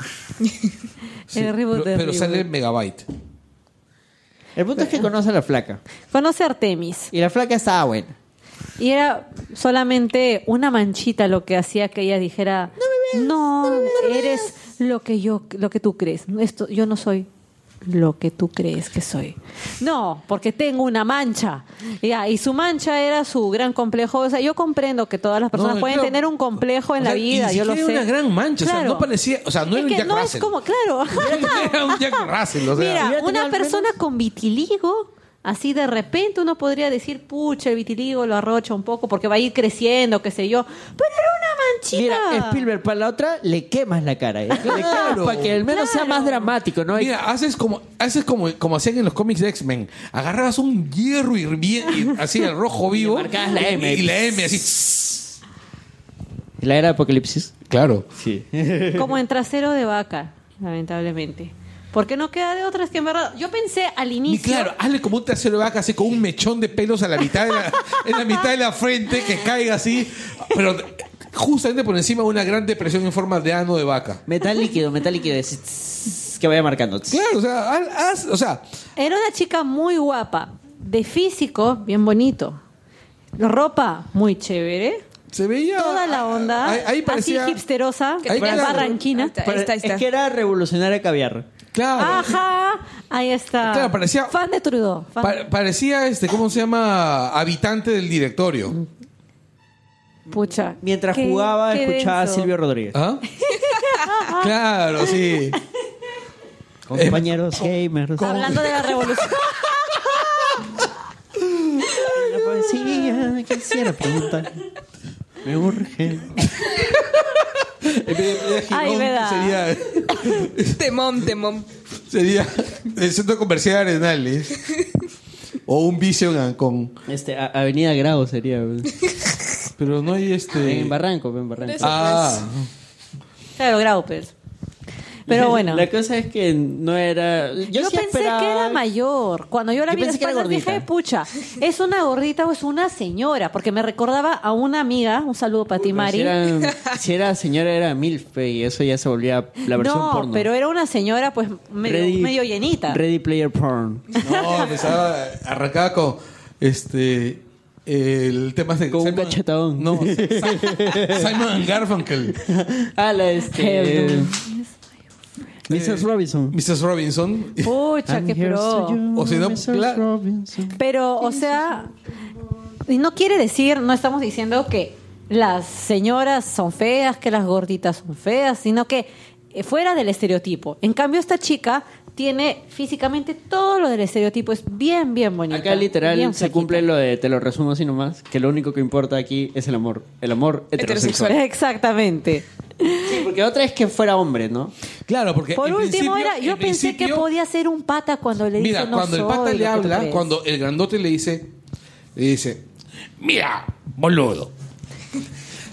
Speaker 3: el reboot de
Speaker 5: pero pero
Speaker 3: Reboot.
Speaker 5: sale Megabyte.
Speaker 2: El punto es que conoce a la flaca.
Speaker 3: Conoce a Artemis.
Speaker 2: Y la flaca estaba buena.
Speaker 3: Y era solamente una manchita lo que hacía que ella dijera, no, eres lo que yo, lo que tú crees. Esto, yo no soy lo que tú crees que soy. No, porque tengo una mancha. Ya, y su mancha era su gran complejo. O sea, yo comprendo que todas las personas
Speaker 5: No,
Speaker 3: pueden
Speaker 5: claro.
Speaker 3: tener un complejo en
Speaker 5: O sea,
Speaker 3: la vida,
Speaker 5: ni
Speaker 3: yo lo sé.
Speaker 5: siquiera era una gran mancha, o sea, no parecía- o sea, no
Speaker 3: Es
Speaker 5: era un
Speaker 3: que
Speaker 5: Jack
Speaker 3: no
Speaker 5: Russell.
Speaker 3: es como, claro.
Speaker 5: Era un Jack Russell, o sea.
Speaker 2: Hubiera
Speaker 3: Mira,
Speaker 2: tenido
Speaker 3: una
Speaker 2: al
Speaker 3: persona con vitiligo, así de repente uno podría decir, pucha, el vitiligo lo arrocha un poco porque va a ir creciendo, qué sé yo. Pero era una manchita.
Speaker 2: Mira, Spielberg, para la otra le quemas la cara. ¿eh? Le quemas para que al menos sea más dramático, ¿no?
Speaker 5: Mira, haces como haces como, como hacían en los cómics de X-Men. Agarrabas un hierro hirviente, así el rojo vivo.
Speaker 2: marcabas la M.
Speaker 5: Y la M, así.
Speaker 2: La era de Apocalipsis.
Speaker 5: Claro.
Speaker 2: Sí.
Speaker 3: Como en trasero de vaca, lamentablemente. Porque no queda de otras que en verdad. Yo pensé al
Speaker 5: Y
Speaker 3: inicio.
Speaker 5: claro, hazle como un tercero de vaca, así con un mechón de pelos a la mitad de la, en la mitad de la frente, que caiga así. Pero justamente por encima de una gran depresión en forma de ano de vaca.
Speaker 2: Metal líquido, metal líquido. así, tss, que vaya marcando. tss.
Speaker 5: Claro, o sea, haz- haz- o sea,
Speaker 3: Era una chica muy guapa. De físico, bien bonito. Ropa, muy chévere.
Speaker 5: Se veía.
Speaker 3: Toda la onda.
Speaker 5: Ahí, ahí parecía.
Speaker 3: Así hipsterosa,
Speaker 5: Ahí claro.
Speaker 3: barranquina.
Speaker 4: Ahí está, ahí está, ahí está.
Speaker 2: Es que era revolucionaria caviar.
Speaker 5: Claro.
Speaker 3: Ajá, ahí está.
Speaker 5: Claro, parecía-
Speaker 3: Fan de Trudeau. fan-
Speaker 5: Pa- parecía, este, ¿cómo se llama? Habitante del directorio.
Speaker 3: Pucha.
Speaker 2: Mientras
Speaker 3: qué-
Speaker 2: jugaba,
Speaker 3: qué
Speaker 2: escuchaba a
Speaker 3: denso.
Speaker 2: Silvio Rodríguez.
Speaker 5: ¿Ah? claro, sí.
Speaker 2: eh, Compañeros gamers.
Speaker 3: Hablando de la revolución.
Speaker 2: La poesía, quisiera preguntar. Me urge.
Speaker 5: En vez de- de
Speaker 3: Ay,
Speaker 5: Girón,
Speaker 3: verdad.
Speaker 5: sería,
Speaker 4: Temón, temón.
Speaker 5: sería el centro comercial de Arenales. O un Vision Ancon.
Speaker 2: Este, a- Avenida Grau sería.
Speaker 5: Pero no hay este.
Speaker 2: Ah, En Barranco, en Barranco.
Speaker 5: Ah,
Speaker 3: claro, Graupers. Pero bueno.
Speaker 2: La cosa es que no era. Yo,
Speaker 3: Yo,
Speaker 2: sí
Speaker 3: pensé
Speaker 2: esperaba-
Speaker 3: que era mayor. Cuando yo la
Speaker 2: Yo
Speaker 3: vi en
Speaker 2: pensé que era
Speaker 3: espaldas dije,
Speaker 2: gordita.
Speaker 3: pucha, ¿es una gordita o es una señora? Porque me recordaba a una amiga, un saludo para ti,
Speaker 2: Pero
Speaker 3: Mari.
Speaker 2: Si era, si era señora, era MILF y eso ya se volvía la versión
Speaker 3: no,
Speaker 2: porno.
Speaker 3: pero era una señora pues medio,
Speaker 2: Ready-
Speaker 3: medio llenita.
Speaker 2: Ready Player Porn.
Speaker 5: no, empezaba, arrancaba con este. El tema de.
Speaker 2: Con un cachetadón.
Speaker 5: No, Simon and Garfunkel.
Speaker 2: Ah, la este.
Speaker 3: Hello.
Speaker 2: Mrs. Robinson.
Speaker 5: Mrs. Eh, Robinson.
Speaker 3: Pucha,
Speaker 2: I'm
Speaker 3: qué
Speaker 2: here
Speaker 3: pro.
Speaker 2: to you,
Speaker 5: O si no,
Speaker 2: Mrs.
Speaker 5: la-
Speaker 2: Robinson.
Speaker 3: Pero, o sea, y no quiere decir, no estamos diciendo que las señoras son feas, que las gorditas son feas, sino que eh, fuera del estereotipo. En cambio, esta chica tiene físicamente todo lo del estereotipo, es bien, bien bonita.
Speaker 2: Acá literal
Speaker 3: bien
Speaker 2: se
Speaker 3: flaquita.
Speaker 2: cumple lo de, te lo resumo así nomás, que lo único que importa aquí es el amor, el amor heterosexual.
Speaker 3: Exactamente.
Speaker 2: Sí, porque otra es que fuera hombre, ¿no?
Speaker 5: Claro, porque.
Speaker 3: Por
Speaker 5: en
Speaker 3: último,
Speaker 5: principio-
Speaker 3: era, yo
Speaker 5: en
Speaker 3: pensé que
Speaker 5: principio-
Speaker 3: podía ser un pata cuando le
Speaker 5: Mira,
Speaker 3: dice no
Speaker 5: cuando el
Speaker 3: soy
Speaker 5: pata
Speaker 3: lo que
Speaker 5: le
Speaker 3: tú
Speaker 5: habla,
Speaker 3: crees".
Speaker 5: cuando el grandote le dice, le dice, mira, boludo,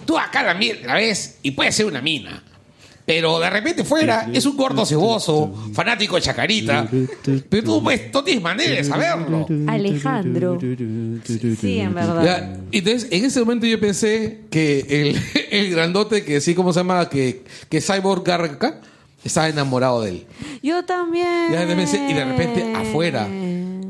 Speaker 5: tú acá la, mi- la ves y puede ser una mina. Pero de repente fuera es un gordo ceboso, fanático de Chacarita. Pero tú pues, no tienes manera de saberlo.
Speaker 3: Alejandro. Sí, en verdad.
Speaker 5: Ya, y entonces, en ese momento yo pensé que el, el grandote, que sí, ¿cómo se llama? Que, que Cyborg Garca, estaba enamorado de él.
Speaker 3: Yo también.
Speaker 5: Y de repente, y de repente afuera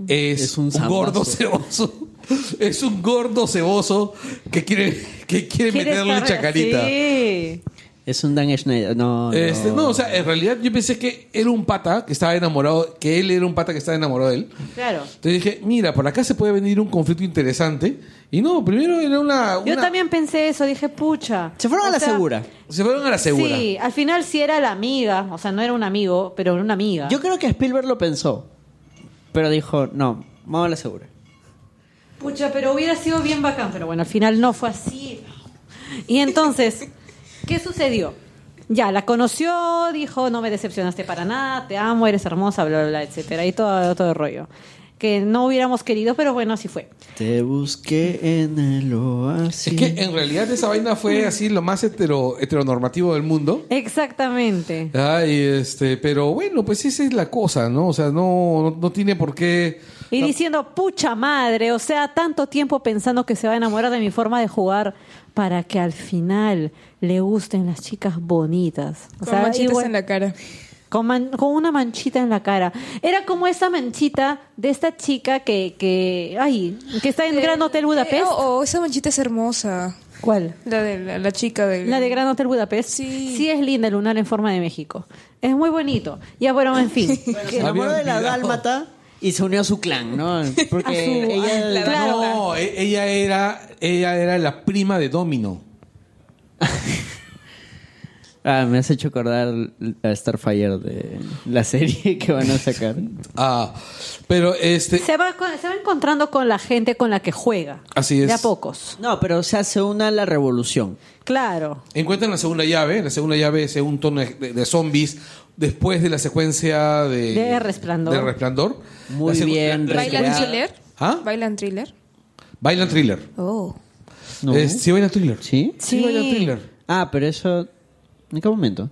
Speaker 5: es,
Speaker 2: Es un
Speaker 5: un,
Speaker 2: zambazo.
Speaker 5: gordo ceboso. Es un gordo ceboso que quiere, que
Speaker 3: Quiere
Speaker 5: quiere meterle
Speaker 3: estar-
Speaker 5: chacarita.
Speaker 3: Sí.
Speaker 2: Es un Dan Schneider. No, no.
Speaker 5: Este, no, o sea, en realidad yo pensé que era un pata que estaba enamorado, que él era un pata que estaba enamorado de él.
Speaker 3: Claro.
Speaker 5: Entonces dije, mira, por acá se puede venir un conflicto interesante. Y no, primero era una.
Speaker 3: Yo
Speaker 5: una-
Speaker 3: también pensé eso, dije, pucha.
Speaker 2: Se fueron
Speaker 3: O
Speaker 2: a la
Speaker 3: sea,
Speaker 2: segura.
Speaker 5: Se fueron a la segura.
Speaker 3: Sí, al final sí era la amiga, o sea, no era un amigo, pero era una amiga.
Speaker 2: Yo creo que Spielberg lo pensó, pero dijo, no, vamos a la segura.
Speaker 3: Pucha, pero hubiera sido bien bacán, pero bueno, al final no fue así. Y entonces, ¿qué sucedió? Ya, la conoció, dijo, no me decepcionaste para nada, te amo, eres hermosa, bla, bla, bla, etcétera, y todo, todo el rollo. Que no hubiéramos querido, pero bueno, así fue.
Speaker 2: Te busqué en el
Speaker 5: Es
Speaker 2: oasis.
Speaker 5: que en realidad esa vaina fue así lo más hetero, heteronormativo del mundo.
Speaker 3: Exactamente.
Speaker 5: Ay, este, pero bueno, pues esa es la cosa, ¿no? O sea, no, no, no tiene por qué.
Speaker 3: Y diciendo, pucha madre, o sea, tanto tiempo pensando que se va a enamorar de mi forma de jugar para que al final le gusten las chicas bonitas. O
Speaker 4: Con
Speaker 3: sea,
Speaker 4: manchitas
Speaker 3: igual-
Speaker 4: en la cara.
Speaker 3: con, man- con una manchita en la cara. Era como esa manchita de esta chica que, que ay, que está en Gran Hotel
Speaker 4: Eh,
Speaker 3: Budapest.
Speaker 4: oh, oh, esa manchita es hermosa.
Speaker 3: ¿Cuál?
Speaker 4: La de la, la chica del...
Speaker 3: La de Gran Hotel Budapest.
Speaker 4: Sí.
Speaker 3: Sí es linda el lunar en forma de México. Es muy bonito. Ya, bueno, en fin.
Speaker 2: se enamoró de la dálmata y se unió a su clan, ¿no? Porque
Speaker 3: A su-
Speaker 2: ella...
Speaker 3: la- Claro.
Speaker 5: No, e- ella era, ella era la prima de Domino.
Speaker 2: Ah, me has hecho acordar a Starfire de la serie que van a sacar.
Speaker 5: Ah, pero este,
Speaker 3: Se va, con- se va encontrando con la gente con la que juega.
Speaker 5: Así es.
Speaker 3: De a pocos.
Speaker 2: No, pero o sea, se une a la revolución.
Speaker 3: Claro.
Speaker 5: encuentran la segunda llave. La segunda llave es un tono de, de zombies después de la secuencia de,
Speaker 3: De Resplandor.
Speaker 5: de Resplandor.
Speaker 2: Muy
Speaker 5: La segu-
Speaker 2: bien
Speaker 5: la- la-
Speaker 4: ¿Bailan
Speaker 2: recreada.
Speaker 4: thriller?
Speaker 5: ¿Ah?
Speaker 4: ¿Bailan thriller?
Speaker 5: Bailan thriller.
Speaker 4: Oh.
Speaker 2: ¿No?
Speaker 5: Eh, sí, bailan thriller.
Speaker 2: ¿Sí?
Speaker 3: Sí.
Speaker 5: bailan thriller.
Speaker 2: Ah, pero eso... ¿En qué momento?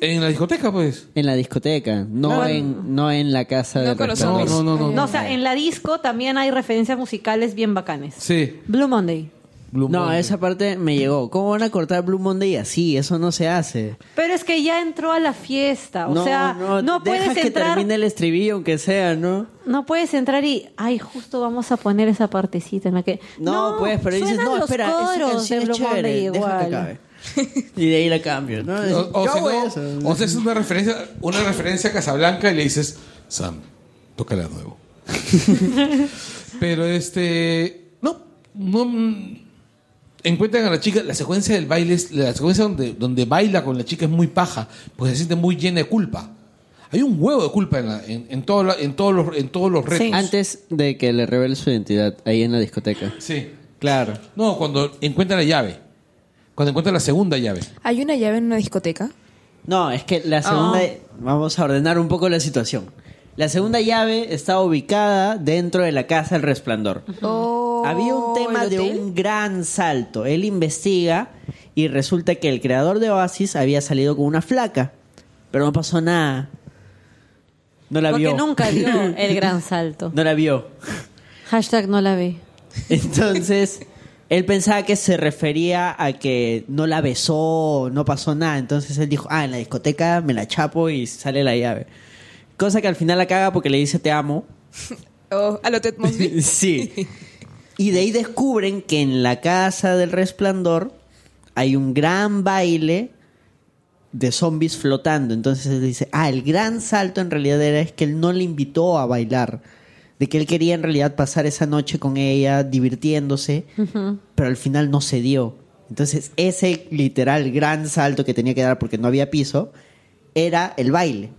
Speaker 5: En la discoteca, pues.
Speaker 2: En la discoteca, no,
Speaker 4: Claro.
Speaker 2: en, no en la casa
Speaker 4: No
Speaker 2: de...
Speaker 4: con los
Speaker 5: No,
Speaker 4: zombies.
Speaker 5: no, no, no.
Speaker 3: No, o sea, en la disco también hay referencias musicales bien bacanes.
Speaker 5: Sí.
Speaker 3: Blue Monday.
Speaker 5: Blue
Speaker 2: No,
Speaker 5: Monday.
Speaker 2: esa parte me llegó. ¿Cómo van a cortar Blue Monday así? Eso no se hace.
Speaker 3: Pero es que ya entró a la fiesta. O
Speaker 2: no,
Speaker 3: sea, no,
Speaker 2: no, deja
Speaker 3: puedes
Speaker 2: que
Speaker 3: entrar.
Speaker 2: termine el estribillo, aunque sea, ¿no?
Speaker 3: No puedes entrar y, ay, justo vamos a poner esa partecita en la que.
Speaker 2: No, pues, pero dices,
Speaker 3: suenan
Speaker 2: no,
Speaker 3: los
Speaker 2: espera, esa
Speaker 3: coros
Speaker 2: canción
Speaker 3: de
Speaker 2: es
Speaker 3: Blue
Speaker 2: chévere,
Speaker 3: Monday
Speaker 2: deja que
Speaker 3: igual.
Speaker 2: acabe. Y de ahí la cambio, ¿no?
Speaker 5: O, o
Speaker 2: Yo
Speaker 5: si
Speaker 2: hago
Speaker 5: no,
Speaker 2: eso.
Speaker 5: o si es una referencia, una referencia a Casablanca y le dices, Sam, tócala de nuevo. Pero este. No, no. mm, Encuentran a la chica, la secuencia del baile, es- la secuencia donde, donde baila con la chica es muy paja, porque se siente muy llena de culpa. Hay un huevo de culpa en, la- en, en todo la- en todos los, en todos los retos.
Speaker 3: Sí.
Speaker 2: Antes de que le revele su identidad, ahí en la discoteca.
Speaker 5: Sí.
Speaker 2: Claro.
Speaker 5: No, cuando encuentran la llave. Cuando encuentran la segunda llave.
Speaker 4: ¿Hay una llave en una discoteca?
Speaker 2: No, es que la segunda...
Speaker 3: Oh.
Speaker 2: Vamos a ordenar un poco la situación. La segunda llave está ubicada dentro de la casa del resplandor.
Speaker 4: Oh,
Speaker 2: Había un tema
Speaker 4: ¿el
Speaker 2: de
Speaker 4: hotel?
Speaker 2: un gran salto. Él investiga y resulta que el creador de Oasis había salido con una flaca, pero no pasó nada. No la
Speaker 3: Porque
Speaker 2: vio.
Speaker 3: nunca dio el gran salto.
Speaker 2: No la vio.
Speaker 3: Hashtag no la vi.
Speaker 2: Entonces, él pensaba que se refería a que no la besó, no pasó nada. Entonces él dijo, ah, en la discoteca me la chapo y sale la llave. Cosa que al final la caga porque le dice te amo.
Speaker 4: Oh, a lo Ted Mosby.
Speaker 2: Sí. Y de ahí descubren que en la casa del resplandor hay un gran baile de zombies flotando. Entonces él dice, ah, el gran salto en realidad era es que él no le invitó a bailar. De que él quería en realidad pasar esa noche con ella, divirtiéndose, pero al final no se dio. Entonces ese literal gran salto que tenía que dar porque no había piso era el baile.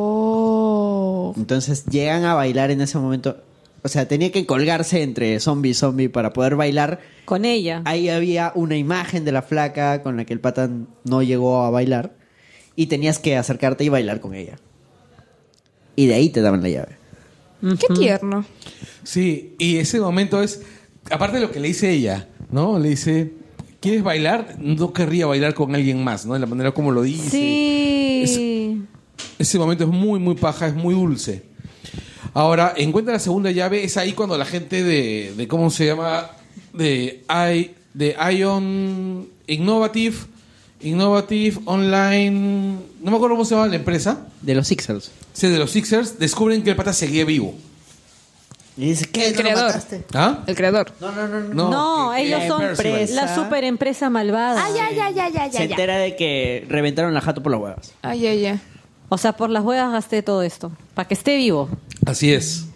Speaker 4: Oh.
Speaker 2: Entonces llegan a bailar en ese momento. O sea, tenía que colgarse entre zombie y zombie para poder bailar.
Speaker 3: Con ella.
Speaker 2: Ahí había una imagen de la flaca con la que el pata no llegó a bailar. Y tenías que acercarte y bailar con ella. Y de ahí te daban la llave.
Speaker 4: Qué tierno.
Speaker 5: Sí, y ese momento es, aparte de lo que le dice ella, ¿no? Le dice, ¿quieres bailar? No querría bailar con alguien más, ¿no? De la manera como lo dice.
Speaker 3: Sí.
Speaker 5: Ese momento es muy, muy paja, es muy dulce. Ahora, encuentra la segunda llave, es ahí cuando la gente de, de ¿cómo se llama? De, I, de Ion Innovative, Innovative Online, no me acuerdo cómo se llama la empresa,
Speaker 2: De los Sixers.
Speaker 5: sí, de los Sixers, descubren que el pata seguía vivo.
Speaker 2: Y dice, ¿qué?
Speaker 4: El
Speaker 2: ¿No lo
Speaker 4: creador.
Speaker 2: mataste?
Speaker 5: ¿Ah?
Speaker 4: El creador.
Speaker 2: No, no, no. no.
Speaker 3: No,
Speaker 5: que- que
Speaker 3: ellos son
Speaker 5: Percival.
Speaker 2: pres-
Speaker 3: la super empresa malvada.
Speaker 2: Se entera de que reventaron la jato por las huevas.
Speaker 4: Ay, ay, ay.
Speaker 3: O sea, por las huevas gasté todo esto. Para que esté vivo.
Speaker 5: Así es.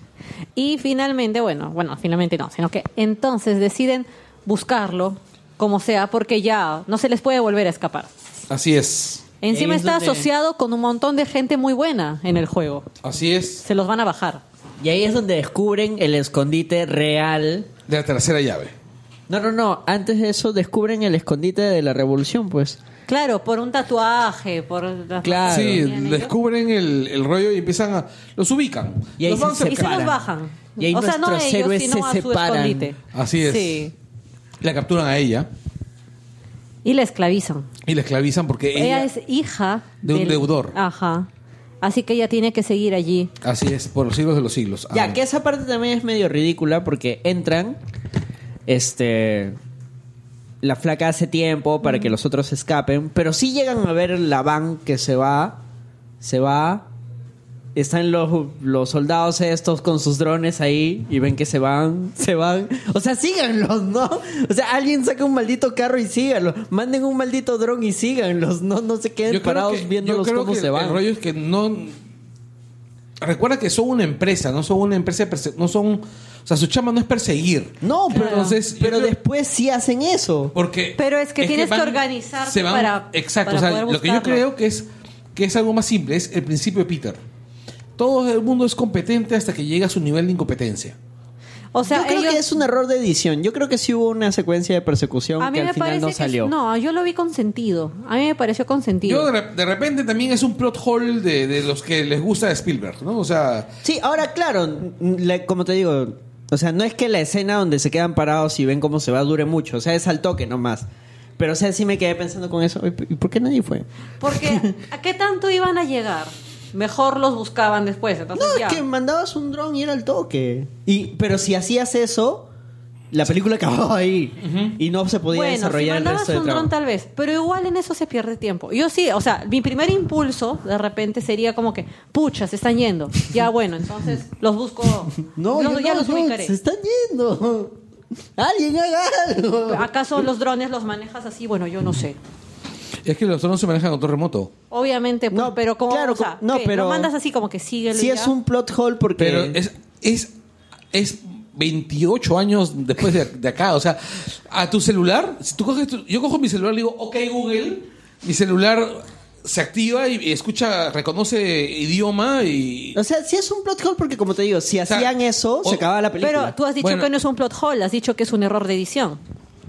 Speaker 3: Y finalmente, bueno, bueno, finalmente no, sino que entonces deciden buscarlo como sea, porque ya no se les puede volver a escapar.
Speaker 5: Así es.
Speaker 3: Encima
Speaker 2: Ahí es
Speaker 3: está
Speaker 2: donde-
Speaker 3: asociado con un montón de gente muy buena en el juego.
Speaker 5: Así es.
Speaker 3: Se los van a bajar.
Speaker 2: Y ahí es donde descubren el escondite real
Speaker 5: De la tercera llave.
Speaker 2: No, no, no. Antes de eso descubren el escondite de la revolución, pues.
Speaker 3: Claro, por un tatuaje, por las-
Speaker 2: Claro.
Speaker 5: Sí,
Speaker 3: Bien, ellos-
Speaker 5: descubren el, el rollo y empiezan a... Los ubican.
Speaker 2: Y ahí
Speaker 5: los van
Speaker 2: se
Speaker 3: y se
Speaker 2: separan.
Speaker 3: los bajan.
Speaker 2: Y ahí
Speaker 3: o sea, no
Speaker 2: nuestros
Speaker 3: ellos,
Speaker 2: héroes
Speaker 3: sino
Speaker 2: se
Speaker 3: a su
Speaker 2: separan.
Speaker 3: escondite.
Speaker 5: Así es.
Speaker 3: Sí.
Speaker 5: La capturan a ella
Speaker 3: Y la esclavizan.
Speaker 5: y la esclavizan porque
Speaker 3: Ella
Speaker 5: ella...
Speaker 3: es hija
Speaker 5: de un deudor.
Speaker 3: Ajá. Así que ella tiene que seguir allí.
Speaker 5: Así es, por los siglos de los siglos. Ah,
Speaker 2: Ya,
Speaker 5: Amén.
Speaker 2: que esa parte también es medio ridícula porque entran, este... La flaca hace tiempo para que los otros escapen, pero sí llegan a ver la van que se va, se va, están los, los soldados estos con sus drones ahí y ven que se van, se van. O sea, síganlos, ¿no? O sea, alguien saca un maldito carro y síganlos. Manden un maldito dron y síganlos, ¿no? No se queden
Speaker 5: Yo creo
Speaker 2: parados
Speaker 5: que-
Speaker 2: viéndolos
Speaker 5: yo creo
Speaker 2: cómo
Speaker 5: que
Speaker 2: se van.
Speaker 5: El rollo es que no... Recuerda que son una empresa, no son una empresa... de perse- No son... O sea, su chama no es perseguir.
Speaker 2: No, pero,
Speaker 5: Entonces, yo
Speaker 2: pero
Speaker 5: creo-
Speaker 2: después sí hacen eso.
Speaker 5: Porque
Speaker 3: Pero es que tienes que
Speaker 5: van-
Speaker 3: organizarte
Speaker 5: se van-
Speaker 3: para-
Speaker 5: Exacto,
Speaker 3: para
Speaker 5: o sea,
Speaker 3: poder
Speaker 5: lo que yo
Speaker 3: buscarlo.
Speaker 5: creo que es que es algo más simple, es el principio de Peter. Todo el mundo es competente hasta que llega a su nivel de incompetencia.
Speaker 3: O sea,
Speaker 2: yo creo
Speaker 3: ellos-
Speaker 2: que es un error de edición. Yo creo que sí hubo una secuencia de persecución
Speaker 3: a mí
Speaker 2: que
Speaker 3: me
Speaker 2: al final
Speaker 3: parece
Speaker 2: no
Speaker 3: que-
Speaker 2: salió.
Speaker 3: no, yo lo vi consentido. A mí me pareció consentido.
Speaker 5: Yo de, re- de repente también es un plot hole de, de los que les gusta a Spielberg, ¿no? O sea,
Speaker 2: Sí, ahora claro, n- la- como te digo, o sea, no es que la escena donde se quedan parados y ven cómo se va dure mucho, o sea, es al toque nomás. Pero o sea, sí me quedé pensando con eso, "Oye, ¿y por qué nadie fue?
Speaker 3: Porque ¿a qué tanto iban a llegar? Mejor los buscaban después. Entonces
Speaker 2: No,
Speaker 3: ya.
Speaker 2: es que mandabas un dron y era al toque. Y pero si hacías eso, la película acabó ahí y no se podía
Speaker 3: Bueno, si
Speaker 2: desarrollar el
Speaker 3: mandabas
Speaker 2: resto de
Speaker 3: un dron tal
Speaker 2: trabajo.
Speaker 3: vez, pero igual en eso se pierde tiempo. Yo sí, o sea, mi primer impulso de repente sería como que, pucha, se están yendo. Ya bueno, entonces los busco,
Speaker 2: No,
Speaker 3: los-
Speaker 2: yo
Speaker 3: ya
Speaker 2: no,
Speaker 3: los
Speaker 2: yo-
Speaker 3: ubicaré.
Speaker 2: se están yendo. Alguien haga algo.
Speaker 3: ¿Acaso los drones los manejas así? Bueno, yo no sé.
Speaker 5: Es que los drones se manejan con control remoto.
Speaker 3: Obviamente, pues,
Speaker 2: No,
Speaker 3: pero como,
Speaker 2: claro,
Speaker 3: o sea,
Speaker 2: no,
Speaker 3: ¿qué?
Speaker 2: pero-
Speaker 3: Lo mandas así como que sigue.
Speaker 2: Sí es un plot hole porque
Speaker 5: Pero es, es, es 28 años después de, de acá. O sea, a tu celular, si tú coges tu- yo cojo mi celular y digo, ok Google, mi celular se activa y, y escucha, reconoce idioma y...
Speaker 2: o sea, sí es un plot hole porque como te digo, si
Speaker 5: sea,
Speaker 2: hacían eso,
Speaker 5: o-
Speaker 2: se acababa la película.
Speaker 3: Pero tú has dicho
Speaker 5: Bueno.
Speaker 3: que no es un plot hole, has dicho que es un error de edición.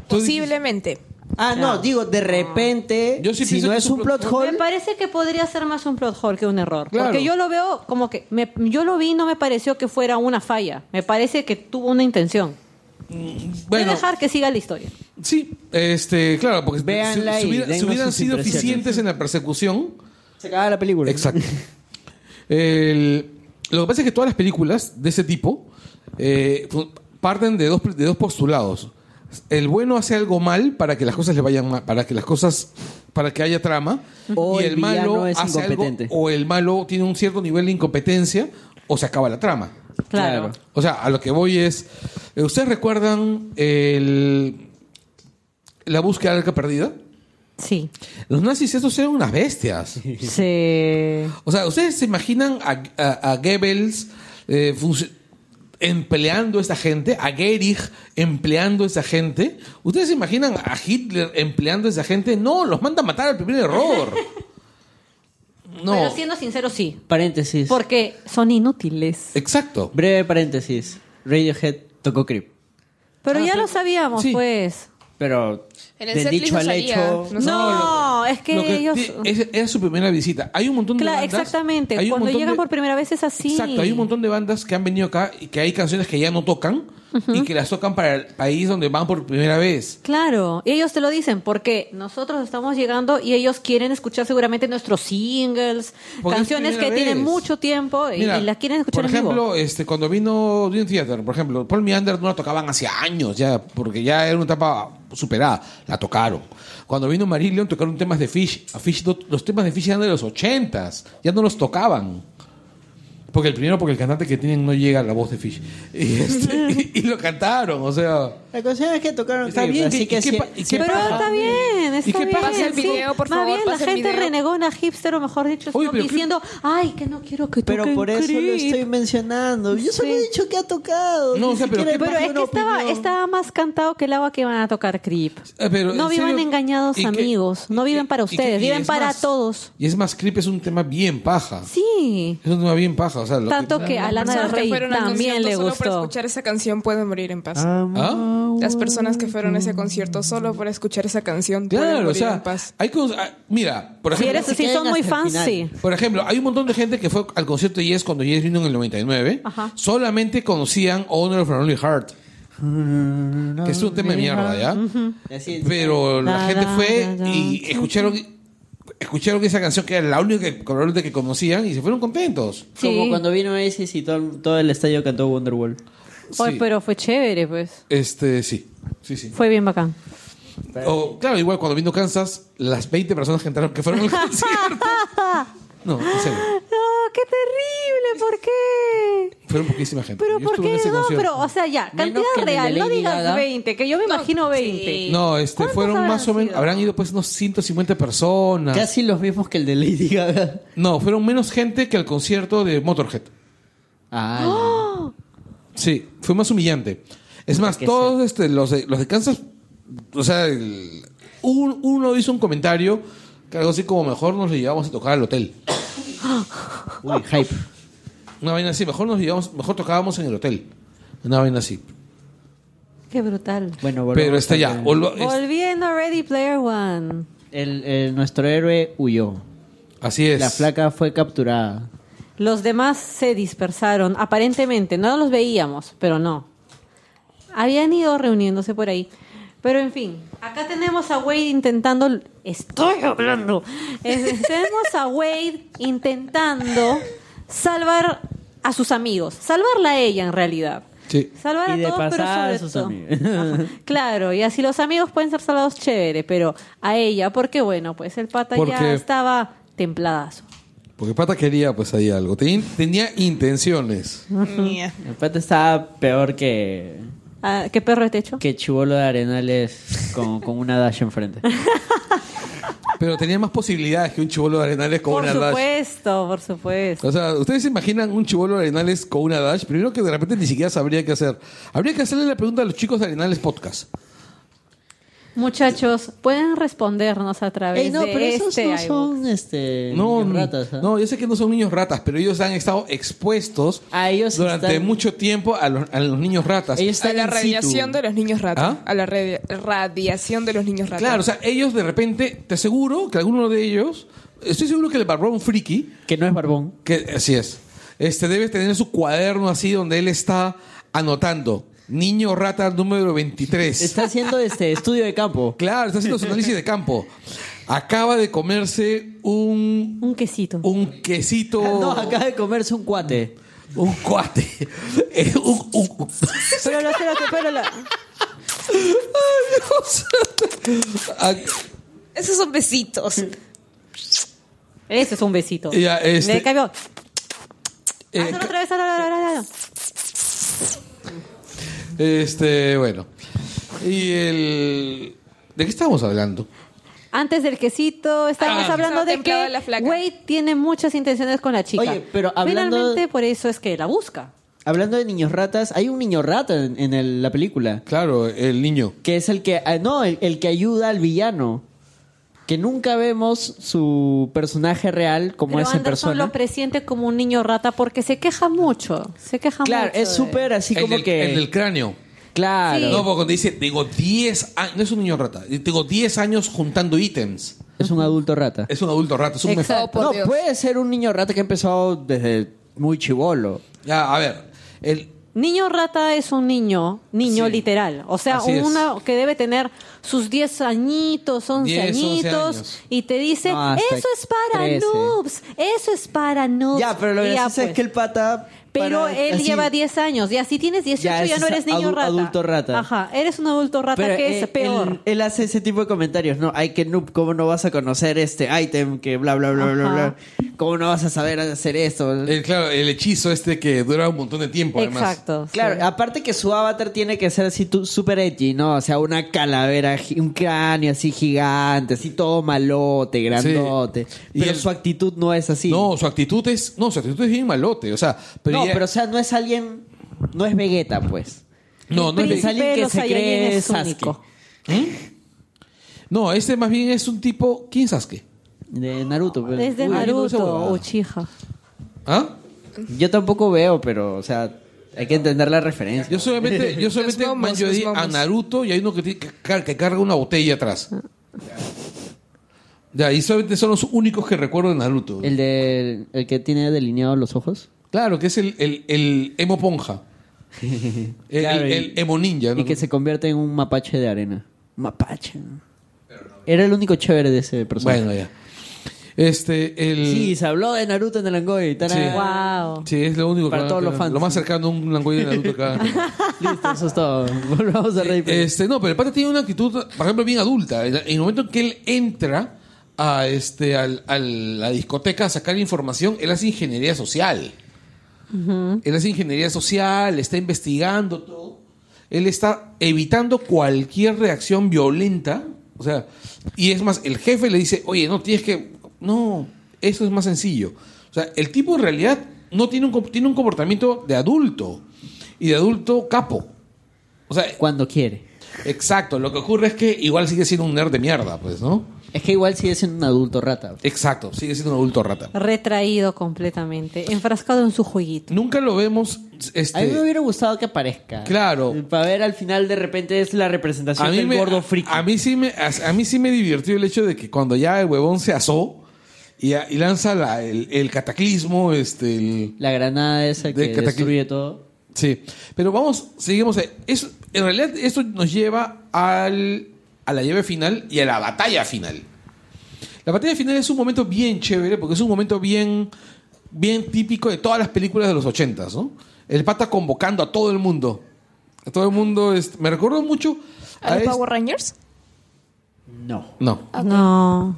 Speaker 5: Tú dices-
Speaker 4: Posiblemente.
Speaker 2: Ah, no,
Speaker 3: No.
Speaker 2: digo, de repente,
Speaker 5: Yo sí
Speaker 2: si
Speaker 5: pienso
Speaker 2: no
Speaker 5: que
Speaker 2: es un plot hole,
Speaker 3: Me parece que podría ser más un plot hole que un error.
Speaker 5: Claro.
Speaker 3: Porque yo lo veo como que. me- yo lo vi y no me pareció que fuera una falla. Me parece que tuvo una intención.
Speaker 5: bueno,
Speaker 3: De dejar que siga la historia.
Speaker 5: sí, este, claro, porque si-
Speaker 2: Véanla
Speaker 5: si,
Speaker 2: y
Speaker 5: hubiera- si
Speaker 2: dennos
Speaker 5: hubieran
Speaker 2: sus
Speaker 5: sido
Speaker 2: impresiones.
Speaker 5: eficientes en la persecución,
Speaker 2: se acababa la película.
Speaker 5: Exacto. El- lo que pasa es que todas las películas de ese tipo eh, fu- parten de dos, de dos postulados. El bueno hace algo mal para que las cosas le vayan mal, para que las cosas, para que haya trama.
Speaker 2: O el villano es
Speaker 5: hace algo-
Speaker 2: incompetente.
Speaker 5: o el malo tiene un cierto nivel de incompetencia o se acaba la trama.
Speaker 3: Claro.
Speaker 2: Claro.
Speaker 5: O sea, a lo que voy es. eh, ¿Ustedes recuerdan el- la búsqueda del arca perdida?
Speaker 3: Sí.
Speaker 5: Los nazis, estos eran unas bestias.
Speaker 3: Se.
Speaker 5: O sea, ¿ustedes se imaginan a, a- a Goebbels eh, func- empleando a esta gente? ¿A Gehrig empleando a esa gente? ¿Ustedes se imaginan a Hitler empleando a esa gente? No, los manda a matar al primer error. No.
Speaker 3: Pero siendo sincero, sí.
Speaker 2: Paréntesis.
Speaker 3: Porque son inútiles.
Speaker 5: Exacto.
Speaker 2: Breve paréntesis. Radiohead tocó Creep.
Speaker 3: Pero ya lo sabíamos,
Speaker 5: Ah, sí.
Speaker 3: pues.
Speaker 2: Pero
Speaker 4: En el
Speaker 2: del
Speaker 4: setlist
Speaker 2: dicho
Speaker 4: no
Speaker 2: al
Speaker 4: salía.
Speaker 2: hecho,
Speaker 4: No
Speaker 3: No,
Speaker 4: sé.
Speaker 3: es que,
Speaker 5: Lo que
Speaker 3: ellos.
Speaker 5: ti- es- era su primera visita. Hay un montón de
Speaker 3: Claro,
Speaker 5: bandas-
Speaker 3: exactamente.
Speaker 5: hay un
Speaker 3: Cuando
Speaker 5: montón
Speaker 3: llegan
Speaker 5: de-
Speaker 3: por primera vez es así.
Speaker 5: Exacto, hay un montón de bandas que han venido acá y que hay canciones que ya no tocan y que las tocan para el país donde van por primera vez.
Speaker 3: Claro, y ellos te lo dicen porque nosotros estamos llegando y ellos quieren escuchar seguramente nuestros singles,
Speaker 5: Porque Pues es
Speaker 3: canciones que
Speaker 5: primera
Speaker 3: tienen
Speaker 5: vez.
Speaker 3: mucho tiempo y,
Speaker 5: Mira,
Speaker 3: y las quieren escuchar
Speaker 5: Por
Speaker 3: en
Speaker 5: ejemplo,
Speaker 3: vivo.
Speaker 5: este cuando vino Dream Theater, por ejemplo, Paul Meander no la tocaban hace años ya, porque ya era una etapa superada, la tocaron. Cuando vino Marillion tocaron temas de Fish, a Fish no- los temas de Fish eran de los ochentas, ya no los tocaban. Porque el primero, porque el cantante que tienen no llega a la voz de Fish. Y, este, y- y lo cantaron, o sea.
Speaker 2: la cuestión es que tocaron
Speaker 5: Está
Speaker 2: Creep.
Speaker 5: bien,
Speaker 2: así
Speaker 5: ¿y
Speaker 2: que
Speaker 5: qué
Speaker 2: si-
Speaker 5: pa- y
Speaker 2: si-
Speaker 5: qué
Speaker 3: Pero
Speaker 5: pasa?
Speaker 3: está bien, está
Speaker 5: ¿Y qué
Speaker 3: bien.
Speaker 5: pasa?
Speaker 4: Pasa el
Speaker 3: sí.
Speaker 4: video, por
Speaker 3: Más
Speaker 4: favor,
Speaker 3: bien la
Speaker 4: pasa el
Speaker 3: gente
Speaker 4: video.
Speaker 3: renegona hipster o mejor dicho,
Speaker 5: Oye,
Speaker 3: son
Speaker 5: pero ¿qué-
Speaker 3: diciendo, ay, que no quiero que toquen
Speaker 2: Pero por eso lo
Speaker 3: Creep".
Speaker 2: estoy mencionando. Yo solo he
Speaker 3: Sí.
Speaker 2: dicho que ha tocado.
Speaker 5: No,
Speaker 2: Ni
Speaker 5: o sea, pero
Speaker 2: siquiera
Speaker 5: ¿qué
Speaker 2: he
Speaker 3: Pero
Speaker 2: pedido
Speaker 3: es que
Speaker 2: una
Speaker 3: estaba,
Speaker 2: opinión.
Speaker 3: estaba más cantado que el agua que van a tocar Creep.
Speaker 5: Ah, pero,
Speaker 3: no
Speaker 5: ¿en
Speaker 3: vivan
Speaker 5: serio?
Speaker 3: engañados,
Speaker 5: ¿Y qué-
Speaker 3: amigos. No
Speaker 5: y
Speaker 3: viven
Speaker 5: qué-
Speaker 3: para
Speaker 5: y qué-
Speaker 3: ustedes,
Speaker 5: y
Speaker 3: viven
Speaker 5: es
Speaker 3: para
Speaker 5: más-
Speaker 3: todos.
Speaker 5: Y es más, Creep es un tema bien paja.
Speaker 3: Sí.
Speaker 5: Es un tema bien paja, o sea, lo
Speaker 3: Tanto que a Lana del
Speaker 4: personas que
Speaker 3: Rey
Speaker 4: fueron al
Speaker 3: también
Speaker 4: concierto
Speaker 3: le
Speaker 4: solo por
Speaker 3: gustó.
Speaker 4: escuchar esa canción pueden morir en paz.
Speaker 5: ¿Ah?
Speaker 4: Las personas que fueron a ese concierto solo por escuchar esa canción pueden
Speaker 5: Claro, o
Speaker 4: morir
Speaker 5: sea,
Speaker 4: en paz.
Speaker 5: hay cons- ah, mira, por
Speaker 3: Si,
Speaker 5: ejemplo,
Speaker 3: eres,
Speaker 2: se
Speaker 3: si son
Speaker 2: queden
Speaker 3: muy
Speaker 2: hasta el
Speaker 3: fans,
Speaker 2: final.
Speaker 3: sí.
Speaker 5: por ejemplo, hay un montón de gente que fue al concierto de Yes cuando Yes vino en el 99,
Speaker 3: Ajá.
Speaker 5: solamente conocían Honor of an Only Heart, que es un tema de mierda, ¿ya?
Speaker 2: Así es.
Speaker 5: Pero la
Speaker 3: Ah, Da,
Speaker 5: gente
Speaker 3: da,
Speaker 5: fue
Speaker 3: da, da.
Speaker 5: y escucharon escucharon esa canción que era la única que, probablemente que conocían y se fueron contentos.
Speaker 2: Como
Speaker 3: Sí.
Speaker 2: cuando vino Aces y todo, todo el estadio cantó Wonderwall.
Speaker 3: Oye,
Speaker 5: Sí.
Speaker 3: pero fue chévere, pues.
Speaker 5: Este, sí. Sí, sí.
Speaker 3: Fue bien bacán.
Speaker 5: O, claro, igual cuando vino Kansas, las 20 personas que entraron que fueron al concierto. No, en serio.
Speaker 3: No, qué terrible, ¿por qué?
Speaker 5: Fueron poquísima gente.
Speaker 3: Pero
Speaker 5: Yo
Speaker 3: ¿por
Speaker 5: estuve en
Speaker 3: qué
Speaker 5: ese
Speaker 3: no?
Speaker 5: concierto.
Speaker 3: Pero, o sea, ya,
Speaker 2: Menos
Speaker 3: cantidad
Speaker 2: que el de
Speaker 3: real, no
Speaker 2: Lady
Speaker 3: digas
Speaker 2: Gaga.
Speaker 3: 20, que yo me imagino 20.
Speaker 5: No, este,
Speaker 3: ¿Cuántos
Speaker 5: fueron
Speaker 3: habrán
Speaker 5: más o menos,
Speaker 3: sido?
Speaker 5: habrán ido pues unos 150 personas.
Speaker 2: Casi los mismos que el de Lady Gaga.
Speaker 5: No, fueron menos gente que al concierto de Motorhead.
Speaker 2: Ah,
Speaker 5: Sí, fue más humillante. Es más,
Speaker 2: que
Speaker 5: todos este, los, de, los de Kansas, o sea, el- un- uno hizo un comentario que algo así como mejor nos lo llevamos a tocar al hotel.
Speaker 2: uy, hype.
Speaker 5: Una vaina así, mejor nos llevamos, mejor tocábamos en el hotel. Una vaina así.
Speaker 3: Qué brutal.
Speaker 2: Bueno, volvemos
Speaker 5: Pero está
Speaker 2: al-
Speaker 5: ya. volvo- es-
Speaker 3: Volviendo a Ready Player One.
Speaker 2: El, el- nuestro héroe huyó.
Speaker 5: así es.
Speaker 2: La flaca fue capturada.
Speaker 3: Los demás se dispersaron, aparentemente, no los veíamos, pero no. Habían ido reuniéndose por ahí. Pero en fin, acá tenemos a Wade intentando... Estoy hablando. Es- tenemos a Wade intentando salvar a sus amigos, salvarla a ella en realidad.
Speaker 5: Sí.
Speaker 3: Salvar a
Speaker 2: Y de
Speaker 3: todos, pero
Speaker 2: pasada
Speaker 3: sobre
Speaker 2: a sus
Speaker 3: todo-
Speaker 2: amigos.
Speaker 3: Ajá. Claro, y así los amigos pueden ser salvados chévere, pero a ella, porque bueno, pues el pata ya
Speaker 5: Porque-
Speaker 3: estaba templadazo.
Speaker 5: Porque Pata quería, pues, ahí algo. Tenía, tenía intenciones.
Speaker 4: Ña.
Speaker 2: El pata estaba peor que,
Speaker 3: Ah, ¿Qué perro de techo?
Speaker 2: que chivolo de arenales con, con una dash enfrente.
Speaker 5: Pero tenía más posibilidades que un chivolo de arenales con
Speaker 3: Por
Speaker 5: una dash.
Speaker 3: supuesto, por supuesto.
Speaker 5: O sea, ¿ustedes se imaginan un chivolo de arenales con una dash? Primero que de repente ni siquiera sabría qué hacer. Habría que hacerle la pregunta a los chicos de arenales podcast.
Speaker 3: Muchachos, pueden respondernos a través
Speaker 2: Ey, no,
Speaker 3: de
Speaker 2: pero esos
Speaker 3: este
Speaker 2: no
Speaker 3: iBook.
Speaker 2: son este,
Speaker 5: No, mm,
Speaker 2: niños ratas. ¿ah?
Speaker 5: no, yo sé que no son niños ratas, pero ellos han estado expuestos
Speaker 2: Ah, ellos
Speaker 5: durante
Speaker 2: están-
Speaker 5: mucho tiempo a los, a los niños ratas.
Speaker 2: Ellos
Speaker 4: A
Speaker 2: están
Speaker 4: la
Speaker 2: in situ.
Speaker 4: radiación de los niños ratas.
Speaker 5: ¿Ah?
Speaker 4: A la radia- radiación de los niños ratas.
Speaker 5: Claro, o sea, ellos de repente, te aseguro que alguno de ellos, estoy seguro que el barbón friki,
Speaker 2: Que no es barbón.
Speaker 5: Que, así es. Este debe tener su cuaderno así donde él está anotando. Niño rata número 23.
Speaker 2: Está haciendo este estudio de campo.
Speaker 5: Claro, está haciendo su análisis de campo. Acaba de comerse un,
Speaker 3: Un quesito.
Speaker 5: un quesito.
Speaker 2: Ah, No, acaba de comerse un cuate.
Speaker 5: Un cuate. Eh, un- un-
Speaker 3: Pero lo- pero lo- pero lo-
Speaker 5: Ah,
Speaker 4: Esos son besitos.
Speaker 3: Eso es un besito.
Speaker 5: Ya, este-
Speaker 3: Le cambió.
Speaker 5: eh,
Speaker 3: Hazlo otra vez, hazlo, hazlo, hazlo, hazlo.
Speaker 5: este, bueno. Y el. ¿De qué estábamos hablando?
Speaker 3: Antes del quesito, estábamos
Speaker 5: Ah.
Speaker 3: hablando
Speaker 4: Estaba
Speaker 3: de
Speaker 4: templada
Speaker 3: que
Speaker 4: la flaca.
Speaker 3: Wade tiene muchas intenciones con la chica.
Speaker 2: Oye, pero hablando-
Speaker 3: Finalmente, por eso es que la busca.
Speaker 2: Hablando de niños ratas, hay un niño rata en, en el- la película.
Speaker 5: Claro, el niño.
Speaker 2: Que es el que. ah, No, el, el que ayuda al villano. Que nunca vemos su personaje real como
Speaker 3: Pero
Speaker 2: esa
Speaker 3: Anderson
Speaker 2: persona.
Speaker 3: lo presiente como un niño rata porque se queja mucho. Se queja
Speaker 2: Claro,
Speaker 3: mucho
Speaker 2: es
Speaker 3: de-
Speaker 2: súper así
Speaker 5: El
Speaker 2: como
Speaker 5: del-
Speaker 2: que.
Speaker 5: el del cráneo.
Speaker 2: Claro.
Speaker 3: Sí.
Speaker 5: No, porque cuando dice, tengo 10 años, no es un niño rata, tengo 10 años juntando ítems.
Speaker 2: Es un adulto rata.
Speaker 5: Es un adulto rata, es un mejor.
Speaker 4: Oh, por
Speaker 2: no,
Speaker 4: Dios.
Speaker 2: puede ser un niño rata que empezó desde muy chivolo.
Speaker 5: Ya, a ver, el,
Speaker 3: Niño rata es un niño, niño
Speaker 5: Sí.
Speaker 3: literal. O sea,
Speaker 5: Así es.
Speaker 3: uno que debe tener sus 10 añitos, 11
Speaker 5: 10, 11
Speaker 3: añitos,
Speaker 5: años.
Speaker 3: y te dice,
Speaker 2: No, hasta
Speaker 3: eso es para
Speaker 2: 13.
Speaker 3: noobs, eso es para noobs.
Speaker 2: Ya, pero lo
Speaker 3: Y
Speaker 2: que
Speaker 3: ya,
Speaker 2: pasa es
Speaker 3: pues.
Speaker 2: que el pata.
Speaker 3: Pero
Speaker 2: para-
Speaker 3: él
Speaker 2: así-
Speaker 3: lleva 10 años, ya si tienes 18
Speaker 2: Ya,
Speaker 3: ya,
Speaker 2: ese
Speaker 3: no
Speaker 2: es
Speaker 3: eres niño
Speaker 2: adu-
Speaker 3: rata.
Speaker 2: adulto rata.
Speaker 3: Ajá, eres un adulto rata
Speaker 2: Pero eh,
Speaker 3: que es
Speaker 2: él-
Speaker 3: peor.
Speaker 2: Él, él hace ese tipo de comentarios, ¿no? Ay, que noob, ¿cómo no vas a conocer este ítem? Que bla, bla, bla, bla,
Speaker 3: Ajá.
Speaker 2: bla. ¿Cómo no vas a saber hacer esto?
Speaker 5: el- claro, el hechizo este que dura un montón de tiempo, además.
Speaker 3: Exacto. sí.
Speaker 2: Claro, ah, aparte que su avatar tiene que ser así tu- super edgy, ¿no? O sea, una calavera, gi- un cráneo así gigante, así todo malote, grandote.
Speaker 5: Y
Speaker 2: Pero
Speaker 5: el-
Speaker 2: su actitud no es así.
Speaker 5: No, su actitud es, no, su actitud es bien malote, o sea, pero,
Speaker 2: No,
Speaker 5: ya-
Speaker 2: pero o sea, no es alguien... No es Vegeta, pues.
Speaker 5: no, no, es ¿Mm?
Speaker 3: príncipe
Speaker 2: Es alguien
Speaker 3: de
Speaker 2: que
Speaker 3: los
Speaker 2: se cree
Speaker 3: Saiyajines es
Speaker 2: Sasuke.
Speaker 3: único.
Speaker 5: no, este más bien es un tipo, ¿quién es Sasuke?
Speaker 2: De Naruto. pues. pero-
Speaker 3: Es de
Speaker 5: Uy, no sé,
Speaker 3: Naruto,
Speaker 5: huevada.
Speaker 3: Uchiha.
Speaker 5: ¿Ah?
Speaker 2: Yo tampoco veo, pero, o sea, hay que entender la referencia.
Speaker 5: Yo solamente, yo solamente
Speaker 4: momos,
Speaker 5: manjo
Speaker 4: los
Speaker 5: ahí a
Speaker 4: momos.
Speaker 5: Naruto y hay uno que, tiene que, car- que carga una botella atrás. Ya, y solamente son los únicos que recuerdo de Naruto.
Speaker 2: El de el que tiene delineados los ojos.
Speaker 5: Claro, que es el, el, el emo ponja. El,
Speaker 2: Claro, y-
Speaker 5: el- el emo ninja. ¿no?
Speaker 2: Y que se convierte en un mapache de arena. Mapache. ¿no? Era el único chévere de ese personaje.
Speaker 5: Bueno, ya. Este, el...
Speaker 2: Sí, se habló de Naruto en el Angoy. tarán.
Speaker 3: Wow.
Speaker 5: Sí, es lo único
Speaker 2: Para
Speaker 5: que-
Speaker 2: todos los fans.
Speaker 5: Lo más cercano a un langoy de Naruto acá.
Speaker 2: Listo, eso es todo. Volvamos a pues. Rey.
Speaker 5: este, no, pero el pata tiene una actitud, por ejemplo, bien adulta. En el momento en que él entra a, este, al- a la discoteca a sacar información, él hace ingeniería social. Él hace ingeniería social, está investigando todo. Él está evitando cualquier reacción violenta. O sea, y es más, el jefe le dice, oye, no tienes que. No, eso es más sencillo. O sea, el tipo en realidad no tiene un, com- tiene un comportamiento de adulto. Y de adulto capo. O sea,
Speaker 2: Cuando quiere.
Speaker 5: exacto. Lo que ocurre es que igual sigue siendo un nerd de mierda, pues, ¿no?
Speaker 2: Es que igual sigue siendo un adulto rata.
Speaker 5: Exacto, sigue siendo un adulto rata.
Speaker 3: Retraído completamente, enfrascado en su jueguito.
Speaker 5: Nunca lo vemos. Este,
Speaker 2: A mí me hubiera gustado que aparezca.
Speaker 5: Claro.
Speaker 2: Para ver al final de repente es la representación del gordo friki.
Speaker 5: A, mí sí me, a, a mí sí me divirtió el hecho de que cuando ya el huevón se asó y, a- y lanza la- el, el cataclismo, este, el-
Speaker 2: La granada esa
Speaker 5: De
Speaker 2: que
Speaker 5: catacli-
Speaker 2: destruye todo.
Speaker 5: sí. Pero vamos, seguimos. eh, eso- en realidad esto nos lleva al, a la llave final y a la batalla final. La batalla final es un momento bien chévere porque es un momento bien, bien típico de todas las películas de los ochentas, ¿no? El pata convocando a todo el mundo. A todo el mundo. este, me recuerdo mucho.
Speaker 4: ¿A
Speaker 5: a
Speaker 4: los
Speaker 5: este-
Speaker 4: Power Rangers?
Speaker 2: No.
Speaker 5: No.
Speaker 3: No.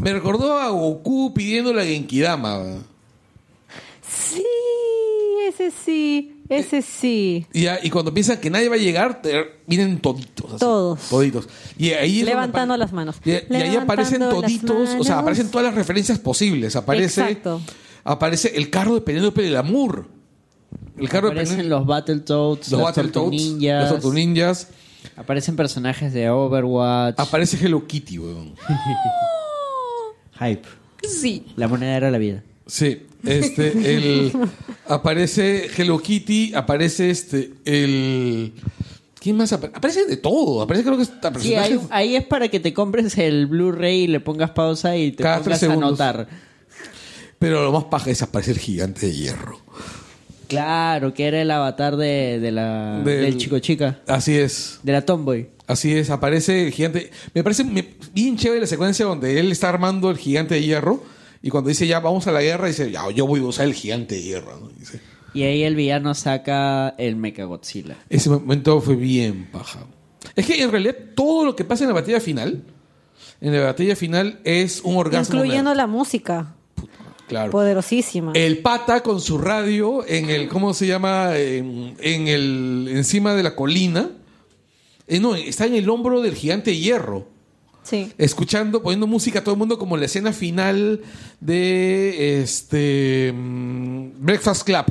Speaker 5: Me recordó a Goku pidiendo la Genkidama. weón.
Speaker 3: Sí, ese sí, ese sí.
Speaker 5: Y, a- y cuando piensan que nadie va a llegar, te- vienen toditos. así.
Speaker 3: Todos.
Speaker 5: Toditos. Y ahí es donde
Speaker 3: Levantando
Speaker 5: apare-
Speaker 3: las manos.
Speaker 5: Y, y ahí
Speaker 3: Levantando
Speaker 5: aparecen
Speaker 3: las
Speaker 5: toditos, o sea,
Speaker 3: manos.
Speaker 5: aparecen todas las referencias posibles. Aparece,
Speaker 3: Exacto.
Speaker 5: aparece el carro de Penélope del Amor. El carro de
Speaker 2: Aparecen
Speaker 5: Penélope.
Speaker 2: los Battletoads,
Speaker 5: Los
Speaker 2: los, Tortugas
Speaker 5: Battletoads,
Speaker 2: Ninjas,
Speaker 5: los Tortugas Ninjas.
Speaker 2: Aparecen personajes de Overwatch.
Speaker 5: Aparece Hello Kitty, weón.
Speaker 2: Hype.
Speaker 4: Sí.
Speaker 2: La moneda era la vida.
Speaker 5: Sí, este, el, aparece Hello Kitty, aparece este, el... ¿Quién más? apare- Aparece de todo, aparece creo que está
Speaker 2: Sí, ahí, ahí es para que te compres el Blu-ray y le pongas pausa y te
Speaker 5: Cada tres
Speaker 2: pongas a
Speaker 5: segundos.
Speaker 2: anotar.
Speaker 5: Pero lo más paja es aparecer el gigante de hierro.
Speaker 2: Claro, que era el avatar de, de la,
Speaker 5: Del-
Speaker 2: del... chico chica,
Speaker 5: Así es,
Speaker 2: de la Tomboy.
Speaker 5: así es, aparece el gigante... Me parece me- bien chévere la secuencia donde él está armando el gigante de hierro y cuando dice ya vamos a la guerra, dice ya yo voy a usar el gigante de hierro. ¿no? Dice,
Speaker 2: Y ahí el villano saca el Mechagodzilla.
Speaker 5: Ese momento fue bien paja. Es que en realidad todo lo que pasa en la batalla final, en la batalla final es un orgasmo.
Speaker 3: Incluyendo
Speaker 5: nerd.
Speaker 3: la música,
Speaker 5: Claro.
Speaker 3: poderosísima.
Speaker 5: El pata con su radio en el, ¿cómo se llama? En, en el, encima de la colina. Eh, no, está en el hombro del gigante de hierro.
Speaker 3: Sí.
Speaker 5: Escuchando, poniendo música a todo el mundo como la escena final de este mm, Breakfast Club.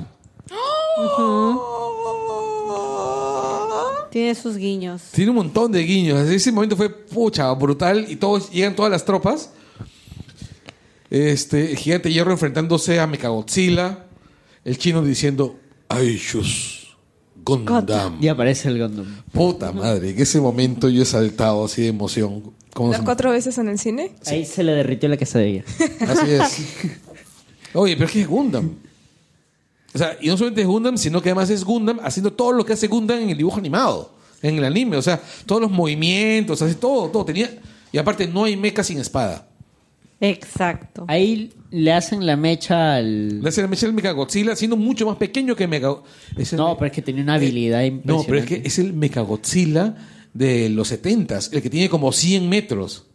Speaker 3: Tiene sus guiños.
Speaker 5: Tiene un montón de guiños. Ese momento fue pucha, brutal. Y todos llegan todas las tropas. Este, el Gigante Hierro enfrentándose a Mechagodzilla. El chino diciendo, Aishus, Gundam.
Speaker 2: Y aparece el Gundam.
Speaker 5: Puta madre, que ese momento yo he saltado así de emoción. ¿Cómo
Speaker 4: ¿Las
Speaker 5: se-
Speaker 4: cuatro veces en el cine?
Speaker 2: Ahí se le derritió la quesadilla.
Speaker 5: Así es. Oye, pero es que es Gundam. O sea, y no solamente es Gundam, sino que además es Gundam haciendo todo lo que hace Gundam en el dibujo animado, en el anime. O sea, todos los movimientos, hace todo, todo. Tenía... Y aparte, no hay mecha sin espada.
Speaker 3: Exacto.
Speaker 2: Ahí le hacen la mecha
Speaker 5: Le
Speaker 2: al...
Speaker 5: hace la mecha del Mecha Godzilla siendo mucho más pequeño que Mecha. es el-
Speaker 2: No, pero es que tenía una habilidad
Speaker 5: Eh, No,
Speaker 2: impresionante.
Speaker 5: pero es que es el Mecha Godzilla de los 70s, el que tiene como 100 metros.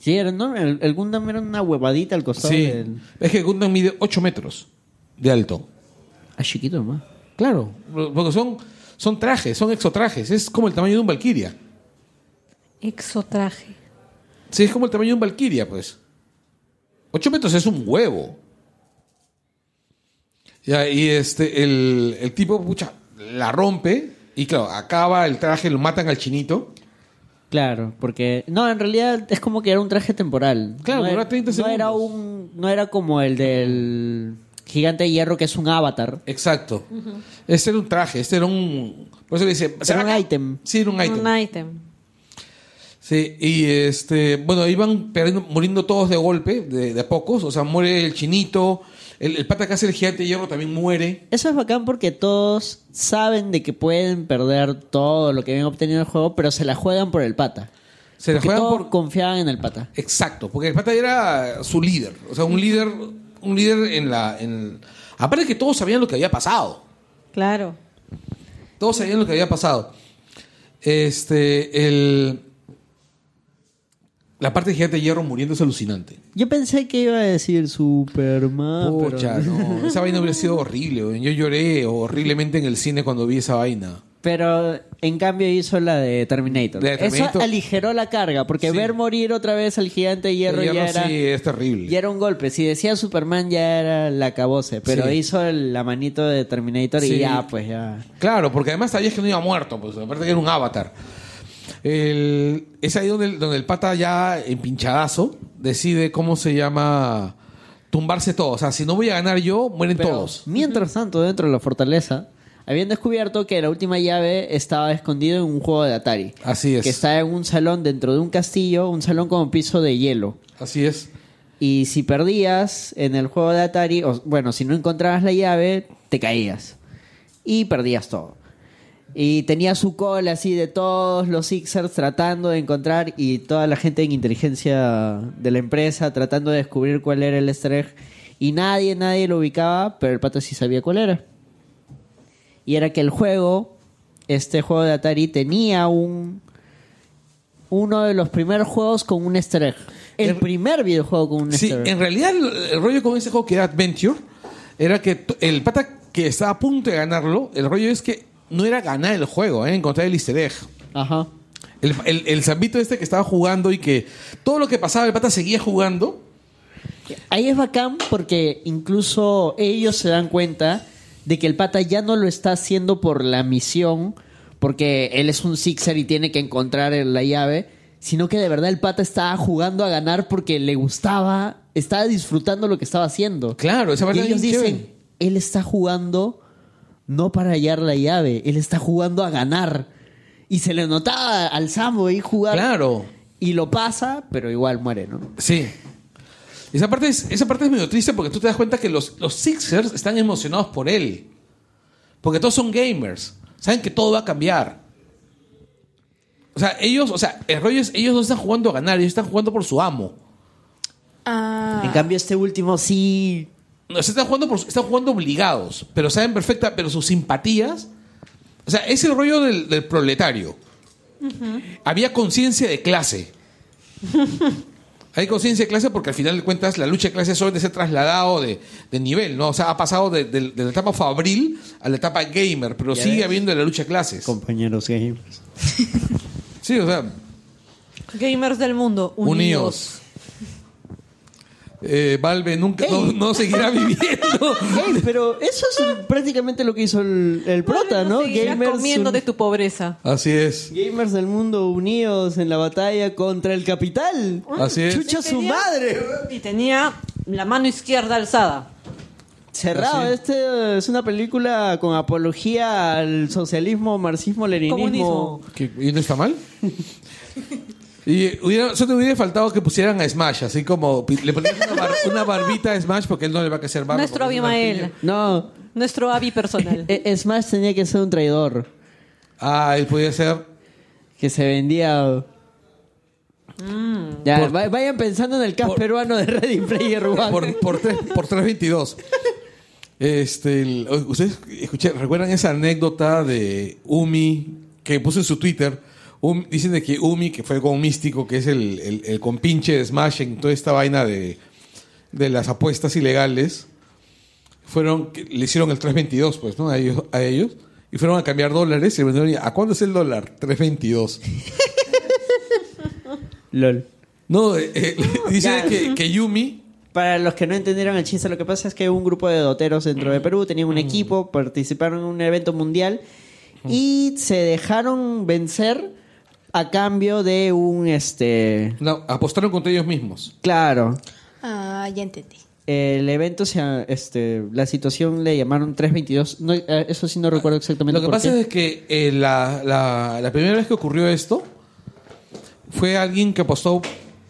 Speaker 2: Sí, era enorme. El, el Gundam era una huevadita al costado
Speaker 5: Sí.
Speaker 2: del...
Speaker 5: Es que Gundam mide 8 metros de alto.
Speaker 2: Ah, chiquito nomás.
Speaker 5: Claro, porque son, son trajes, son exotrajes. Es como el tamaño de un Valkyria.
Speaker 3: Exotraje.
Speaker 5: Sí, es como el tamaño de un Valkyria, pues. Ocho metros es un huevo. Ya, y este, el, el tipo, pucha, la rompe. Y claro, acaba el traje, lo matan al chinito.
Speaker 2: Claro, porque no, en realidad es como que era un traje temporal.
Speaker 5: Claro,
Speaker 2: no
Speaker 5: duraba 30
Speaker 2: no era
Speaker 5: segundos.
Speaker 2: un, no era como el del gigante de hierro que es un avatar.
Speaker 5: Exacto. Este era un traje, este era un. Por eso le dice.
Speaker 2: Era un ítem.
Speaker 5: Sí, era un ítem.
Speaker 3: Un item.
Speaker 5: Sí, y este, bueno, iban perdiendo- muriendo todos de golpe, de, de a pocos. O sea, muere el chinito, el, el pata que hace el gigante de hierro también muere.
Speaker 2: Eso es bacán porque todos saben de que pueden perder todo lo que habían obtenido en el juego, pero se la juegan por el pata.
Speaker 5: Se le
Speaker 2: Porque
Speaker 5: juegan
Speaker 2: todos
Speaker 5: por.
Speaker 2: confiaban en el pata.
Speaker 5: Exacto, porque el pata era su líder. O sea, un líder, un líder en la. En... Aparte que todos sabían lo que había pasado.
Speaker 3: Claro.
Speaker 5: Todos sabían lo que había pasado. Este, el. La parte de gigante de hierro muriendo es alucinante.
Speaker 2: Yo pensé que iba a decir Superman. Ah, pero-
Speaker 5: Pucha, no. Esa vaina hubiera sido horrible. weón. Yo lloré horriblemente en el cine cuando vi esa vaina.
Speaker 2: Pero en cambio hizo la de Terminator.
Speaker 5: La de Terminator.
Speaker 2: Eso aligeró la carga, porque
Speaker 5: Sí.
Speaker 2: ver morir otra vez al gigante de hierro,
Speaker 5: El hierro
Speaker 2: ya era...
Speaker 5: sí es terrible.
Speaker 2: Y era un golpe. Si decía Superman ya era la cabose, pero
Speaker 5: Sí.
Speaker 2: hizo el- la manito de Terminator
Speaker 5: Sí.
Speaker 2: y ya, pues ya.
Speaker 5: Claro, porque además sabías que no iba muerto, pues aparte que era un avatar. El- es ahí donde, el- donde el pata ya en pinchadazo decide cómo se llama tumbarse todo. O sea, si no voy a ganar yo, mueren
Speaker 2: Pero,
Speaker 5: todos.
Speaker 2: Mientras tanto, dentro de la fortaleza, habían descubierto que la última llave estaba escondida en un juego de Atari.
Speaker 5: Así es.
Speaker 2: Que está en un salón dentro de un castillo, un salón con piso de hielo.
Speaker 5: Así es.
Speaker 2: Y si perdías en el juego de Atari, o, bueno, si no encontrabas la llave, te caías. Y perdías todo. Y tenía su cola así de todos los Sixers tratando de encontrar y toda la gente en inteligencia de la empresa tratando de descubrir cuál era el easter egg. Y nadie, nadie lo ubicaba, pero el pato sí sabía cuál era. Y era que el juego, este juego de Atari, tenía un. Uno de los primeros juegos con un easter egg. El
Speaker 5: En-
Speaker 2: primer videojuego con un
Speaker 5: Sí,
Speaker 2: easter egg.
Speaker 5: en realidad el, el rollo con ese juego que era Adventure era que t- el pata que estaba a punto de ganarlo, el rollo es que no era ganar el juego, ¿eh? encontrar el easter egg.
Speaker 2: Ajá.
Speaker 5: El, el, el zambito este que estaba jugando y que todo lo que pasaba el pata seguía jugando.
Speaker 2: Ahí es bacán porque incluso ellos se dan cuenta de que el pata ya no lo está haciendo por la misión, porque él es un sixer y tiene que encontrar el- la llave, sino que de verdad el pata estaba jugando a ganar porque le gustaba, estaba disfrutando lo que estaba haciendo.
Speaker 5: Claro, esa
Speaker 2: Y
Speaker 5: parte
Speaker 2: ellos
Speaker 5: bien
Speaker 2: dicen,
Speaker 5: chévere.
Speaker 2: él está jugando no para hallar la llave, él está jugando a ganar. Y se le notaba al Sambo ahí jugar.
Speaker 5: Claro,
Speaker 2: Y lo pasa, pero igual muere, ¿no?
Speaker 5: sí. Esa parte, es, esa parte es medio triste porque tú te das cuenta que los, los Sixers están emocionados por él. Porque todos son gamers. Saben que todo va a cambiar. O sea, ellos, o sea, el rollo es, ellos no están jugando a ganar, ellos están jugando por su amo.
Speaker 4: Ah,
Speaker 2: En cambio, este último sí.
Speaker 5: No, se están jugando, por, están jugando obligados, pero saben perfecta, pero sus simpatías. O sea, es el rollo del, del proletario. Había conciencia de clase. Hay conciencia de clase porque al final de cuentas la lucha de clases solamente se ha trasladado de, de nivel, ¿no? O sea, ha pasado de, de- de la etapa fabril a la etapa gamer, pero sigue habiendo la lucha de clases.
Speaker 2: Compañeros gamers.
Speaker 5: Sí, o sea,
Speaker 3: Gamers del mundo, unidos.
Speaker 5: unidos. Eh, Valve nunca no, no seguirá viviendo.
Speaker 2: Ey, pero eso es un- prácticamente lo que hizo el, el prota, ¿no?
Speaker 3: Gamers comiendo
Speaker 2: un-
Speaker 3: de tu pobreza.
Speaker 5: Así es.
Speaker 2: gamers del mundo unidos en la batalla contra el capital.
Speaker 5: Así es.
Speaker 2: Chucha su madre.
Speaker 3: Y tenía la mano izquierda alzada.
Speaker 2: Cerrado,
Speaker 5: Así.
Speaker 2: este es una película con apología al socialismo, marxismo, leninismo.
Speaker 3: Comunismo.
Speaker 5: ¿Qué? ¿Y no está mal? Y hubiera, solo te hubiera faltado que pusieran a Smash, así como pi- le ponían una, bar- una barbita a Smash porque él no le va a crecer barba.
Speaker 3: Nuestro
Speaker 5: porque es un
Speaker 3: Abimael,
Speaker 5: artillo.
Speaker 2: No,
Speaker 3: nuestro Abi personal.
Speaker 2: e- Smash tenía que ser un traidor
Speaker 5: Ah, él podía ser.
Speaker 2: que se vendía.
Speaker 3: Mm.
Speaker 2: Ya, va- vayan pensando en el cast
Speaker 5: por-
Speaker 2: peruano de Ready Player One.
Speaker 5: Por, por, tres- por 322. Este, el- Ustedes escuché, recuerdan esa anécdota de Umi que puso en su Twitter. Um- dicen de que Umi, que fue con Místico, que es el, el, el compinche de Smash en toda esta vaina de, de las apuestas ilegales, fueron, que le hicieron el 322, pues, ¿no? A ellos, a ellos. Y fueron a cambiar dólares y le preguntaron, ¿a cuánto es el dólar? 322.
Speaker 2: LOL.
Speaker 5: No, eh, eh, dicen
Speaker 2: Ya.
Speaker 5: que, que Yumi,
Speaker 2: Para los que no entendieron el chiste, lo que pasa es que un grupo de doteros dentro
Speaker 5: Mm.
Speaker 2: de Perú tenían un equipo, participaron en un evento mundial y se dejaron vencer a cambio de un este.
Speaker 5: no, apostaron contra ellos mismos.
Speaker 2: Claro,
Speaker 4: ah, ya entendí.
Speaker 2: el evento, se, ha- este, la situación le llamaron 322. No, eh, eso sí no recuerdo exactamente.
Speaker 5: Lo que
Speaker 2: por
Speaker 5: pasa
Speaker 2: qué.
Speaker 5: es que eh, la, la- la primera vez que ocurrió esto fue alguien que apostó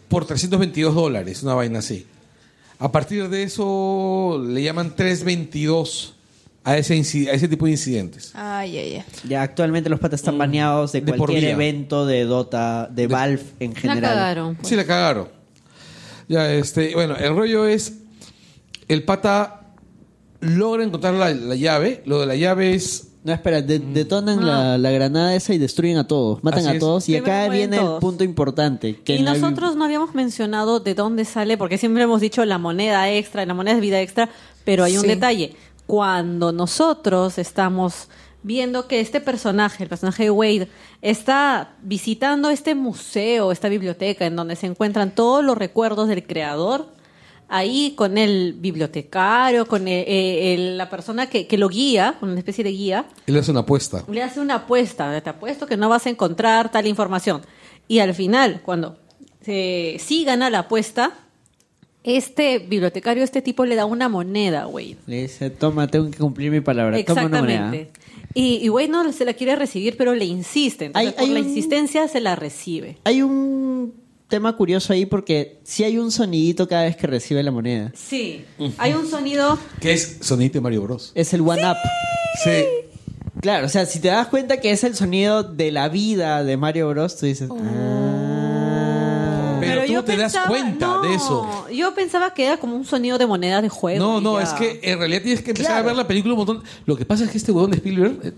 Speaker 5: por 322 dólares, una vaina así. A partir de eso le llaman 322 a ese, inci- a ese tipo de incidentes.
Speaker 4: Ah, ya, ya.
Speaker 2: Ya actualmente los patas están baneados de,
Speaker 5: Mm, De por
Speaker 2: cualquier
Speaker 5: vida.
Speaker 2: evento de Dota, de, Valve en
Speaker 3: La
Speaker 2: general.
Speaker 3: cagaron. pues.
Speaker 5: Sí, la cagaron. Ya, este, bueno, el rollo es, el pata logra encontrar la, la llave. Lo de la llave es...
Speaker 2: No, espera, de- detonan
Speaker 3: Ah.
Speaker 2: la, la granada esa y destruyen a todos, matan
Speaker 5: Mm. Así
Speaker 2: a
Speaker 5: es.
Speaker 2: todos y
Speaker 3: Primero
Speaker 2: acá
Speaker 3: mueren
Speaker 2: viene el
Speaker 3: todos.
Speaker 2: punto importante. Que
Speaker 3: y
Speaker 2: en la-
Speaker 3: nosotros no habíamos mencionado de dónde sale, porque siempre hemos dicho la moneda extra, la moneda es vida extra, pero hay un
Speaker 4: Sí.
Speaker 3: detalle. Cuando nosotros estamos viendo que este personaje, el personaje de Wade, está visitando este museo, esta biblioteca, en donde se encuentran todos los recuerdos del creador, ahí con el bibliotecario, con el- eh, el- la persona que, que lo guía, con una especie de guía,
Speaker 5: Él hace una apuesta.
Speaker 3: le hace una apuesta, te apuesto que no vas a encontrar tal información. Y al final, cuando se, sí gana la apuesta, este bibliotecario, este tipo le da una moneda, güey.
Speaker 2: Le dice, toma, tengo que cumplir mi palabra. Toma una moneda.
Speaker 3: Exactamente. Y, y güey no se la quiere recibir, pero le insiste. Entonces,
Speaker 2: Hay-
Speaker 3: por
Speaker 2: hay
Speaker 3: la
Speaker 2: un-
Speaker 3: insistencia se la recibe.
Speaker 2: Hay un tema curioso ahí porque sí hay un sonidito cada vez que recibe la moneda.
Speaker 3: Sí. Hay un sonido.
Speaker 5: Que es Sonite Mario Bros.
Speaker 2: Es el one up.
Speaker 5: Sí.
Speaker 2: Claro, o sea, si te das
Speaker 3: Oh.
Speaker 2: cuenta que es el sonido de la vida de Mario Bros, tú dices... "Ah".
Speaker 5: Pero tú te das cuenta
Speaker 3: no,
Speaker 5: de eso.
Speaker 3: Yo pensaba que era como un sonido de monedas de juego.
Speaker 5: No,
Speaker 3: y
Speaker 5: no,
Speaker 3: ya.
Speaker 5: es que en realidad tienes que empezar a ver la película un montón. Lo que pasa es que este huevón de Spielberg eh,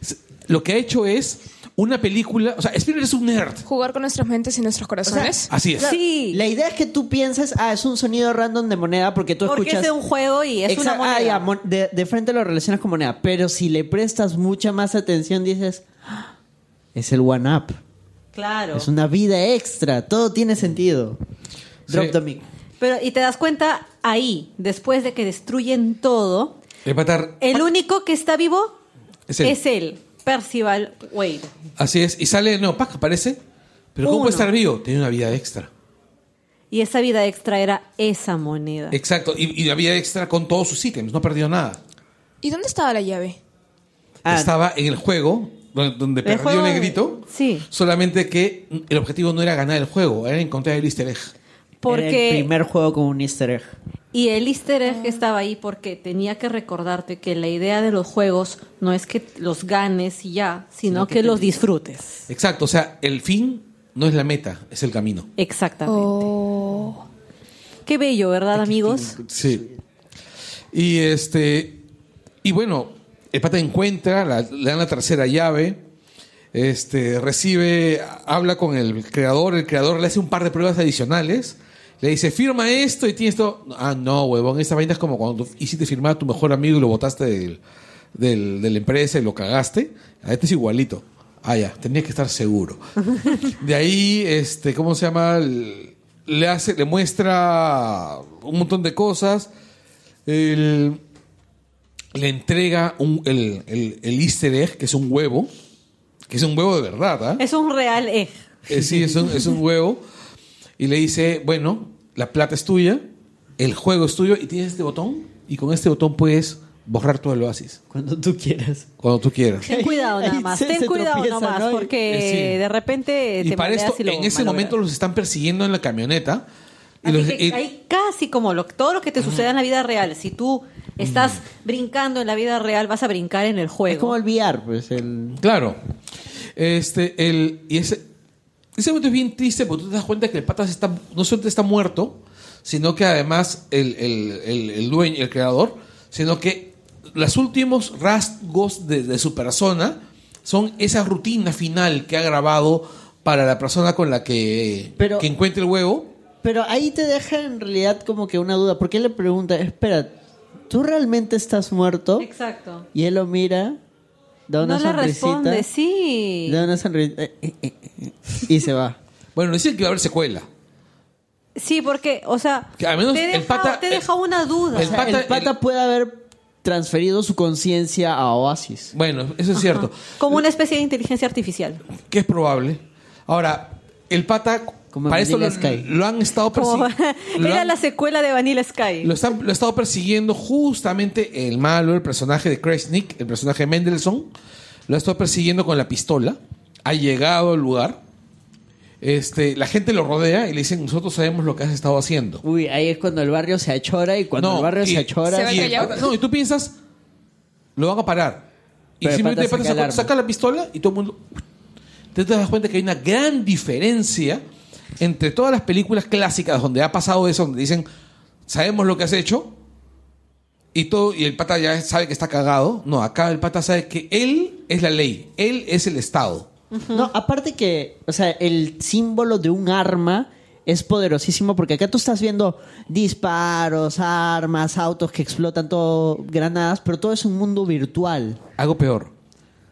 Speaker 5: s- lo que ha hecho es una película. O sea, Spielberg es un nerd.
Speaker 4: Jugar con nuestras mentes y nuestros corazones.
Speaker 5: Así es.
Speaker 3: Sí.
Speaker 2: La idea es que tú pienses, ah, es un sonido random de moneda porque tú
Speaker 3: Porque
Speaker 2: escuchas.
Speaker 3: es de un juego y es una
Speaker 2: Exacto. Ah, ya,
Speaker 3: moneda.
Speaker 2: mon- de, de frente lo relacionas con moneda. Pero si le prestas mucha más atención, dices, "Ah, es el one up.
Speaker 3: claro.
Speaker 2: Es una vida extra. Todo tiene sentido. Drop
Speaker 5: Sí.
Speaker 2: the mic.
Speaker 3: Pero, y te das cuenta ahí, después de que destruyen todo,
Speaker 5: El patar.
Speaker 3: el único que está vivo
Speaker 5: Es él.
Speaker 3: es él, Percival Wade.
Speaker 5: Así es. Y sale, no, Pac, aparece. Pero ¿cómo
Speaker 3: Uno.
Speaker 5: puede estar vivo? Tiene una vida extra.
Speaker 3: Y esa vida extra era esa moneda.
Speaker 5: Exacto. Y, y la vida extra con todos sus ítems. No ha perdido nada.
Speaker 4: ¿Y dónde estaba la llave?
Speaker 2: Ah,
Speaker 5: Estaba en el juego donde, donde
Speaker 3: El
Speaker 5: perdió
Speaker 3: juego-
Speaker 5: Negrito.
Speaker 3: Sí.
Speaker 5: Solamente que el objetivo no era ganar el juego, era encontrar el easter egg.
Speaker 3: Porque
Speaker 2: Era el primer juego con un easter egg.
Speaker 3: Y el easter egg estaba ahí porque tenía que recordarte que la idea de los juegos no es que los ganes y ya, sino que, los disfrutes.
Speaker 5: Exacto. O sea, el fin no es la meta, es el camino.
Speaker 3: Exactamente.
Speaker 4: Oh.
Speaker 3: Qué bello, ¿verdad, amigos?
Speaker 5: Sí. Y este. Y bueno, el pata encuentra, la- le dan la tercera llave. Este, recibe, habla con el creador, el creador le hace un par de pruebas adicionales. Le dice, firma esto y tienes esto. Ah, no, huevón, esta vaina es como cuando tú hiciste firmar a tu mejor amigo y lo botaste del, del- de la empresa y lo cagaste. A este es igualito. Ah, ya, tenías que estar seguro. De ahí, este, ¿cómo se llama? L- Le hace, le muestra un montón de cosas. El- le entrega un, el, el- el easter egg, que es un huevo. Que es un huevo de verdad, ¿ah?
Speaker 3: Es un real egg.
Speaker 5: Eh, sí, es un, es un huevo. Y le dice, bueno, la plata es tuya, el juego es tuyo, y tienes este botón, y con este botón puedes borrar todo el oasis,
Speaker 2: Cuando tú quieras.
Speaker 5: cuando tú quieras.
Speaker 3: Ten cuidado nada
Speaker 2: Ahí
Speaker 3: más,
Speaker 2: se-
Speaker 3: ten
Speaker 2: se
Speaker 3: cuidado
Speaker 2: tropieza,
Speaker 3: nada más,
Speaker 2: ¿no?
Speaker 3: porque
Speaker 5: Eh, sí.
Speaker 3: de repente
Speaker 5: Y
Speaker 3: te
Speaker 5: para
Speaker 3: mareas
Speaker 5: esto,
Speaker 3: y lo
Speaker 5: en ese
Speaker 3: malogras.
Speaker 5: momento los están persiguiendo en la camioneta. y
Speaker 3: Así
Speaker 5: los-
Speaker 3: que
Speaker 5: y-
Speaker 3: ahí casi como lo- todo lo que te suceda en la vida real. Si tú estás brincando en la vida real, vas a brincar en el
Speaker 2: Es como
Speaker 3: juego.
Speaker 2: el VR, pues el.
Speaker 5: Claro. Este, el, y ese, ese momento es bien triste porque tú te das cuenta que el pata se está, no solamente está muerto, sino que además el, el- el- el dueño, el creador, sino que los últimos rasgos de, de su persona son esa rutina final que ha grabado para la persona con la que,
Speaker 2: Pero-
Speaker 5: que encuentre el huevo.
Speaker 2: Pero ahí te deja en realidad como que una duda. Porque él le pregunta, espera, ¿tú realmente estás muerto?
Speaker 3: Exacto.
Speaker 2: Y él lo mira, da una
Speaker 3: no le
Speaker 2: sonrisita.
Speaker 3: responde, sí.
Speaker 2: Da una sonrisita. eh, eh, eh, eh, Y se va.
Speaker 5: Bueno, dicen que va a haber secuela.
Speaker 3: Sí, porque, o sea,
Speaker 5: Que al menos
Speaker 3: te,
Speaker 5: el
Speaker 3: deja,
Speaker 5: pata-
Speaker 3: te deja una duda.
Speaker 5: El
Speaker 2: O sea,
Speaker 5: pata-
Speaker 2: el pata
Speaker 5: el-
Speaker 2: puede haber transferido su conciencia a Oasis.
Speaker 5: Bueno, eso es cierto.
Speaker 3: Como una especie de inteligencia artificial.
Speaker 5: Que es probable. Ahora, el pata,
Speaker 2: Como
Speaker 5: para eso lo,
Speaker 2: Vanilla Sky.
Speaker 5: lo han estado
Speaker 3: Como-
Speaker 5: persiguiendo.
Speaker 3: era la secuela de Vanilla Sky.
Speaker 5: Lo, están- lo ha estado persiguiendo justamente el malo, el personaje de Kresnik, el personaje de Mendelssohn. Lo ha estado persiguiendo con la pistola. Ha llegado al lugar. Este, la gente lo rodea y le dicen, nosotros sabemos lo que has estado haciendo.
Speaker 2: Uy, ahí es cuando el barrio se achora y cuando
Speaker 5: No,
Speaker 2: el barrio
Speaker 5: y-
Speaker 2: se achora...
Speaker 4: Se va
Speaker 5: y el
Speaker 4: callado.
Speaker 5: pata- no, y tú piensas, lo van a parar. Y
Speaker 2: Pero el
Speaker 5: simplemente el
Speaker 2: pata
Speaker 5: pata
Speaker 2: saca el
Speaker 5: saca,
Speaker 2: arma.
Speaker 5: saca la pistola y todo el mundo... Te das cuenta que hay una gran diferencia entre todas las películas clásicas donde ha pasado eso, donde dicen, sabemos lo que has hecho, y todo, y el pata ya sabe que está cagado. No, acá el pata sabe que él es la ley, él es el Estado.
Speaker 2: No, aparte que, o sea, el símbolo de un arma es poderosísimo porque acá tú estás viendo disparos, armas, autos que explotan todo, granadas, pero todo es un mundo virtual.
Speaker 5: Algo peor.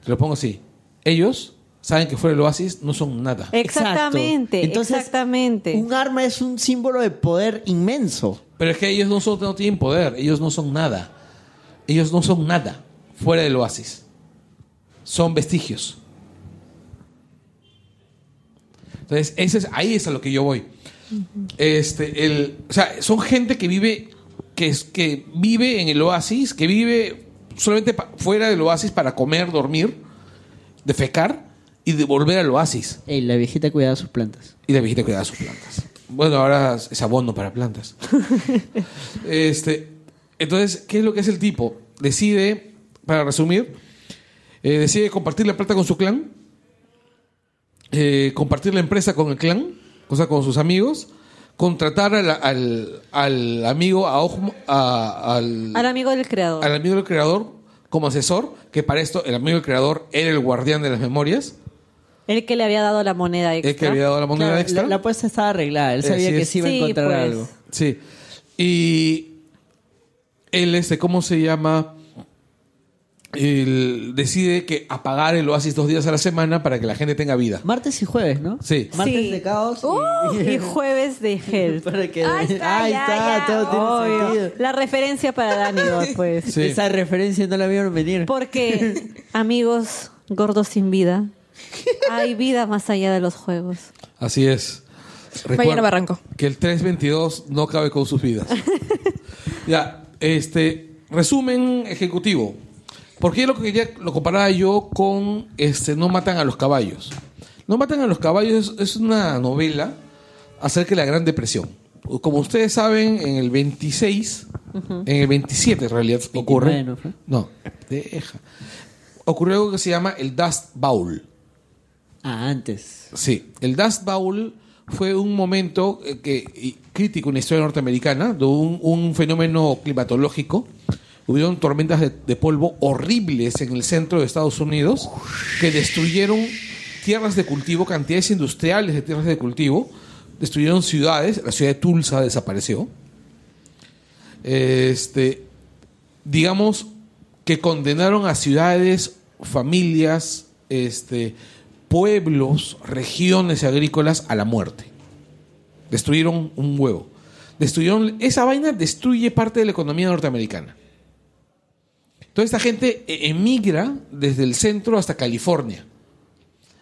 Speaker 5: Te lo pongo así. Ellos saben que fuera del oasis no son nada.
Speaker 3: exactamente,
Speaker 2: Exacto. Entonces,
Speaker 3: exactamente.
Speaker 2: Un arma es un símbolo de poder inmenso.
Speaker 5: Pero es que ellos no, son- no tienen poder, ellos no son nada. Ellos no son nada fuera del oasis. Son vestigios. Entonces, ese es, ahí es a lo que yo voy. Este, el, o sea, son gente que vive, que, es- que vive en el oasis, que vive solamente pa- fuera del oasis para comer, dormir, defecar y de volver al oasis.
Speaker 2: Ey, la viejita cuidaba sus plantas.
Speaker 5: Y la viejita cuidaba sus plantas. Bueno, ahora es abono para plantas. este, entonces, ¿qué es lo que hace el tipo? Decide, para resumir, eh, decide compartir la plata con su clan, eh, compartir la empresa con el clan, cosa con sus amigos, contratar al, al, al amigo, a, Ojo- a- al,
Speaker 3: Al amigo del creador.
Speaker 5: al amigo del creador como asesor, que para esto el amigo del creador era el guardián de las memorias,
Speaker 3: El que le había dado la moneda extra.
Speaker 5: el que había dado la moneda
Speaker 2: Claro, la-
Speaker 5: extra.
Speaker 2: La, apuesta estaba arreglada. Él
Speaker 5: Eh,
Speaker 2: sabía
Speaker 5: sí
Speaker 2: que
Speaker 5: es.
Speaker 2: sí iba a
Speaker 3: Sí,
Speaker 2: encontrar
Speaker 3: pues.
Speaker 2: algo.
Speaker 5: Sí. Y él, este, ¿cómo se llama? Él decide que apagar el oasis dos días a la semana para que la gente tenga vida.
Speaker 2: Martes y jueves, ¿no?
Speaker 5: Sí.
Speaker 2: Martes
Speaker 3: Sí. Oh,
Speaker 2: de caos. y-
Speaker 3: Y jueves de Hell.
Speaker 2: para que-
Speaker 4: Ahí está,
Speaker 2: Ahí
Speaker 4: ya,
Speaker 2: está,
Speaker 4: ya,
Speaker 2: todo tiene
Speaker 3: Obvio.
Speaker 2: sentido.
Speaker 3: La referencia para Dani, ¿no? pues.
Speaker 5: Sí.
Speaker 2: Esa referencia no la vieron venir.
Speaker 3: Porque, amigos gordos sin vida, hay vida más allá de los juegos.
Speaker 5: Así es.
Speaker 4: Vayan a Barranco.
Speaker 5: Que el 322 no cabe con sus vidas. ya, este, resumen ejecutivo. Porque lo que quería, lo comparaba yo con este, No matan a los caballos. No matan a los caballos es, es una novela acerca de la Gran Depresión. Como ustedes saben, en el 26, en el 27 en realidad ocurre.
Speaker 2: 29 no fue.
Speaker 5: no, deja. Ocurrió algo que se llama el Dust Bowl.
Speaker 2: Ah, antes.
Speaker 5: Sí, el Dust Bowl fue un momento eh, que, y crítico en la historia norteamericana, de un, un fenómeno climatológico. Hubieron tormentas de, de polvo horribles en el centro de Estados Unidos que destruyeron tierras de cultivo, cantidades industriales de tierras de cultivo, destruyeron ciudades, la ciudad de Tulsa desapareció. Este, digamos que condenaron a ciudades, familias, este, pueblos, regiones agrícolas a la muerte. Destruyeron un huevo. Destruyeron esa vaina destruye parte de la economía norteamericana. Toda esta gente e- emigra desde el centro hasta California.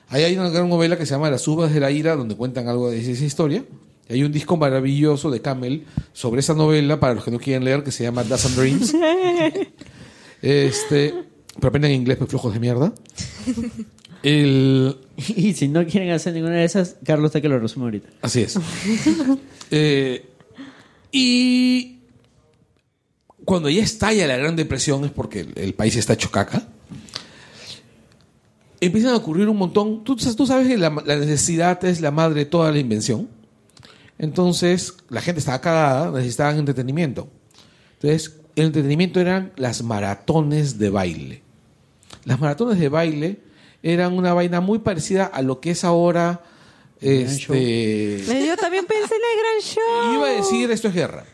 Speaker 5: Ahí hay una gran novela que se llama Las uvas de la ira, donde cuentan algo de esa historia. Y hay un disco maravilloso de Camel sobre esa novela, para los que no quieren leer, que se llama Dust and Dreams. Este, pero aprenden inglés, pues flojos de mierda. El,
Speaker 2: Y si no quieren hacer ninguna de esas, Carlos está que lo resume ahorita.
Speaker 5: Así es. Eh, y cuando ya estalla la Gran Depresión es porque el, el país está hecho caca. Empiezan a ocurrir un montón. Tú, sa- tú sabes que la, la necesidad es la madre de toda la invención. Entonces, la gente estaba cagada, necesitaban entretenimiento. Entonces, el entretenimiento eran las maratones de baile. Las maratones de baile eran una vaina muy parecida a lo que es ahora este
Speaker 3: Yo también pensé en el gran show.
Speaker 5: iba a decir esto es guerra.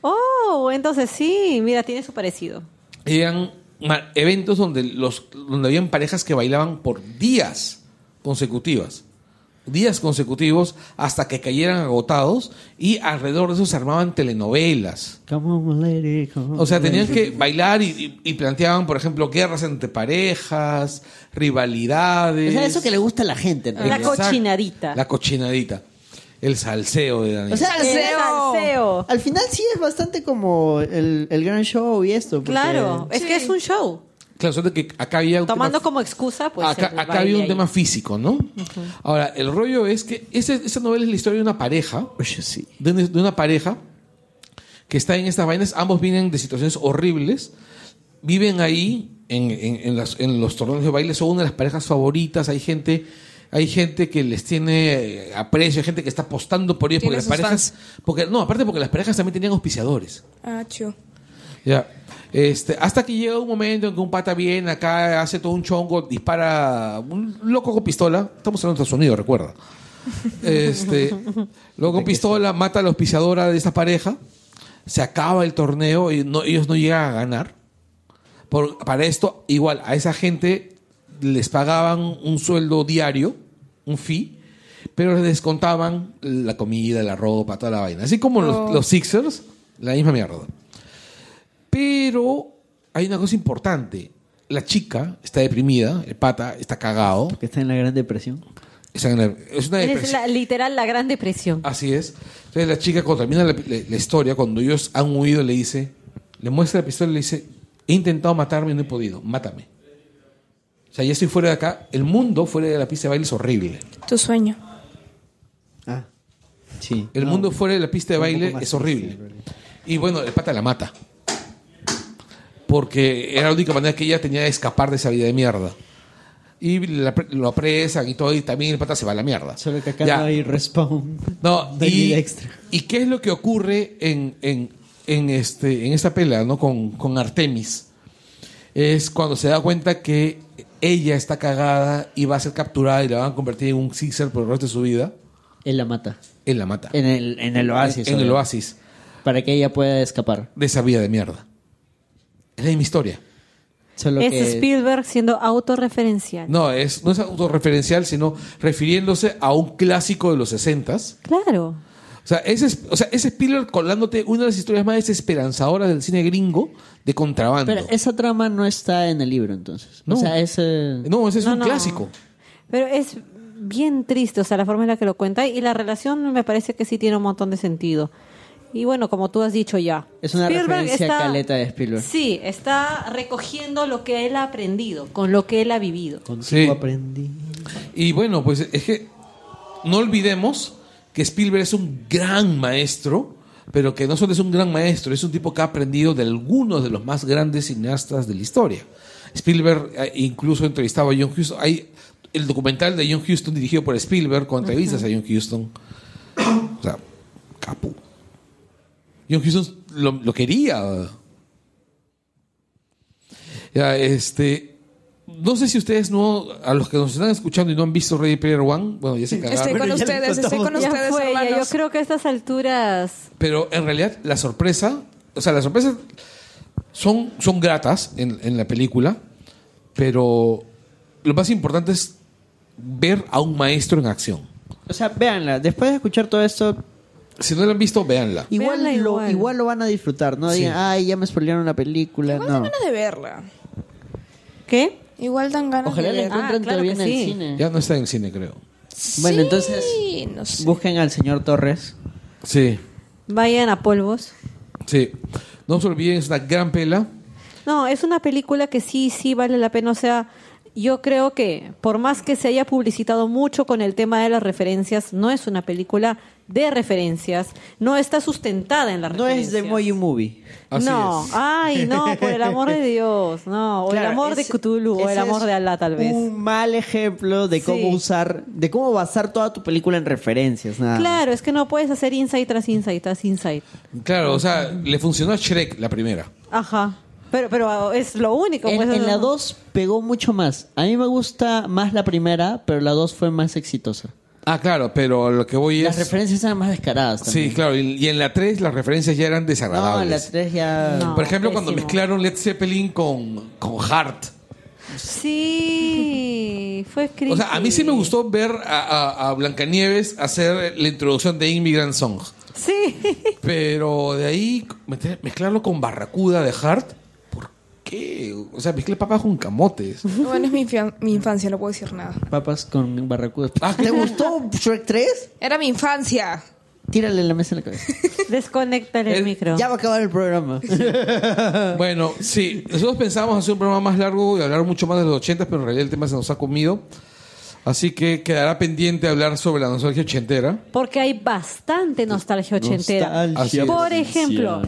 Speaker 3: Oh, entonces sí, mira, tiene su parecido.
Speaker 5: Eran ma- eventos donde los donde habían parejas que bailaban por días consecutivas. Días consecutivos hasta que cayeran agotados y alrededor de eso se armaban telenovelas.
Speaker 2: Come on, lady, come on,
Speaker 5: O sea,
Speaker 2: lady.
Speaker 5: tenían que bailar y, y- y planteaban, por ejemplo, guerras entre parejas, rivalidades.
Speaker 2: O sea, eso que le gusta a la gente, ¿no?
Speaker 3: La
Speaker 5: Exacto.
Speaker 3: cochinadita.
Speaker 5: La cochinadita. El salseo de Daniel.
Speaker 2: O sea,
Speaker 3: El
Speaker 2: salseo.
Speaker 3: Eh, salseo.
Speaker 2: Al final sí es bastante como el, el gran show y esto. porque-
Speaker 3: Claro, es que es un show.
Speaker 5: claro, suerte que acá había un tema
Speaker 3: Tomando como excusa, pues.
Speaker 5: acá
Speaker 3: el
Speaker 5: acá
Speaker 3: baile
Speaker 5: había un
Speaker 3: ahí.
Speaker 5: tema físico, ¿no? Ahora, el rollo es que ese- esa novela es la historia de una pareja,
Speaker 2: Oye, sí.
Speaker 5: de una, de una pareja que está en estas vainas, ambos vienen de situaciones horribles, viven ahí en, en- en las- en los torneos de baile, son una de las parejas favoritas, hay gente... Hay gente que les tiene eh, aprecio, hay gente que está apostando por ellos
Speaker 4: Tiene
Speaker 5: porque las
Speaker 4: sus
Speaker 5: parejas, porque no, aparte porque las parejas también tenían auspiciadores.
Speaker 4: Ah, chu.
Speaker 5: Ya. Este, hasta que llega un momento en que un pata viene acá, hace todo un chongo, dispara un loco con pistola. Estamos en los Estados Unidos, recuerda. Este, loco con pistola, mata a la auspiciadora de esta pareja. Se acaba el torneo y no, ellos no llegan a ganar. Por- para esto, igual, a esa gente les pagaban un sueldo diario, un fee, pero les descontaban la comida, la ropa, toda la vaina. Así como los, los Sixers, la misma mierda. Pero hay una cosa importante. La chica está deprimida, el pata está cagado.
Speaker 2: Que está en la gran depresión.
Speaker 5: está en la- Es una
Speaker 3: Es
Speaker 5: depresión.
Speaker 3: la- literal la gran depresión.
Speaker 5: Así es. Entonces la chica cuando termina la, la- la historia, cuando ellos han huido, le dice, le muestra la pistola y le dice, he intentado matarme y no he podido, mátame. O sea, ya estoy fuera de acá. El mundo fuera de la pista de baile es horrible.
Speaker 4: Tu sueño.
Speaker 2: Ah. Sí.
Speaker 5: El
Speaker 2: No,
Speaker 5: mundo fuera de la pista de
Speaker 2: un poco
Speaker 5: baile
Speaker 2: más
Speaker 5: es horrible.
Speaker 2: sensible.
Speaker 5: Y bueno, el pata la mata. Porque era la única manera que ella tenía de escapar de esa vida de mierda. y la pre- lo apresan y todo, y también el pata se va a la mierda.
Speaker 2: Solo que acá
Speaker 5: Ya.
Speaker 2: no hay respawn.
Speaker 5: No,
Speaker 2: de
Speaker 5: y,
Speaker 2: vida extra.
Speaker 5: ¿Y qué es lo que ocurre en, en, en este, en esta pelea ¿no? con, con Artemis? Es cuando se da cuenta que ella está cagada y va a ser capturada y la van a convertir en un Caesar por el resto de su vida.
Speaker 2: Él la mata.
Speaker 5: Él la mata.
Speaker 2: En el, en el oasis.
Speaker 5: En el
Speaker 2: obvio.
Speaker 5: oasis
Speaker 2: Para que ella pueda escapar.
Speaker 5: de esa vida de mierda. Es la misma historia.
Speaker 2: Solo
Speaker 3: Es
Speaker 2: que...
Speaker 3: Spielberg siendo autorreferencial.
Speaker 5: No es, no es autorreferencial, sino refiriéndose a un clásico de los 60s.
Speaker 3: Claro.
Speaker 5: O sea, ese, es- o sea, ese Spiller colándote una de las historias más desesperanzadoras del cine gringo de contrabando.
Speaker 2: Pero esa trama no está en el libro, entonces.
Speaker 5: No.
Speaker 2: O sea, es... eh,
Speaker 5: No, ese es
Speaker 3: Mm. No,
Speaker 5: un
Speaker 3: no.
Speaker 5: clásico.
Speaker 3: Pero es bien triste, o sea, la forma en la que lo cuenta y la relación me parece que sí tiene un montón de sentido. Y bueno, como tú has dicho ya.
Speaker 2: Es una referencia caleta de Spielberg.
Speaker 3: Sí, está recogiendo lo que él ha aprendido, con lo que él ha vivido.
Speaker 5: Sí.
Speaker 2: Contigo aprendí.
Speaker 5: Y bueno, pues es que no olvidemos que Spielberg es un gran maestro, pero que no solo es un gran maestro, es un tipo que ha aprendido de algunos de los más grandes cineastas de la historia. Spielberg eh, incluso entrevistaba a John Huston. Hay el documental de John Huston dirigido por Spielberg con entrevistas a John Huston. O sea, capo. John Huston lo, lo quería. Ya, este. No sé si ustedes no, a los que nos están escuchando y no han visto Ready Player One, bueno, ya se cagaron.
Speaker 4: Estoy con
Speaker 2: Pero ya lo
Speaker 4: ustedes, estoy con
Speaker 2: contamos.
Speaker 3: Ya
Speaker 4: ustedes,
Speaker 3: fue, ya, yo
Speaker 4: hermanos.
Speaker 3: creo que a estas alturas
Speaker 5: Pero en realidad la sorpresa, o sea, las sorpresas son, son gratas en, en la película, pero lo más importante es ver a un maestro en acción.
Speaker 2: O sea, véanla. Después de escuchar todo esto,
Speaker 5: Si no la han visto, véanla.
Speaker 2: igual,
Speaker 3: Véanla
Speaker 2: lo,
Speaker 3: igual.
Speaker 2: igual lo van a disfrutar. No
Speaker 5: Sí.
Speaker 2: digan, ay, ya me spoilearon la película.
Speaker 4: Igual dan
Speaker 2: No.
Speaker 4: ganas de verla.
Speaker 3: ¿qué?
Speaker 4: Igual dan ganas
Speaker 2: Ojalá
Speaker 4: de
Speaker 2: la
Speaker 4: verla.
Speaker 2: encuentren
Speaker 3: Ah, claro
Speaker 2: todavía en
Speaker 3: que
Speaker 2: el
Speaker 3: sí.
Speaker 2: cine.
Speaker 5: Ya no está en cine, creo.
Speaker 2: Bueno, entonces,
Speaker 4: Sí, no sé.
Speaker 2: busquen al señor Torres.
Speaker 5: Sí,
Speaker 3: Vayan a polvos.
Speaker 5: sí. No se olviden, es una gran pela.
Speaker 3: No, es una película que sí, sí vale la pena. O sea, yo creo que por más que se haya publicitado mucho con el tema de las referencias, no es una película de referencias, no está sustentada en las
Speaker 2: No es
Speaker 3: referencias.
Speaker 2: de Moyu Movie.
Speaker 5: Así
Speaker 3: no,
Speaker 5: es.
Speaker 3: ay, no, por el amor de Dios, no, o
Speaker 2: Claro,
Speaker 3: el amor
Speaker 2: ese-
Speaker 3: de Cthulhu, o
Speaker 2: ese
Speaker 3: el amor
Speaker 2: es
Speaker 3: de Alá, tal vez.
Speaker 2: Un mal ejemplo de cómo
Speaker 3: Sí.
Speaker 2: usar, de cómo basar toda tu película en referencias.
Speaker 5: Ah.
Speaker 2: Nada. más.
Speaker 3: Claro, es que no puedes hacer insight tras insight tras insight.
Speaker 5: Claro, o sea, le funcionó a Shrek la primera.
Speaker 3: Ajá, pero, pero es lo único.
Speaker 2: En,
Speaker 3: pues,
Speaker 2: en
Speaker 3: eso
Speaker 2: la
Speaker 3: no-
Speaker 2: 2 pegó mucho más. A mí me gusta más la primera, pero la 2 fue más exitosa.
Speaker 5: Ah, claro, pero lo que voy
Speaker 2: Las
Speaker 5: es...
Speaker 2: referencias eran más descaradas también.
Speaker 5: Sí, claro, y, y en la 3 las referencias ya eran
Speaker 2: No,
Speaker 5: desagradables.
Speaker 2: en la 3 ya...
Speaker 3: No.
Speaker 5: Por ejemplo, cuando
Speaker 3: pésimo.
Speaker 5: mezclaron Led Zeppelin con, con Hart.
Speaker 3: Sí, fue
Speaker 5: O
Speaker 3: cringe.
Speaker 5: sea, a mí sí me gustó ver a, a- a Blancanieves hacer la introducción de Immigrant Song.
Speaker 3: Sí.
Speaker 5: Pero de ahí meter- mezclarlo con Barracuda de Hart, ¿por qué? O sea, mezclé papas con camotes.
Speaker 4: Bueno, es mi, infan- mi infancia, no puedo decir nada.
Speaker 2: Papas con barracudas.
Speaker 5: Ah.
Speaker 2: ¿Te gustó Shrek 3?
Speaker 4: Era mi infancia.
Speaker 2: Tírale la mesa en la cabeza.
Speaker 3: Desconecta el
Speaker 5: El-
Speaker 3: micro.
Speaker 2: Ya va a acabar el programa.
Speaker 5: Bueno, sí, nosotros pensábamos hacer un programa más largo y hablar mucho más de los 80, pero en realidad el tema se nos ha comido. Así que quedará pendiente hablar sobre la nostalgia ochentera.
Speaker 3: Porque hay bastante nostalgia ochentera.
Speaker 5: Así es.
Speaker 3: Por ejemplo,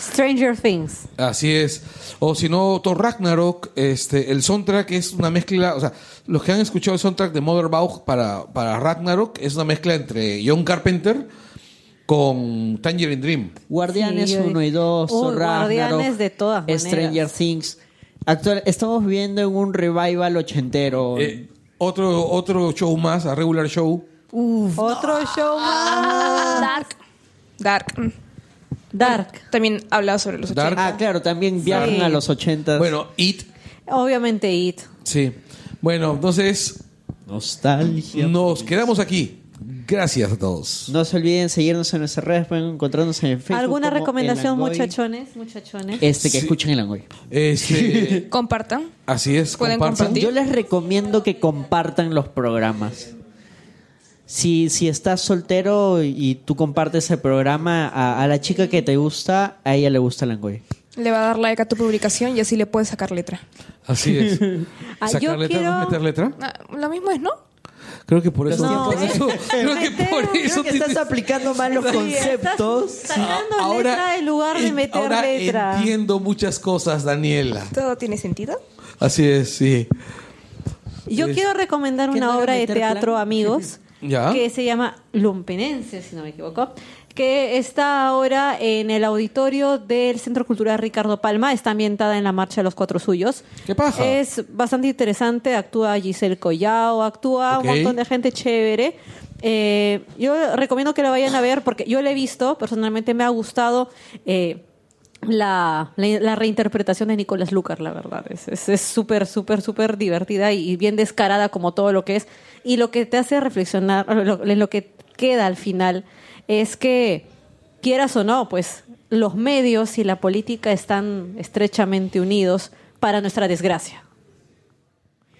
Speaker 3: Stranger Things.
Speaker 5: Así es. O si no, Thor Ragnarok, este, el soundtrack es una mezcla, o sea, los que han escuchado el soundtrack de Mother Bauch para, para Ragnarok es una mezcla entre John Carpenter con Tangerine Dream.
Speaker 2: Guardianes
Speaker 3: Sí, yo-
Speaker 2: 1 y 2,
Speaker 3: Uy,
Speaker 2: Thor Ragnarok,
Speaker 3: Guardianes de todas maneras.
Speaker 2: Stranger Things. Actual, estamos viendo en un revival ochentero.
Speaker 5: Eh, otro, otro show más, a regular show.
Speaker 3: Otro show más.
Speaker 4: Dark. Dark. Mm.
Speaker 3: Dark.
Speaker 4: También hablaba sobre los
Speaker 5: Dark.
Speaker 4: 80.
Speaker 2: ah, claro, también viajan
Speaker 3: Sí.
Speaker 2: a los 80.
Speaker 5: Bueno, It,
Speaker 3: Obviamente It.
Speaker 5: sí. Bueno, entonces
Speaker 2: nostalgia. No.
Speaker 5: nos quedamos aquí. Gracias a todos.
Speaker 2: se olviden seguirnos en nuestras redes, pueden encontrarnos en Facebook.
Speaker 3: ¿Alguna
Speaker 2: como El
Speaker 3: recomendación,
Speaker 2: Angoy.
Speaker 3: muchachones? Muchachones.
Speaker 2: Este que
Speaker 5: Sí.
Speaker 2: escuchen el Angoy.
Speaker 5: Este,
Speaker 4: Compartan.
Speaker 5: así es.
Speaker 4: Pueden
Speaker 5: compartan.
Speaker 4: compartir.
Speaker 2: Yo les recomiendo que compartan los programas. Si, si estás soltero y tú compartes el programa a, a la chica que te gusta, a ella le gusta el Angoy.
Speaker 4: Le va a dar like a tu publicación y así le puedes sacar letra.
Speaker 5: Así es.
Speaker 3: Ah,
Speaker 5: ¿Sacar
Speaker 3: yo
Speaker 5: letra?
Speaker 3: quiero-
Speaker 5: ¿No meter letra?
Speaker 4: Ah, lo mismo es, ¿no?
Speaker 5: Creo que por eso.
Speaker 3: No.
Speaker 5: por eso- creo que por eso.
Speaker 2: Creo que estás
Speaker 5: tiene-
Speaker 2: aplicando mal los
Speaker 3: Sí,
Speaker 2: conceptos.
Speaker 3: estás sacando letra en lugar de
Speaker 5: en-
Speaker 3: meter
Speaker 5: ahora
Speaker 3: letra.
Speaker 5: entiendo muchas cosas, Daniela.
Speaker 4: ¿Todo tiene sentido?
Speaker 5: Así es, sí.
Speaker 3: Yo
Speaker 5: Es-
Speaker 3: quiero recomendar
Speaker 5: ¿Qué
Speaker 3: una
Speaker 5: tal
Speaker 3: obra de
Speaker 5: meter
Speaker 3: teatro,
Speaker 5: plan?
Speaker 3: amigos,
Speaker 5: Ya.
Speaker 3: que se llama Lumpenense, si no me equivoco, que está ahora en el auditorio del Centro Cultural Ricardo Palma, está ambientada en la Marcha de los Cuatro Suyos.
Speaker 5: ¿Qué paja?
Speaker 3: Es bastante interesante, actúa Giselle Collao, actúa
Speaker 5: Ok.
Speaker 3: un montón de gente chévere. Eh, yo recomiendo que la vayan a ver porque yo la he visto, personalmente me ha gustado. eh, la, la- la reinterpretación de Nicolás Lucar, la verdad. Es es- es súper, súper, súper divertida y, y bien descarada como todo lo que es. Y lo que te hace reflexionar, lo, lo que queda al final, es que, quieras o no, pues los medios y la política están estrechamente unidos para nuestra desgracia.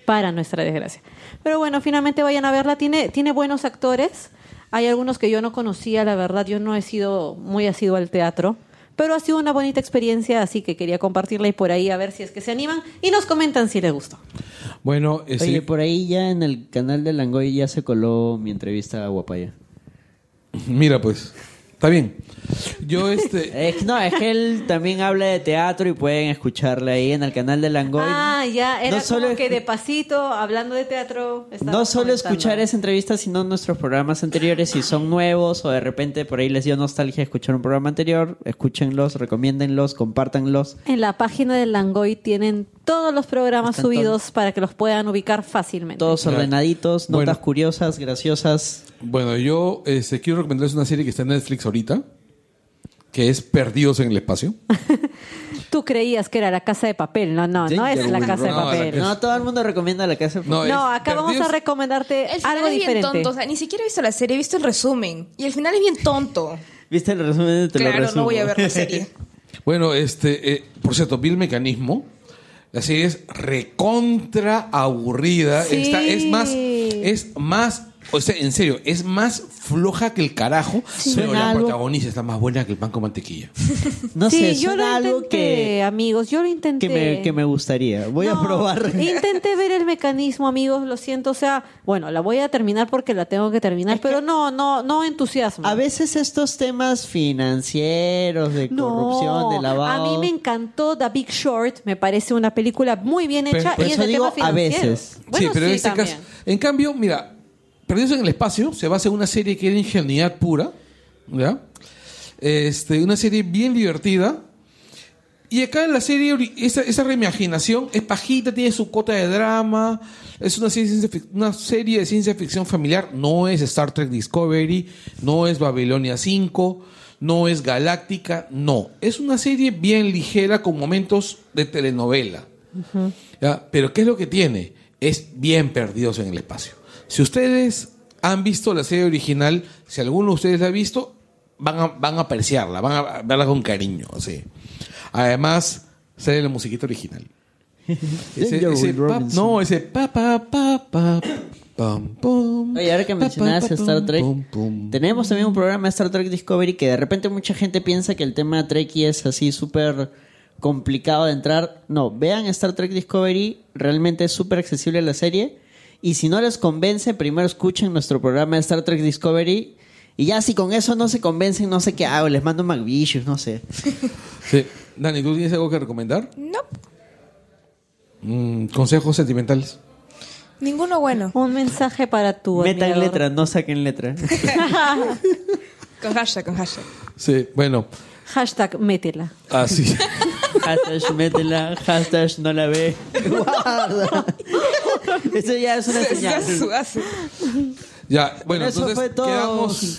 Speaker 3: Para nuestra desgracia. Pero bueno, finalmente vayan a verla. Tiene, tiene buenos actores. Hay algunos que yo no conocía, la verdad. Yo no he sido muy asiduo al teatro. Pero ha sido una bonita experiencia, así que quería compartirla y por ahí a ver si es que se animan y nos comentan si les gustó.
Speaker 5: Bueno, eh, sí.
Speaker 2: Oye,
Speaker 3: pues-
Speaker 2: por ahí ya en el canal de Langoy ya se coló mi entrevista a Guapaya.
Speaker 5: mira pues. Está bien. Yo este...
Speaker 2: Es que no, es que él también habla de teatro y pueden escucharle ahí en el canal de Langoy.
Speaker 3: Ah, ya, era
Speaker 2: No solo
Speaker 3: como que
Speaker 2: es-
Speaker 3: de pasito, hablando de teatro. estaba
Speaker 2: No solo
Speaker 3: comentando.
Speaker 2: escuchar esa entrevista, sino nuestros programas anteriores, si son nuevos o de repente por ahí les dio nostalgia escuchar un programa anterior, escúchenlos, recomiéndenlos, compártanlos.
Speaker 3: En la página de Langoy tienen todos los programas
Speaker 2: Están
Speaker 3: subidos para que los puedan ubicar fácilmente.
Speaker 2: Todos
Speaker 5: Claro.
Speaker 2: ordenaditos,
Speaker 5: Bueno.
Speaker 2: notas curiosas, graciosas.
Speaker 5: Bueno, yo este, quiero recomendarles una serie que está en Netflix ahorita, que es Perdidos en el Espacio.
Speaker 3: Tú creías que era la casa de papel, no, no, no es la
Speaker 5: Dangerous,
Speaker 3: casa de
Speaker 5: no, la
Speaker 3: papel.
Speaker 5: casa-
Speaker 3: No,
Speaker 2: No, todo el mundo recomienda la casa. de
Speaker 5: No, es
Speaker 3: acá vamos a
Speaker 5: Perdidos-
Speaker 3: recomendarte
Speaker 4: Eh, El final
Speaker 3: algo
Speaker 4: es bien
Speaker 3: diferente.
Speaker 4: tonto. O sea, ni siquiera he visto la serie, he visto el resumen. Y el final es bien tonto.
Speaker 2: ¿Viste el resumen? Te lo
Speaker 4: claro, no
Speaker 2: resumo.
Speaker 4: voy a ver la serie.
Speaker 5: Bueno, este, eh, por cierto, vi el mecanismo. La serie es recontra aburrida.
Speaker 3: Sí.
Speaker 5: Esta es más, es más, o sea, en serio, es más floja que el carajo. Pero
Speaker 2: Suena
Speaker 5: la
Speaker 2: algo-
Speaker 5: protagonista está más buena que el pan con mantequilla.
Speaker 2: No
Speaker 3: sí,
Speaker 2: sé,
Speaker 3: yo lo
Speaker 2: suena
Speaker 3: intenté,
Speaker 2: algo que,
Speaker 3: amigos, yo lo intenté.
Speaker 2: que, me, que me gustaría. Voy
Speaker 3: No,
Speaker 2: a probar.
Speaker 3: Intenté ver el mecanismo, amigos, lo siento. O sea, bueno, la voy a terminar porque la tengo que terminar, pero no, no, no entusiasmo.
Speaker 2: A veces estos temas financieros, de
Speaker 3: No,
Speaker 2: corrupción, de lavado.
Speaker 3: a mí me encantó The Big Short, me parece una película muy bien
Speaker 5: Pero-
Speaker 3: hecha
Speaker 5: por
Speaker 3: y es
Speaker 2: eso
Speaker 3: de
Speaker 2: digo,
Speaker 3: temas
Speaker 2: a veces.
Speaker 3: financieros. Bueno, sí,
Speaker 5: pero en este
Speaker 3: también.
Speaker 5: caso. En cambio, mira, Perdidos en el Espacio se basa en una serie que era ingenuidad pura, ¿ya? Este, una serie bien divertida. Y acá en la serie, ori- esa, esa reimaginación es pajita, tiene su cota de drama. Es una serie, de ciencia fic- una serie de ciencia ficción familiar. No es Star Trek Discovery, no es Babilonia 5, no es Galáctica, no. Es una serie bien ligera con momentos de telenovela. ¿Ya? Pero ¿qué es lo que tiene? Es bien perdidos en el espacio. Si ustedes han visto la serie original, si alguno de ustedes la ha visto, van a, van a apreciarla, van a verla con cariño. Así. Además, sale la musiquita original. Ese-
Speaker 2: Danger
Speaker 5: ese
Speaker 2: Will
Speaker 5: pa-
Speaker 2: Robinson.
Speaker 5: no, ese pa pa pa pa pam, pum,
Speaker 2: Oye, ahora que
Speaker 5: pa, pa,
Speaker 2: mencionabas
Speaker 5: pa,
Speaker 2: Star
Speaker 5: pum,
Speaker 2: Trek,
Speaker 5: pum, pum.
Speaker 2: tenemos también un programa de Star Trek Discovery que de repente mucha gente piensa que el tema Trekkie es así súper complicado de entrar. No, vean Star Trek Discovery, realmente es súper accesible la serie. Y si no les convence, primero escuchen nuestro programa de Star Trek Discovery. Y ya si con eso no se convencen, no sé qué hago, les mando McVicious, no sé.
Speaker 5: Sí. Dani, ¿tú tienes algo que recomendar?
Speaker 4: No,
Speaker 5: Mm, consejos sentimentales.
Speaker 4: ninguno bueno.
Speaker 3: Un mensaje para tu
Speaker 2: Metan
Speaker 3: admirador.
Speaker 2: letra, no saquen letra.
Speaker 4: Con hashtag, con hashtag.
Speaker 5: Sí, bueno,
Speaker 3: Hashtag métela.
Speaker 5: así.
Speaker 2: Hashtag métela, hashtag no la ve. Guarda. Eso ya es una señal.
Speaker 4: Asu, asu.
Speaker 5: Ya, bueno,
Speaker 2: Eso
Speaker 5: entonces
Speaker 2: fue todo.
Speaker 5: quedamos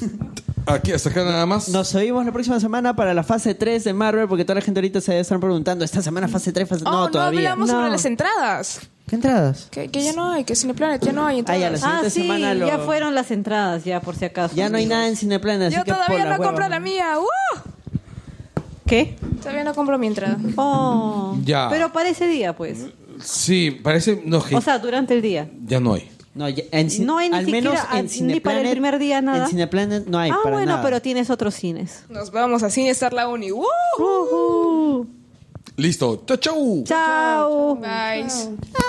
Speaker 5: aquí hasta acá nada más.
Speaker 2: Nos oímos la próxima semana para la fase 3 de Marvel, porque toda la gente ahorita se debe estar preguntando, ¿esta semana fase 3? Fase...
Speaker 4: Oh,
Speaker 2: no,
Speaker 4: no,
Speaker 2: todavía.
Speaker 4: hablamos
Speaker 3: No.
Speaker 4: sobre las entradas.
Speaker 2: ¿Qué entradas?
Speaker 4: Que, que ya no hay, que Cineplanet ya no hay
Speaker 2: Ah, ya
Speaker 4: entradas.
Speaker 2: La
Speaker 3: Ah,
Speaker 2: siguiente
Speaker 3: sí,
Speaker 2: semana lo-
Speaker 3: ya fueron las entradas, ya por si acaso.
Speaker 2: Ya no hay nada en Cineplan, así
Speaker 4: Yo
Speaker 2: que
Speaker 4: todavía
Speaker 2: por
Speaker 4: no
Speaker 2: hueva.
Speaker 4: compro la mía. ¡Uh!
Speaker 3: ¿Qué?
Speaker 4: Todavía no compro mi entrada.
Speaker 3: Oh,
Speaker 5: Ya.
Speaker 3: pero para ese día, pues.
Speaker 5: Sí, parece no, que
Speaker 3: O sea, durante el día.
Speaker 5: ya no hay.
Speaker 2: No, ya- en Cin-
Speaker 3: No hay ni
Speaker 2: al
Speaker 3: siquiera-
Speaker 2: menos
Speaker 3: ah,
Speaker 2: en
Speaker 3: ni para el
Speaker 2: Cineplanet-
Speaker 3: primer día nada.
Speaker 2: En Cineplanet no hay
Speaker 3: ah,
Speaker 2: para
Speaker 3: bueno,
Speaker 2: nada.
Speaker 3: pero tienes otros cines.
Speaker 4: Nos vamos a Cine Star La Uni. ¡Uh!
Speaker 5: Listo. Chau, chau.
Speaker 2: Uh,
Speaker 3: Chao.
Speaker 4: Bye.